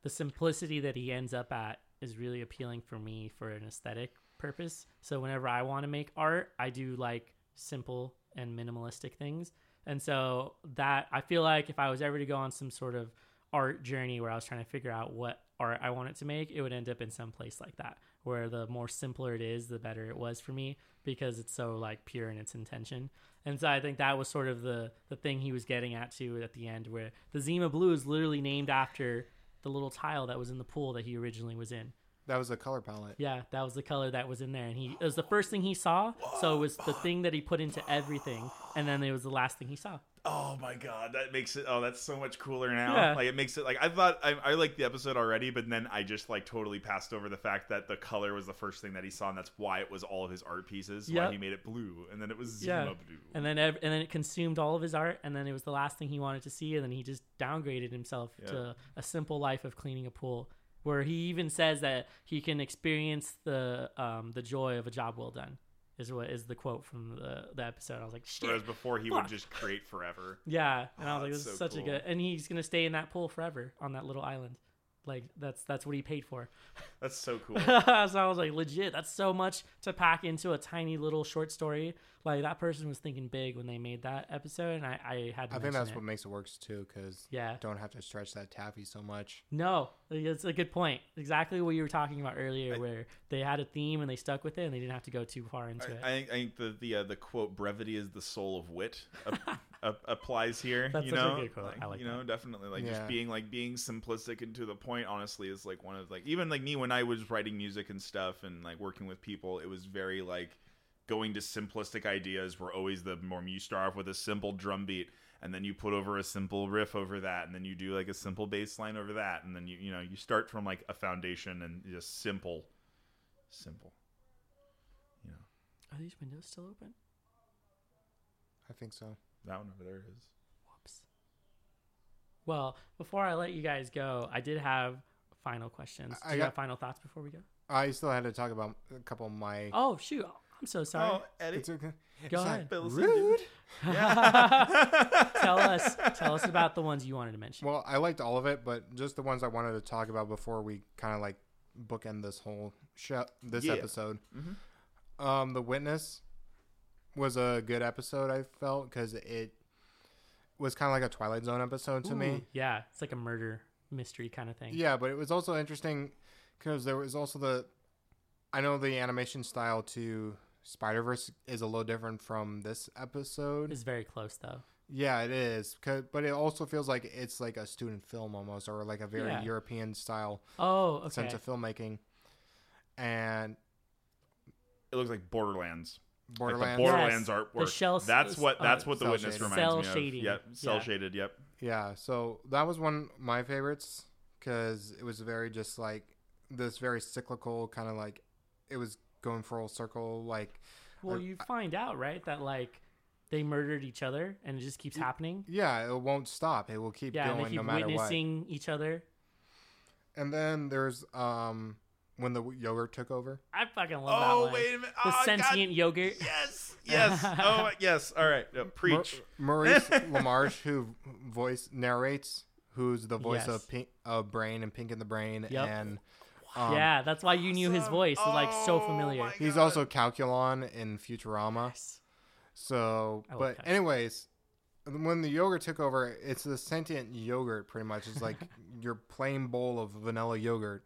Speaker 2: the simplicity that he ends up at is really appealing for me for an aesthetic purpose. So whenever I want to make art, I do like simple and minimalistic things. And so that I feel like if I was ever to go on some sort of art journey where I was trying to figure out what art I wanted to make, it would end up in some place like that, where the more simpler it is, the better it was for me because it's so like pure in its intention. And so I think that was sort of the the thing he was getting at too at the end, where the Zima Blue is literally named after the little tile that was in the pool that he originally was in.
Speaker 3: That was the color palette.
Speaker 2: Yeah, that was the color that was in there, and he it was the first thing he saw. So it was the thing that he put into everything, and then it was the last thing he saw.
Speaker 1: Oh my god, that makes it. Oh, that's so much cooler now.
Speaker 2: Yeah.
Speaker 1: Like it makes it like I thought I, I liked the episode already, but then I just like totally passed over the fact that the color was the first thing that he saw, and that's why it was all of his art pieces.
Speaker 2: Yep.
Speaker 1: Why he made it blue, and then it was
Speaker 2: Yeah.
Speaker 1: Zima blue.
Speaker 2: And then ev- and then it consumed all of his art, and then it was the last thing he wanted to see, and then he just downgraded himself
Speaker 1: Yeah.
Speaker 2: to a simple life of cleaning a pool, where he even says that he can experience the um, the joy of a job well done, is what is the quote from the, the episode. I was like, shit.
Speaker 1: Whereas before he
Speaker 2: Fuck.
Speaker 1: would just create forever.
Speaker 2: Yeah, and I was
Speaker 1: Oh,
Speaker 2: like,
Speaker 1: that's
Speaker 2: this is
Speaker 1: so
Speaker 2: such a
Speaker 1: cool.
Speaker 2: good. And he's gonna stay in that pool forever on that little island, like that's that's what he paid for.
Speaker 1: That's so cool.
Speaker 2: so I was like, legit, that's so much to pack into a tiny little short story. Like that person was thinking big when they made that episode, and I, I had. To
Speaker 3: I think that's
Speaker 2: it.
Speaker 3: what makes it works too, because
Speaker 2: Yeah.
Speaker 3: don't have to stretch that taffy so much.
Speaker 2: No, it's a good point. Exactly what you were talking about earlier,
Speaker 1: I-
Speaker 2: where they had a theme and they stuck with it, and they didn't have to go too far into it.
Speaker 1: I, I think, I think the the, uh, the quote "brevity is the soul of wit" ap- ap- applies here.
Speaker 2: That's
Speaker 1: you
Speaker 2: such a
Speaker 1: know,
Speaker 2: good quote. I like
Speaker 1: you know, definitely like
Speaker 3: Yeah.
Speaker 1: just being like being simplistic and to the point. Honestly, is like one of like even like me when I was writing music and stuff and like working with people, it was very like going to simplistic ideas. Were always the more you start off with a simple drum beat. And then you put over a simple riff over that, and then you do like a simple bass line over that, and then you you know you start from like a foundation and just simple, simple. You know.
Speaker 2: Are these windows still open?
Speaker 3: I think so.
Speaker 1: That one over there is.
Speaker 2: Whoops. Well, before I let you guys go, I did have final questions. Do
Speaker 3: I
Speaker 2: you
Speaker 3: got-
Speaker 2: have final thoughts before we go?
Speaker 3: I still had to talk about a couple of my.
Speaker 2: Oh shoot, I'm so sorry.
Speaker 1: Oh, Eddie.
Speaker 3: It's okay.
Speaker 2: go
Speaker 3: Oh, Sorry.
Speaker 2: ahead.
Speaker 1: Bill's
Speaker 3: Rude.
Speaker 2: tell us, tell us about the ones you wanted to mention.
Speaker 3: Well, I liked all of it, but just the ones I wanted to talk about before we kind of like bookend this whole show, this
Speaker 1: Yeah.
Speaker 3: episode. Um, the witness was a good episode. I felt because it was kind of like a Twilight Zone episode to me.
Speaker 2: Ooh, yeah, it's like a murder mystery kind of thing.
Speaker 3: Yeah, but it was also interesting because there was also the. I know the animation style to Spider Verse is a little different from this episode.
Speaker 2: It's very close though.
Speaker 3: yeah, it is. 'cause- But it also feels like it's like a student film almost, or like a very
Speaker 2: Yeah.
Speaker 3: European style
Speaker 2: Oh, okay.
Speaker 3: sense of filmmaking. And
Speaker 1: It looks like Borderlands. Like the
Speaker 3: Borderlands.
Speaker 1: Borderlands
Speaker 2: Yes.
Speaker 1: artwork.
Speaker 2: The shell-
Speaker 1: that's what.
Speaker 2: uh,
Speaker 1: That's what the
Speaker 3: cell
Speaker 1: witness
Speaker 3: shaded.
Speaker 1: reminds
Speaker 2: Cell
Speaker 1: me of.
Speaker 2: shading.
Speaker 1: Yep. Cell
Speaker 2: Yeah.
Speaker 1: shaded. Yep.
Speaker 3: Yeah, so that was one of my favorites because it was very just like this very cyclical kind of like it was going full circle. Like,
Speaker 2: well,
Speaker 3: I-
Speaker 2: you find out right that like they murdered each other, and it just keeps happening.
Speaker 3: yeah, it won't stop. It will keep
Speaker 2: Yeah, and
Speaker 3: going
Speaker 2: they keep
Speaker 3: no matter what.
Speaker 2: witnessing each other.
Speaker 3: And then there's um when the yogurt took over.
Speaker 2: I fucking love that
Speaker 1: Oh
Speaker 2: one.
Speaker 1: wait a minute!
Speaker 2: The
Speaker 1: oh, God.
Speaker 2: sentient yogurt.
Speaker 1: Yes, yes. oh yes. All right. No, preach.
Speaker 3: Mar- Maurice LaMarche, who voice narrates, who's the voice
Speaker 2: Yes.
Speaker 3: of Pink, of Brain and Pink in the Brain,
Speaker 2: Yep.
Speaker 3: and um,
Speaker 2: yeah, that's why you knew his
Speaker 1: Awesome.
Speaker 2: voice. It's like so
Speaker 1: Oh,
Speaker 2: familiar.
Speaker 1: my
Speaker 3: he's
Speaker 1: God.
Speaker 3: also Calculon in Futurama. So,
Speaker 2: I love
Speaker 3: but
Speaker 2: Calculon.
Speaker 3: anyways, when the yogurt took over, it's the sentient yogurt pretty much. It's like your plain bowl of vanilla yogurt,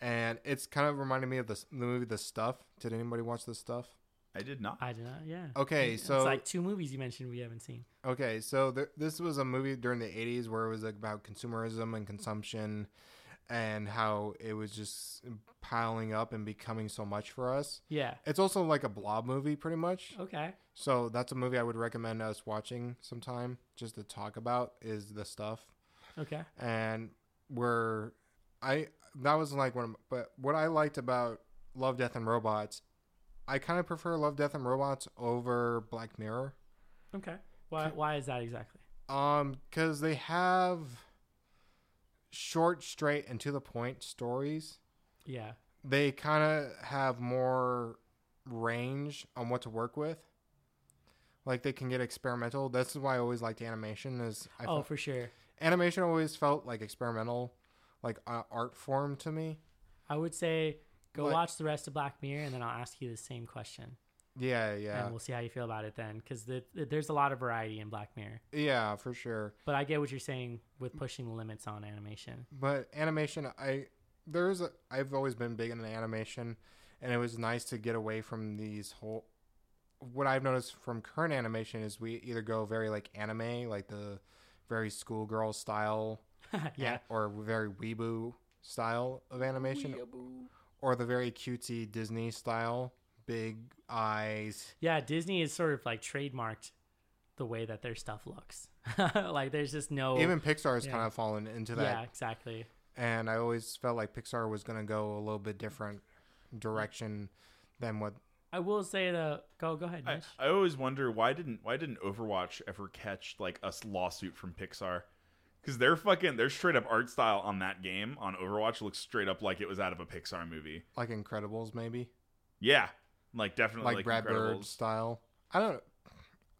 Speaker 3: and it's kind of reminding me of the, s- the movie The Stuff. Did anybody watch The Stuff?
Speaker 1: I did not.
Speaker 2: I don't know. Yeah.
Speaker 3: Okay, so
Speaker 2: it's like two movies you mentioned we haven't seen.
Speaker 3: Okay, so th- this was a movie during the 80s where it was about consumerism and consumption and how it was just piling up and becoming so much for us.
Speaker 2: Yeah.
Speaker 3: It's also like a blob movie, pretty much.
Speaker 2: Okay.
Speaker 3: So that's a movie I would recommend us watching sometime just to talk about is the stuff.
Speaker 2: Okay.
Speaker 3: And where I, that was like one of, my- but what I liked about Love, Death, and Robots, I kind of prefer Love, Death, and Robots over Black Mirror.
Speaker 2: Okay. Why? Why is that exactly?
Speaker 3: Um, because they have short, straight, and to the point stories.
Speaker 2: Yeah.
Speaker 3: They kind of have more range on what to work with. Like they can get experimental. That's why I always liked animation. Is I
Speaker 2: oh,
Speaker 3: felt,
Speaker 2: for sure.
Speaker 3: animation always felt like experimental, like a art form to me.
Speaker 2: I would say go
Speaker 3: Like-
Speaker 2: watch the rest of Black Mirror, and then I'll ask you the same question,
Speaker 3: Yeah, yeah,
Speaker 2: and we'll see how you feel about it then, because the, the- there's a lot of variety in Black Mirror.
Speaker 3: yeah, for sure.
Speaker 2: But I get what you're saying with
Speaker 3: Mm.
Speaker 2: pushing the limits on animation.
Speaker 3: But animation, I there's a, I've always been big into animation, and it was nice to get away from these whole. What I've noticed from current animation is we either go very like anime, like the very schoolgirl style,
Speaker 2: yeah.
Speaker 3: or very weeboo style of animation, or the very cutesy Disney style, big eyes.
Speaker 2: Yeah. Disney is sort of like trademarked the way that their stuff looks. like there's just no.
Speaker 3: Even Pixar has
Speaker 2: Oh, yeah.
Speaker 3: kind of fallen into that,
Speaker 2: yeah. Exactly.
Speaker 3: and I always felt like Pixar was going to go a little bit different direction than what
Speaker 2: I will say though. Go. Go ahead.
Speaker 1: I,
Speaker 2: Mitch.
Speaker 1: I always wonder why didn't why didn't Overwatch ever catch like a lawsuit from Pixar? Because their fucking their straight up art style on that game on Overwatch looks straight up like it was out of a Pixar movie.
Speaker 3: like Incredibles maybe,
Speaker 1: Yeah, like definitely
Speaker 3: like,
Speaker 1: like,
Speaker 3: Brad Bird
Speaker 1: Incredibles.
Speaker 3: style. I don't.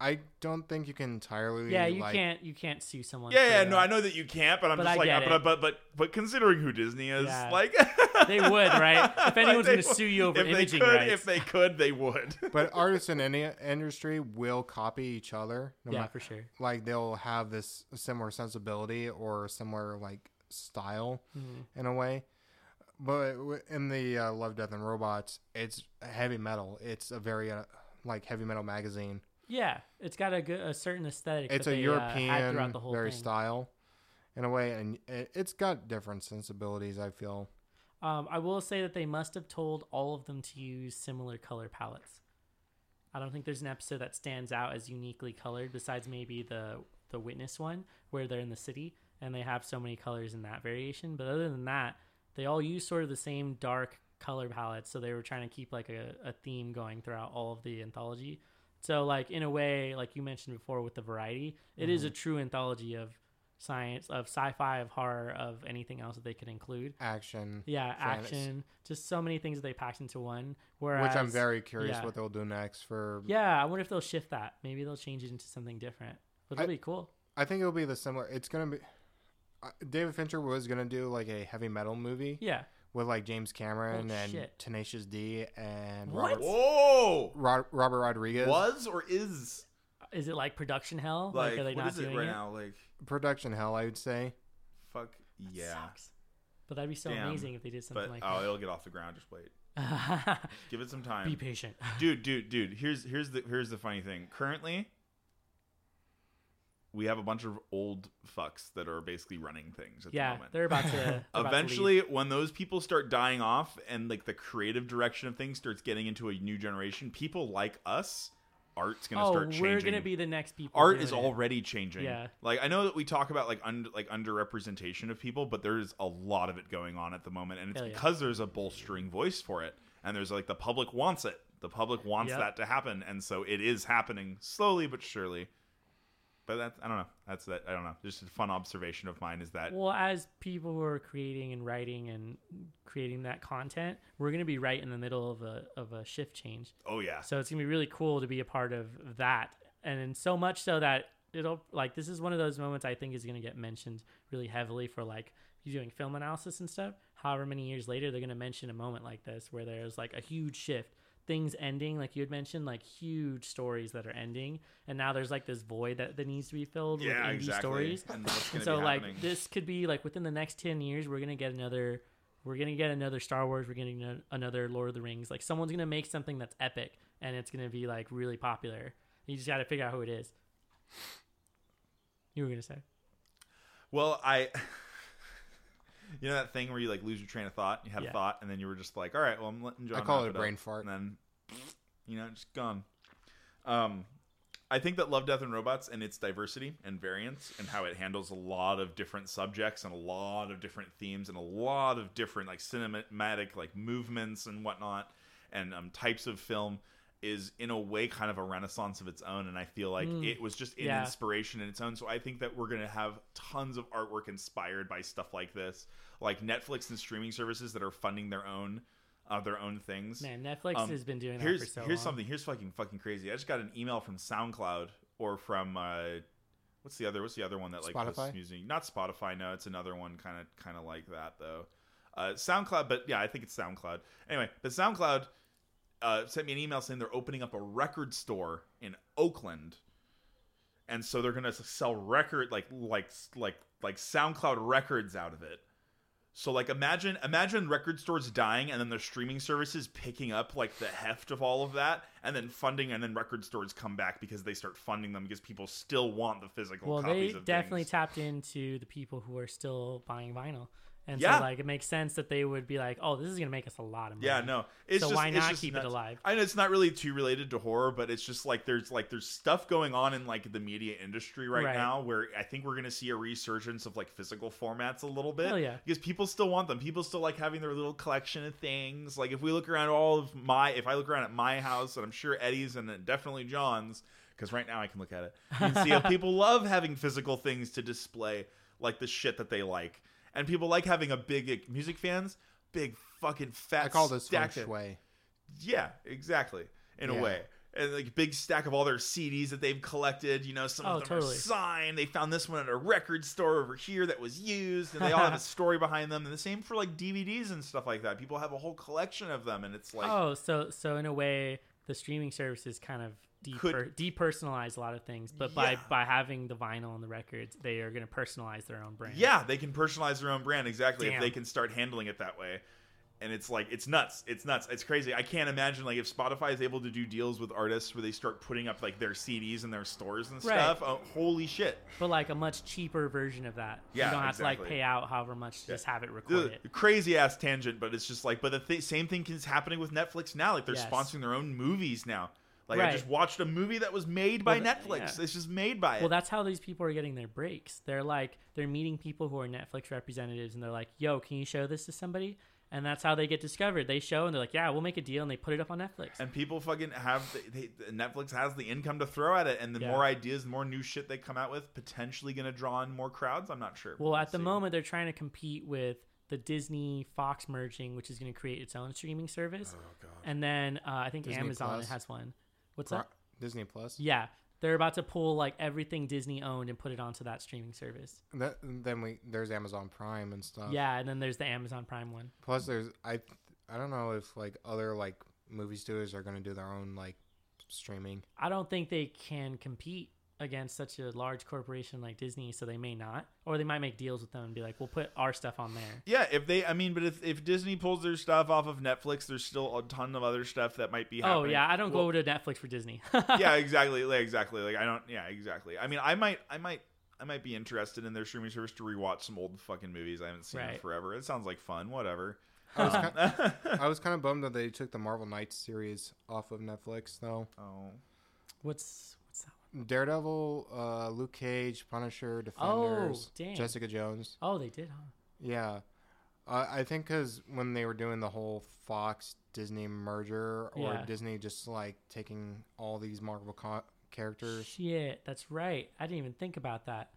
Speaker 3: I don't think you can entirely.
Speaker 2: yeah. You
Speaker 3: like,
Speaker 2: can't. You can't sue someone. for
Speaker 1: Yeah, yeah, no,
Speaker 2: that.
Speaker 1: I know that you can't, but I'm
Speaker 2: But
Speaker 1: just
Speaker 2: I
Speaker 1: like, uh,
Speaker 2: get
Speaker 1: but,
Speaker 2: it.
Speaker 1: but but but considering who Disney is,
Speaker 2: Yeah.
Speaker 1: like
Speaker 2: They would, right? If anyone's
Speaker 1: they
Speaker 2: gonna
Speaker 1: would.
Speaker 2: sue you over
Speaker 1: if
Speaker 2: imaging
Speaker 1: they could,
Speaker 2: rights.
Speaker 1: if they could, they would.
Speaker 3: But artists in any industry will copy each other. no
Speaker 2: Yeah,
Speaker 3: ma-
Speaker 2: for sure.
Speaker 3: like they'll have this similar sensibility or similar like style
Speaker 1: Mm-hmm.
Speaker 2: Mhm.
Speaker 3: in a way. But w- in the uh, Love, Death, and Robots, it's heavy metal. It's a very uh, like heavy metal magazine.
Speaker 2: Yeah, it's got a good, a certain aesthetic.
Speaker 3: it's
Speaker 2: that
Speaker 3: a
Speaker 2: they, uh, had
Speaker 3: European
Speaker 2: throughout the whole
Speaker 3: very
Speaker 2: thing.
Speaker 3: style in a way, and it, it's got different sensibilities. I feel.
Speaker 2: Um, I will say that they must have told all of them to use similar color palettes. I don't think there's an episode that stands out as uniquely colored, besides maybe the the witness one where they're in the city and they have so many colors in that variation. But other than that, they all use sort of the same dark color palette, so they were trying to keep like a, a theme going throughout all of the anthology. So like in a way, like you mentioned before with the variety, it is a true anthology of science, of sci-fi, of horror, of anything else that they could include.
Speaker 3: action.
Speaker 2: Yeah,
Speaker 3: fantasy,
Speaker 2: action. Just so many things that they packed into one. Whereas,
Speaker 3: Which I'm very curious
Speaker 2: yeah.
Speaker 3: what they'll do next for.
Speaker 2: Yeah, I wonder if they'll shift that. Maybe they'll change it into something different. But it'll
Speaker 3: I-
Speaker 2: be cool.
Speaker 3: I think it'll be the similar. It's gonna be. uh, David Fincher was gonna do like a heavy metal movie
Speaker 2: Yeah.
Speaker 3: with like James Cameron
Speaker 2: Oh,
Speaker 3: and
Speaker 2: shit.
Speaker 3: Tenacious D and
Speaker 2: What?
Speaker 3: Robert,
Speaker 1: Whoa,
Speaker 3: Ro- Robert Rodriguez.
Speaker 1: was or is
Speaker 2: Is it like production hell?
Speaker 1: like,
Speaker 2: Oh, Like, are they
Speaker 1: what
Speaker 2: not
Speaker 1: is it
Speaker 2: doing
Speaker 1: right
Speaker 2: it?
Speaker 1: now? Like,
Speaker 3: Production hell, I would say.
Speaker 1: fuck yeah,
Speaker 2: Sucks. But that'd be so
Speaker 1: Damn.
Speaker 2: amazing if they did
Speaker 1: but
Speaker 2: something like
Speaker 1: oh, it'll get off the ground. Just wait,
Speaker 2: that.
Speaker 1: give it some time.
Speaker 2: be patient.
Speaker 1: dude dude dude here's here's the here's the funny thing currently we have a bunch of old fucks that are basically running things at the
Speaker 2: yeah,
Speaker 1: moment
Speaker 2: they're about to. they're about to leave.
Speaker 1: eventually when those people start dying off and like the creative direction of things starts getting into a new generation people like us art's gonna
Speaker 2: oh,
Speaker 1: start
Speaker 2: we're
Speaker 1: changing
Speaker 2: gonna be the next people.
Speaker 1: art
Speaker 2: doing
Speaker 1: is
Speaker 2: it.
Speaker 1: already changing
Speaker 2: Yeah.
Speaker 1: like i know that we talk about like under like underrepresentation of people but there's a lot of it going on at the moment and it's
Speaker 2: Hell yeah.
Speaker 1: because there's a bolstering voice for it and there's like the public wants it the public wants
Speaker 2: Yep.
Speaker 1: that to happen and so it is happening slowly but surely But that's I don't know. That's that I don't know. Just a fun observation of mine is that
Speaker 2: Well, as people who are creating and writing and creating that content, we're going to be right in the middle of a of a shift change.
Speaker 1: oh yeah.
Speaker 2: So it's going to be really cool to be a part of that, and then so much so that it'll like this is one of those moments I think is going to get mentioned really heavily for like you doing film analysis and stuff. However many years later, they're going to mention a moment like this where there's like a huge shift. Things ending, like you had mentioned, like huge stories that are ending, and now there's like this void that, that needs to be filled with
Speaker 1: yeah,
Speaker 2: indie
Speaker 1: exactly.
Speaker 2: stories.
Speaker 1: And what's gonna
Speaker 2: And so
Speaker 1: be
Speaker 2: like
Speaker 1: happening.
Speaker 2: this could be like within the next 10 years we're gonna get another we're gonna get another star wars we're getting ano- another lord of the rings like someone's gonna make something that's epic and it's gonna be like really popular you just gotta figure out who it is you were gonna say
Speaker 1: Well, I You know that thing where you like lose your train of thought, you had
Speaker 2: Yeah.
Speaker 1: a thought and then you were just like, "All right, well, I'm letting John
Speaker 3: I call
Speaker 1: wrap
Speaker 3: it a
Speaker 1: up,"
Speaker 3: brain fart.
Speaker 1: And then you know, just gone. Um I think that Love, Death, and Robots and its diversity and variance and how it handles a lot of different subjects and a lot of different themes and a lot of different like cinematic like movements and whatnot and um, types of film is in a way kind of a renaissance of its own. And I feel like
Speaker 2: Mm.
Speaker 1: it was just an
Speaker 2: Yeah.
Speaker 1: inspiration in its own. So I think that we're going to have tons of artwork inspired by stuff like this, like Netflix and streaming services that are funding their own. Uh, their own things
Speaker 2: man netflix
Speaker 1: Um,
Speaker 2: has been doing that
Speaker 1: here's
Speaker 2: for so
Speaker 1: here's
Speaker 2: long
Speaker 1: something here's fucking fucking crazy. I just got an email from SoundCloud or from uh, what's the other what's the other one that like hosts
Speaker 3: Spotify?
Speaker 1: music? Not Spotify. No, it's another one kind of kind of like that though. Uh, SoundCloud, but yeah, I think it's SoundCloud. Anyway, but SoundCloud uh, sent me an email saying they're opening up a record store in Oakland, and so they're gonna sell record like like like like SoundCloud records out of it. So like imagine imagine record stores dying and then their streaming services picking up like the heft of all of that and then funding and then record stores come back because they start funding them because people still want the physical
Speaker 2: well they
Speaker 1: copies of
Speaker 2: definitely
Speaker 1: things.
Speaker 2: tapped into the people who are still buying vinyl and
Speaker 1: Yeah.
Speaker 2: so like it makes sense that they would be like oh this is gonna make us a lot of money
Speaker 1: yeah, no. It's
Speaker 2: so
Speaker 1: just,
Speaker 2: why
Speaker 1: it's
Speaker 2: not
Speaker 1: just
Speaker 2: keep it
Speaker 1: nuts.
Speaker 2: alive
Speaker 1: I know it's not really too related to horror, but it's just like there's like there's stuff going on in like the media industry right,
Speaker 2: Right.
Speaker 1: now where I think we're gonna see a resurgence of like physical formats a little bit.
Speaker 2: Hell yeah.
Speaker 1: Because people still want them. People still like having their little collection of things. Like if we look around all of my if I look around at my house and I'm sure Eddie's and then definitely John's, because right now I can look at it. You can see how people love having physical things to display like the shit that they like. And people like having a big music fans, big fucking fat
Speaker 3: I call this feng
Speaker 1: stack of-
Speaker 3: shui.
Speaker 1: yeah, exactly. In a
Speaker 3: Yeah.
Speaker 1: way. And like big stack of all their CDs that they've collected, you know, some
Speaker 2: Oh,
Speaker 1: of them
Speaker 2: totally.
Speaker 1: are signed. They found this one at a record store over here that was used, and they all have a story behind them. And the same for like DVDs and stuff like that. People have a whole collection of them, and it's like,
Speaker 2: oh, so so in a way, the streaming services kind of deper-
Speaker 1: Could-
Speaker 2: depersonalize a lot of things, but by
Speaker 1: Yeah.
Speaker 2: by having the vinyl and the records, they are going to personalize their own brand.
Speaker 1: yeah, they can personalize their own brand exactly
Speaker 2: Damn.
Speaker 1: if they can start handling it that way. And it's like it's nuts. It's nuts. It's crazy. I can't imagine like if Spotify is able to do deals with artists where they start putting up like their CDs in their stores and
Speaker 2: Right.
Speaker 1: stuff. Oh, holy shit!
Speaker 2: but like a much cheaper version of that. you
Speaker 1: Yeah,
Speaker 2: don't have to like
Speaker 1: exactly.
Speaker 2: pay out however much to
Speaker 1: Yeah.
Speaker 2: just have it recorded.
Speaker 1: Ugh, crazy ass tangent, but it's just like, but the th- same thing is happening with Netflix now. Like they're
Speaker 2: Yes.
Speaker 1: sponsoring their own movies now. Like
Speaker 2: Right.
Speaker 1: I just watched a movie that was made
Speaker 2: Well,
Speaker 1: by
Speaker 2: that-
Speaker 1: Netflix.
Speaker 2: yeah.
Speaker 1: It's just made by it.
Speaker 2: Well, that's how these people are getting their breaks. They're like they're meeting people who are Netflix representatives, and they're like, "Yo, can you show this to somebody?" And that's how they get discovered. They show, and they're like, "Yeah, we'll make a deal," and they put it up on Netflix.
Speaker 1: and people fucking have they, they, Netflix has the income to throw at it, and the
Speaker 2: Yeah.
Speaker 1: more ideas, the more new shit they come out with, potentially going to draw in more crowds. I'm not sure.
Speaker 2: Well, at the
Speaker 1: see.
Speaker 2: moment, they're trying to compete with the Disney Fox merging, which is going to create its own streaming service.
Speaker 1: Oh,
Speaker 2: And then uh, I think
Speaker 3: Disney
Speaker 2: Amazon
Speaker 3: Plus.
Speaker 2: has one. What's
Speaker 3: Pro-
Speaker 2: that?
Speaker 3: Disney Plus.
Speaker 2: Yeah, they're about to pull like everything Disney owned and put it onto that streaming service.
Speaker 3: That, then we there's Amazon Prime and
Speaker 1: Oh.
Speaker 3: stuff.
Speaker 2: yeah, and then there's the Amazon Prime one.
Speaker 3: Plus there's I I don't know if like other like movie studios are gonna do their own like streaming.
Speaker 2: I don't think they can compete against such a large corporation like Disney, so they may not, or they might make deals with them and be like, "We'll put our stuff on there."
Speaker 1: Yeah, if they, I mean, but if, if Disney pulls their stuff off of Netflix, there's still a ton of other stuff that might be happening.
Speaker 2: Oh yeah, I don't
Speaker 1: Well-
Speaker 2: go to Netflix for Disney.
Speaker 1: yeah, exactly. Like, exactly. Like I don't. Yeah, exactly. I mean, I might, I might, I might be interested in their streaming service to rewatch some old fucking movies I haven't seen in
Speaker 2: Right.
Speaker 1: forever. It sounds like fun. Whatever.
Speaker 3: I was,
Speaker 1: Um,
Speaker 3: kind, I was kind of bummed that they took the Marvel Knights series off of Netflix though.
Speaker 1: oh,
Speaker 2: what's what's that?
Speaker 3: Daredevil, uh, Luke Cage, Punisher, Defenders,
Speaker 2: damn.
Speaker 3: Jessica Jones.
Speaker 2: One? Oh, they did, huh?
Speaker 3: Yeah, uh, I think because when they were doing the whole Fox Disney merger, or
Speaker 2: Yeah.
Speaker 3: Disney just like taking all these Marvel co- characters.
Speaker 2: Shit, that's right. I didn't even think about that.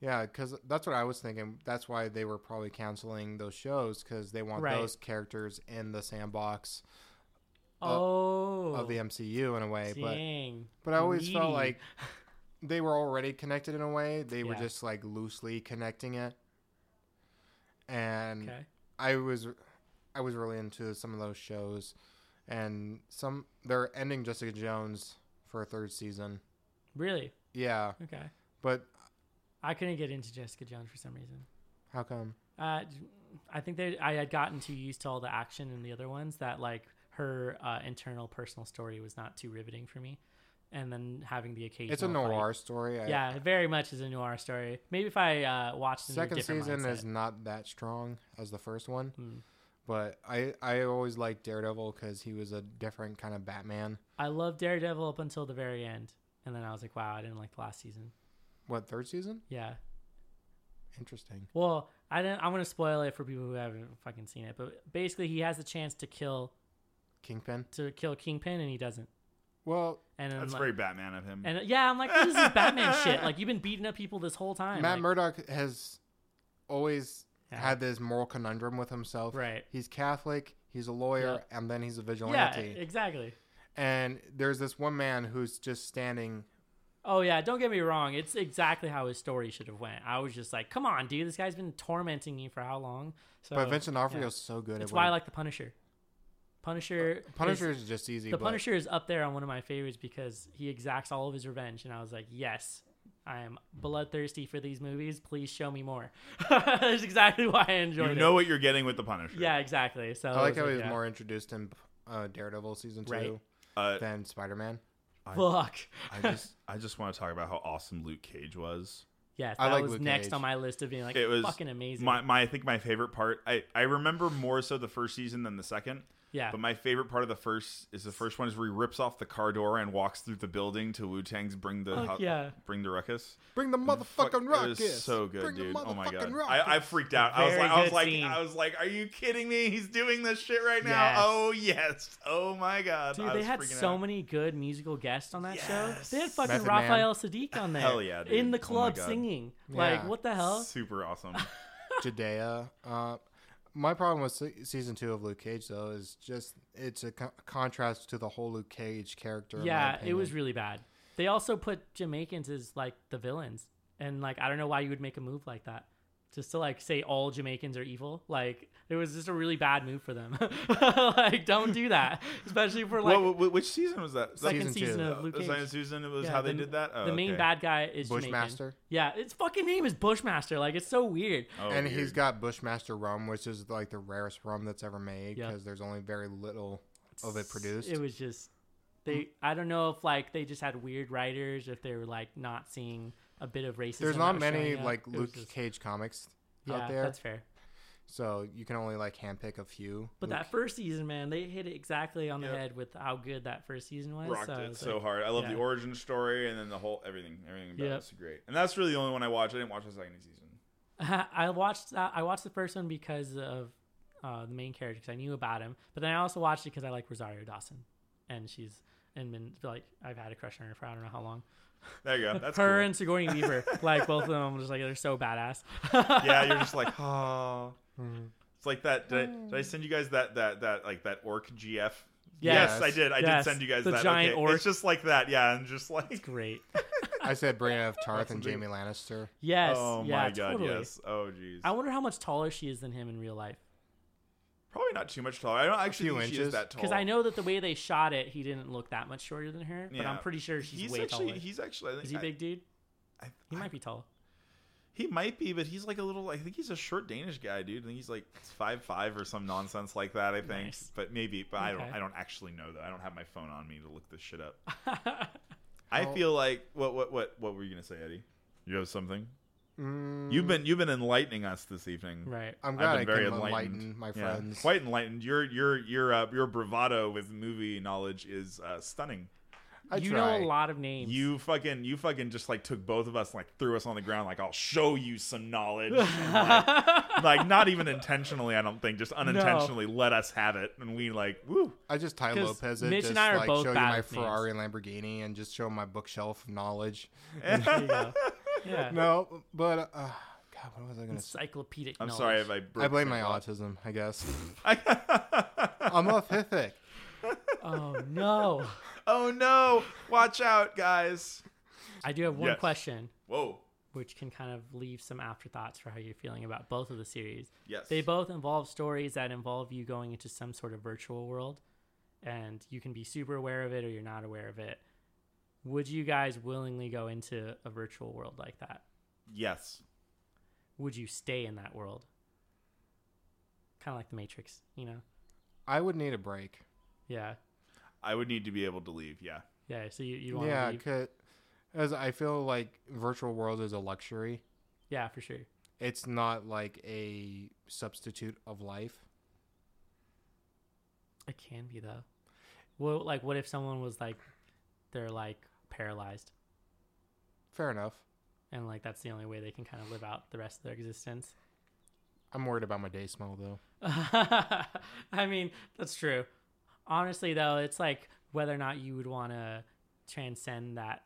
Speaker 3: Yeah, because that's what I was thinking. That's why they were probably canceling those shows because they want
Speaker 2: Right.
Speaker 3: those characters in the sandbox
Speaker 2: oh,
Speaker 3: Uh, of the MCU in a way. But
Speaker 2: dang.
Speaker 3: But I always felt
Speaker 2: Meaty.
Speaker 3: like they were already connected in a way. They were
Speaker 2: Yeah.
Speaker 3: just like loosely connecting it. And
Speaker 2: okay,
Speaker 3: I was I was really into some of those shows and some they're ending Jessica Jones for a third season.
Speaker 2: really,
Speaker 3: Yeah,
Speaker 2: okay.
Speaker 3: but
Speaker 2: I couldn't get into Jessica Jones for some reason.
Speaker 3: how come?
Speaker 2: Uh, I think they, I had gotten too used to all the action in the other ones that like her uh, internal personal story was not too riveting for me, and then having the occasional
Speaker 3: It's a
Speaker 2: fight-
Speaker 3: noir story. I,
Speaker 2: Yeah, it very much is a noir story. Maybe if I uh, watched it in a
Speaker 3: Second
Speaker 2: different
Speaker 3: season
Speaker 2: mindset.
Speaker 3: is not that strong as the first one,
Speaker 2: Hmm.
Speaker 3: but I I always liked Daredevil because he was a different kind of Batman.
Speaker 2: I loved Daredevil up until the very end, and then I was like, wow, I didn't like the last season.
Speaker 3: What third season?
Speaker 2: Yeah.
Speaker 3: Interesting.
Speaker 2: Well, I didn't. I'm gonna spoil it for people who haven't fucking seen it. But basically, he has the chance to kill
Speaker 3: Kingpin.
Speaker 2: to kill Kingpin, and he doesn't.
Speaker 3: Well,
Speaker 2: And then,
Speaker 1: That's
Speaker 2: like,
Speaker 1: very Batman of him.
Speaker 2: And yeah, I'm like, this is Batman shit. Like you've been beating up people this whole time.
Speaker 3: Matt
Speaker 2: Like,
Speaker 3: Murdock has always
Speaker 2: Yeah.
Speaker 3: had this moral conundrum with himself.
Speaker 2: Right.
Speaker 3: He's Catholic, he's a lawyer,
Speaker 2: Yep.
Speaker 3: and then he's a
Speaker 2: yeah,
Speaker 3: vigilante.
Speaker 2: exactly.
Speaker 3: and there's this one man who's just standing.
Speaker 2: Oh yeah, don't get me wrong. It's exactly how his story should have went. I was just like, come on, dude, this guy's been tormenting you for how long? So
Speaker 3: but Vincent D'Onofrio
Speaker 2: Oh, yeah.
Speaker 3: is so good.
Speaker 2: That's
Speaker 3: at
Speaker 2: why I
Speaker 3: what
Speaker 2: like the Punisher. Punisher.
Speaker 3: he- Uh, Punisher is just easy.
Speaker 2: the
Speaker 3: but
Speaker 2: Punisher is up there on one of my favorites because he exacts all of his revenge, and I was like, yes, I am bloodthirsty for these movies. Please show me more. That's exactly why I enjoyed
Speaker 1: you
Speaker 2: it.
Speaker 1: know what you're getting with the Punisher.
Speaker 2: yeah, exactly. So
Speaker 3: I like how
Speaker 2: it
Speaker 3: he
Speaker 2: was
Speaker 3: was
Speaker 2: yeah.
Speaker 3: more introduced in uh, Daredevil season two
Speaker 2: Right.
Speaker 1: Uh,
Speaker 3: than Spider Man.
Speaker 2: Fuck.
Speaker 1: I just I just want to talk about how awesome Luke Cage was.
Speaker 2: Yes,
Speaker 3: I
Speaker 2: that
Speaker 3: like
Speaker 2: was
Speaker 3: Luke
Speaker 2: next
Speaker 3: Cage.
Speaker 2: on my list of being like
Speaker 1: It was
Speaker 2: fucking amazing.
Speaker 1: My, my I think my favorite part. I I remember more so the first season than the second.
Speaker 2: yeah,
Speaker 1: But my favorite part of the first is the first one is where he rips off the car door and walks through the building to Wu Tang's bring the
Speaker 2: Fuck
Speaker 1: ho-
Speaker 2: yeah.
Speaker 1: bring the ruckus.
Speaker 3: Bring the
Speaker 1: Fuck,
Speaker 3: motherfucking rocket.
Speaker 1: It was so good,
Speaker 3: Bring the
Speaker 1: dude. Oh my god,
Speaker 3: motherfucking
Speaker 1: I, I
Speaker 3: rockets.
Speaker 1: freaked out. I was
Speaker 2: Very
Speaker 1: like, I was
Speaker 2: good
Speaker 1: like,
Speaker 2: scene.
Speaker 1: I was like, are you kidding me? He's doing this shit right now.
Speaker 2: Yes.
Speaker 1: Oh yes. Oh my god.
Speaker 2: dude,
Speaker 1: I
Speaker 2: they
Speaker 1: was
Speaker 2: had
Speaker 1: freaking
Speaker 2: so
Speaker 1: out.
Speaker 2: many good musical guests on that
Speaker 1: Yes.
Speaker 2: show. They had fucking
Speaker 3: Method Man.
Speaker 2: Raphael Sadiq on there.
Speaker 1: Hell yeah, dude.
Speaker 2: in the
Speaker 1: Oh my
Speaker 2: club
Speaker 1: God.
Speaker 2: singing.
Speaker 3: Yeah.
Speaker 2: Like what the hell?
Speaker 1: Super awesome.
Speaker 3: Judea. Uh, my problem with se- season two of Luke Cage though is just it's a co- contrast to the whole Luke Cage character. in my
Speaker 2: Yeah, it was
Speaker 3: opinion.
Speaker 2: really bad. They also put Jamaicans as like the villains, and like I don't know why you would make a move like that, just to like say all Jamaicans are evil. Like it was just a really bad move for them. like don't do that, especially for like
Speaker 1: Wha- wha- which season was that? Is that-
Speaker 2: second
Speaker 3: Season two.
Speaker 2: season
Speaker 1: Uh,
Speaker 2: of Luke
Speaker 1: the
Speaker 2: Cage.
Speaker 1: second season. It was
Speaker 2: Yeah,
Speaker 1: how they
Speaker 2: the-
Speaker 1: did that. Oh,
Speaker 2: the main
Speaker 1: okay.
Speaker 2: bad guy is Jamaican.
Speaker 3: Bushmaster?
Speaker 2: Yeah, its fucking name is Bushmaster. Like it's so weird.
Speaker 1: Oh,
Speaker 3: and
Speaker 1: weird.
Speaker 3: he's got Bushmaster rum, which is like the rarest rum that's ever made
Speaker 2: Yeah.
Speaker 3: because there's only very little of it Oh, produced.
Speaker 2: It was just they. I don't know if like they just had weird writers, if they were like not seeing a bit of racism.
Speaker 3: there's
Speaker 2: that
Speaker 3: not
Speaker 2: was
Speaker 3: many
Speaker 2: showing up.
Speaker 3: like
Speaker 2: It was
Speaker 3: Luke
Speaker 2: just-
Speaker 3: Cage comics
Speaker 2: yeah,
Speaker 3: out there,
Speaker 2: that's fair.
Speaker 3: so you can only like handpick a few.
Speaker 2: But
Speaker 3: Luke-
Speaker 2: that first season, man, they hit it exactly on
Speaker 1: Yep.
Speaker 2: the head with how good that first season was.
Speaker 1: rocked
Speaker 2: so I
Speaker 1: it
Speaker 2: was
Speaker 1: so
Speaker 2: like,
Speaker 1: hard. I love the
Speaker 2: yeah.
Speaker 1: origin story and then the whole everything. Everything about
Speaker 2: Yep.
Speaker 1: it's great. And that's really the only one I watched. I didn't watch the second season.
Speaker 2: I watched that. I watched the first one because of uh, the main character because I knew about him. But then I also watched it because I like Rosario Dawson, and she's and been like I've had a crush on her for I don't know how long.
Speaker 1: There you go. That's
Speaker 2: her
Speaker 1: cool.
Speaker 2: and Sigourney Weaver, like both of them, I'm just like they're so badass.
Speaker 1: yeah, you're just like, oh.
Speaker 2: Mm-hmm.
Speaker 1: It's like that. Did I, did I send you guys that that that like that orc GF?
Speaker 2: Yes.
Speaker 1: I did. I
Speaker 2: Yes.
Speaker 1: did send you guys
Speaker 2: The
Speaker 1: that.
Speaker 2: giant
Speaker 1: okay.
Speaker 2: orc.
Speaker 1: It's just like that. Yeah, and just like
Speaker 2: great.
Speaker 3: I said Brienne of Tarth and
Speaker 1: That's a
Speaker 3: Jamie Lannister.
Speaker 2: Yes.
Speaker 1: oh
Speaker 2: yeah,
Speaker 1: my god,
Speaker 2: totally.
Speaker 1: yes. Oh jeez.
Speaker 2: I wonder how much taller she is than him in real life.
Speaker 1: Probably not too much taller. I don't actually
Speaker 3: few
Speaker 1: think she
Speaker 3: inches.
Speaker 1: is that tall.
Speaker 2: Because I know that the way they shot it, he didn't look that much shorter than her. But
Speaker 1: Yeah.
Speaker 2: I'm pretty sure she's
Speaker 1: he's
Speaker 2: way
Speaker 1: actually
Speaker 2: taller.
Speaker 1: he's actually. I think,
Speaker 2: is he
Speaker 1: I-
Speaker 2: big, dude?
Speaker 1: I,
Speaker 2: He
Speaker 1: I-
Speaker 2: might be tall.
Speaker 1: He might be, but he's like a little. I think he's a short Danish guy, dude. I think he's like five five or some nonsense like that. I think,
Speaker 2: Nice.
Speaker 1: but maybe. But I don't.
Speaker 2: Okay.
Speaker 1: I don't actually know though. I don't have my phone on me to look this shit up. I feel like what what what what were you gonna say, Eddie? You have something.
Speaker 3: Mm,
Speaker 1: You've been you've been enlightening us this evening.
Speaker 2: right.
Speaker 3: I'm
Speaker 1: I've
Speaker 3: glad I
Speaker 1: been very
Speaker 3: can
Speaker 1: enlightened.
Speaker 3: enlighten my
Speaker 1: Yeah,
Speaker 3: friends.
Speaker 1: quite enlightened. Your your your uh, your bravado with movie knowledge is uh, stunning.
Speaker 3: I
Speaker 2: you
Speaker 3: try.
Speaker 2: know a lot of names.
Speaker 1: You fucking, you fucking just like took both of us, and, like threw us on the ground, like I'll show you some knowledge. And, like, like, not even intentionally, I don't think, just unintentionally let us have it, and we like, woo.
Speaker 3: I just Ty
Speaker 2: 'Cause
Speaker 3: Lopez it.
Speaker 2: Mitch
Speaker 3: just
Speaker 2: and I are
Speaker 3: like
Speaker 2: both
Speaker 3: show you
Speaker 2: bad
Speaker 3: my
Speaker 2: with names.
Speaker 3: Ferrari and Lamborghini and just show my bookshelf of knowledge.
Speaker 2: There you go. Yeah.
Speaker 3: No, but uh, God, what was I gonna say?
Speaker 2: Encyclopedic.
Speaker 1: I'm
Speaker 2: knowledge.
Speaker 1: sorry if I.
Speaker 3: I
Speaker 1: broke
Speaker 3: blame
Speaker 1: your
Speaker 3: my
Speaker 1: thought.
Speaker 3: autism, I guess. I'm a pithic.
Speaker 2: Oh no.
Speaker 1: oh no! Watch out, guys.
Speaker 2: I do have one
Speaker 1: Yes.
Speaker 2: question,
Speaker 1: Whoa.
Speaker 2: which can kind of leave some afterthoughts for how you're feeling about both of the series.
Speaker 1: Yes.
Speaker 2: They both involve stories that involve you going into some sort of virtual world, and you can be super aware of it or you're not aware of it. Would you guys willingly go into a virtual world like that?
Speaker 1: Yes.
Speaker 2: Would you stay in that world? Kind of like the Matrix, you know?
Speaker 3: I would need a break.
Speaker 2: Yeah,
Speaker 1: I would need to be able to leave. Yeah.
Speaker 2: yeah. So you you want to
Speaker 3: Yeah,
Speaker 2: leave?
Speaker 3: cause, as I feel like virtual world is a luxury.
Speaker 2: Yeah, for sure.
Speaker 3: It's not like a substitute of life.
Speaker 2: It can be though. Well, like, what if someone was like, they're like paralyzed,
Speaker 3: Fair enough.
Speaker 2: and like that's the only way they can kind of live out the rest of their existence.
Speaker 3: I'm worried about my day smell though.
Speaker 2: I mean, that's true. Honestly, though, it's like whether or not you would want to transcend that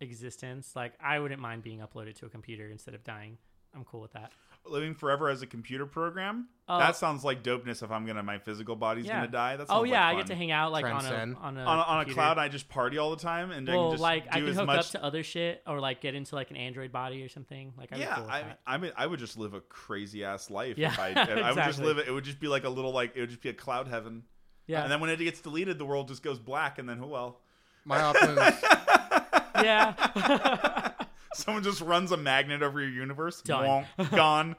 Speaker 2: existence. Like, I wouldn't mind being uploaded to a computer instead of dying. I'm cool with that.
Speaker 1: Living forever as a computer program.
Speaker 2: Oh.
Speaker 1: that sounds like dopeness. If I'm gonna, my physical body's
Speaker 2: Yeah.
Speaker 1: gonna die. That's
Speaker 2: oh yeah, I get to hang out like
Speaker 3: Transcend.
Speaker 2: on a on a
Speaker 1: on a, on a
Speaker 2: computer.
Speaker 1: cloud. I just party all the time and I can
Speaker 2: Well,
Speaker 1: just
Speaker 2: like
Speaker 1: do
Speaker 2: I can
Speaker 1: as
Speaker 2: hook
Speaker 1: much.
Speaker 2: up to other shit, or like get into like an Android body or something. Like, I'd be
Speaker 1: yeah,
Speaker 2: cool with
Speaker 1: I,
Speaker 2: that.
Speaker 1: I mean, I would just live a crazy ass life.
Speaker 2: Yeah,
Speaker 1: if I, if I would just
Speaker 2: exactly.
Speaker 1: live it. It would just be like a little like it would just be a cloud heaven.
Speaker 2: yeah,
Speaker 1: And then when it gets deleted, the world just goes black, and then who well,
Speaker 3: My options
Speaker 2: yeah.
Speaker 1: someone just runs a magnet over your universe,
Speaker 2: Done.
Speaker 1: Wonk. gone.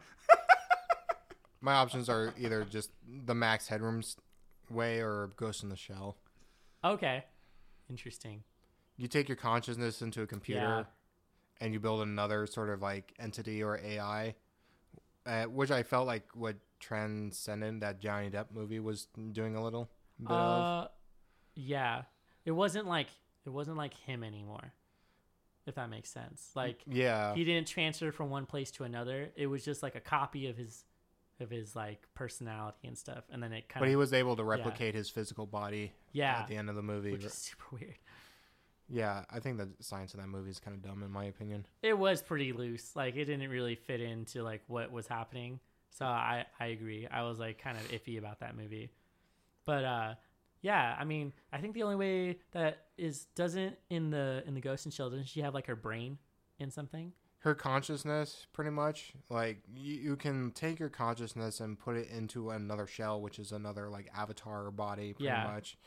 Speaker 3: my options are either just the max headrooms way or Ghost in the Shell.
Speaker 2: okay. Interesting.
Speaker 3: You take your consciousness into a computer
Speaker 2: Yeah.
Speaker 3: and you build another sort of like entity or AI, uh, which I felt like what transcended that Johnny Depp movie was doing a little bit of.
Speaker 2: Uh, yeah. It wasn't like it wasn't like him anymore. If that makes sense. Like
Speaker 3: Yeah,
Speaker 2: he didn't transfer from one place to another. It was just like a copy of his of his like personality and stuff. And then it kind
Speaker 3: but he
Speaker 2: of
Speaker 3: was able to replicate his physical body
Speaker 2: yeah,
Speaker 3: at the end of the movie.
Speaker 2: which is super weird.
Speaker 3: Yeah, I think the science in that movie is kind of dumb in my opinion.
Speaker 2: It was pretty loose. Like it didn't really fit into like what was happening. So I I agree. I was like kind of iffy about that movie. But uh yeah, I mean, I think the only way that is doesn't in the in the Ghost and Shell doesn't she have like her brain in something?
Speaker 3: her consciousness pretty much like you, you can take your consciousness and put it into another shell which is another like avatar or body pretty
Speaker 2: Yeah.
Speaker 3: much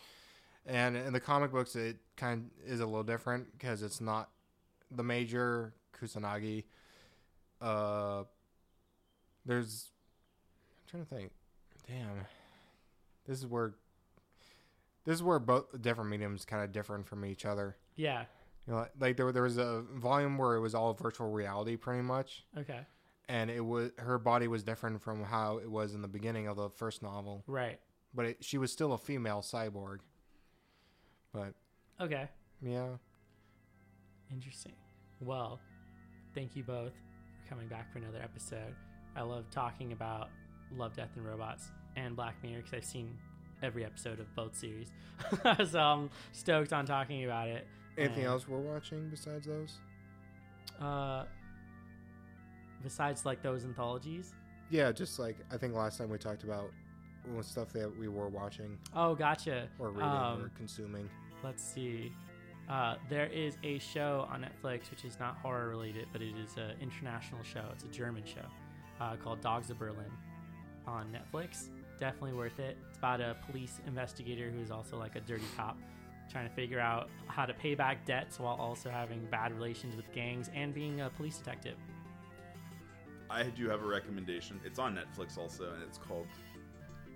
Speaker 3: and in the comic books it kind of is a little different because it's not the major kusanagi uh there's i'm trying to think damn this is where this is where both different mediums kind of different from each other
Speaker 2: Yeah.
Speaker 3: you know, like there, there was a volume where it was all virtual reality, pretty much,
Speaker 2: Okay.
Speaker 3: and it was her body was different from how it was in the beginning of the first novel,
Speaker 2: Right.
Speaker 3: but it, she was still a female cyborg. But
Speaker 2: Okay.
Speaker 3: yeah,
Speaker 2: Interesting. Well, thank you both for coming back for another episode. I love talking about Love, Death, and Robots and Black Mirror because I've seen every episode of both series. so I'm stoked on talking about it.
Speaker 3: anything
Speaker 2: And,
Speaker 3: else we're watching besides those?
Speaker 2: Uh, besides like those anthologies.
Speaker 3: Yeah, just like I think last time we talked about well, stuff that we were watching
Speaker 2: Oh, gotcha.
Speaker 3: or reading
Speaker 2: Um,
Speaker 3: or consuming.
Speaker 2: let's see. Uh, there is a show on Netflix which is not horror related, but it is an international show. It's a German show uh, called Dogs of Berlin on Netflix. Definitely worth it. It's about a police investigator who is also like a dirty cop trying to figure out how to pay back debts while also having bad relations with gangs and being a police detective.
Speaker 1: I do have a recommendation. It's on Netflix also, and it's called.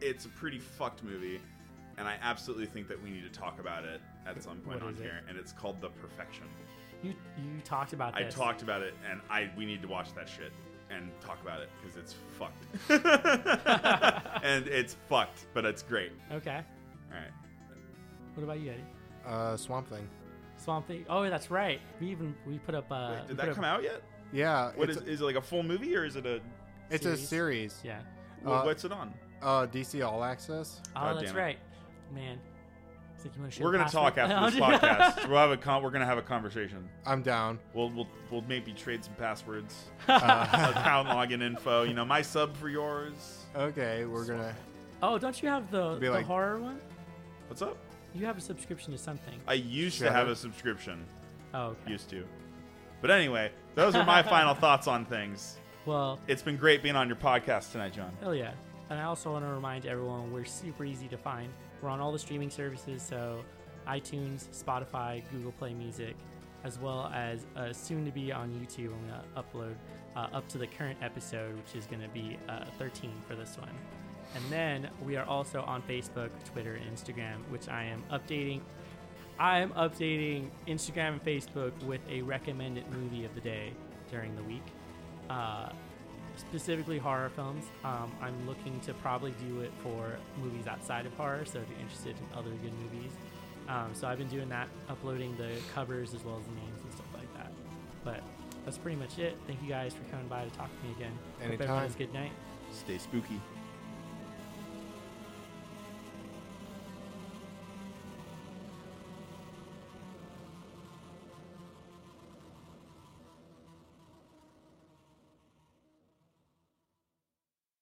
Speaker 1: It's a pretty fucked movie, and I absolutely think that we need to talk about it at some point
Speaker 2: What
Speaker 1: on
Speaker 2: is it?
Speaker 1: here. And it's called The Perfection.
Speaker 2: You you talked about
Speaker 1: I
Speaker 2: this.
Speaker 1: talked about it, and I we need to watch that shit and talk about it because it's fucked. and it's fucked, but it's great.
Speaker 2: Okay.
Speaker 1: All right.
Speaker 2: What about you, Eddie?
Speaker 3: Uh, Swamp Thing.
Speaker 2: Swamp Thing. Oh, that's right. We even we put up. Uh,
Speaker 1: Wait, did that come out yet?
Speaker 3: Yeah.
Speaker 1: What
Speaker 3: it's
Speaker 1: is
Speaker 3: a,
Speaker 1: is it like a full movie or is it a
Speaker 3: it's a series.
Speaker 2: Yeah.
Speaker 1: wh-
Speaker 3: Uh,
Speaker 1: what's it on?
Speaker 3: Uh, DC All Access.
Speaker 2: Oh,
Speaker 1: God
Speaker 2: that's
Speaker 1: damn it.
Speaker 2: right. Man. It's like you wanna share
Speaker 1: We're
Speaker 2: the
Speaker 1: gonna talk
Speaker 2: password?
Speaker 1: after this
Speaker 2: I'm just-
Speaker 1: podcast. We'll have a con- we're gonna have a conversation.
Speaker 3: I'm down.
Speaker 1: We'll we'll we'll maybe trade some passwords,
Speaker 3: Uh,
Speaker 1: account login info. You know, my sub for yours.
Speaker 3: okay, we're gonna.
Speaker 2: oh, don't you have the,
Speaker 3: Be
Speaker 2: the
Speaker 3: like-
Speaker 2: horror one?
Speaker 1: What's up?
Speaker 2: You have a subscription to something.
Speaker 1: I used to
Speaker 3: Shutter?
Speaker 1: have a subscription.
Speaker 2: Oh, okay.
Speaker 1: Used to. But anyway, those are my final thoughts on things.
Speaker 2: Well,
Speaker 1: It's been great being on your podcast tonight, John.
Speaker 2: hell yeah. And I also want to remind everyone we're super easy to find. We're on all the streaming services, so iTunes, Spotify, Google Play Music, as well as uh, soon to be on YouTube. I'm going to upload uh, up to the current episode, which is going to be uh, 13 for this one. And then we are also on Facebook, Twitter, and Instagram, which I am updating. I'm updating Instagram and Facebook with a recommended movie of the day during the week. Uh, specifically horror films. Um, I'm looking to probably do it for movies outside of horror, so if you're interested in other good movies. Um, so I've been doing that, uploading the covers as well as the names and stuff like that. But that's pretty much it. Thank you guys for coming by to talk to me again. Hope
Speaker 3: Anytime.
Speaker 2: everyone has a good night.
Speaker 1: Stay spooky.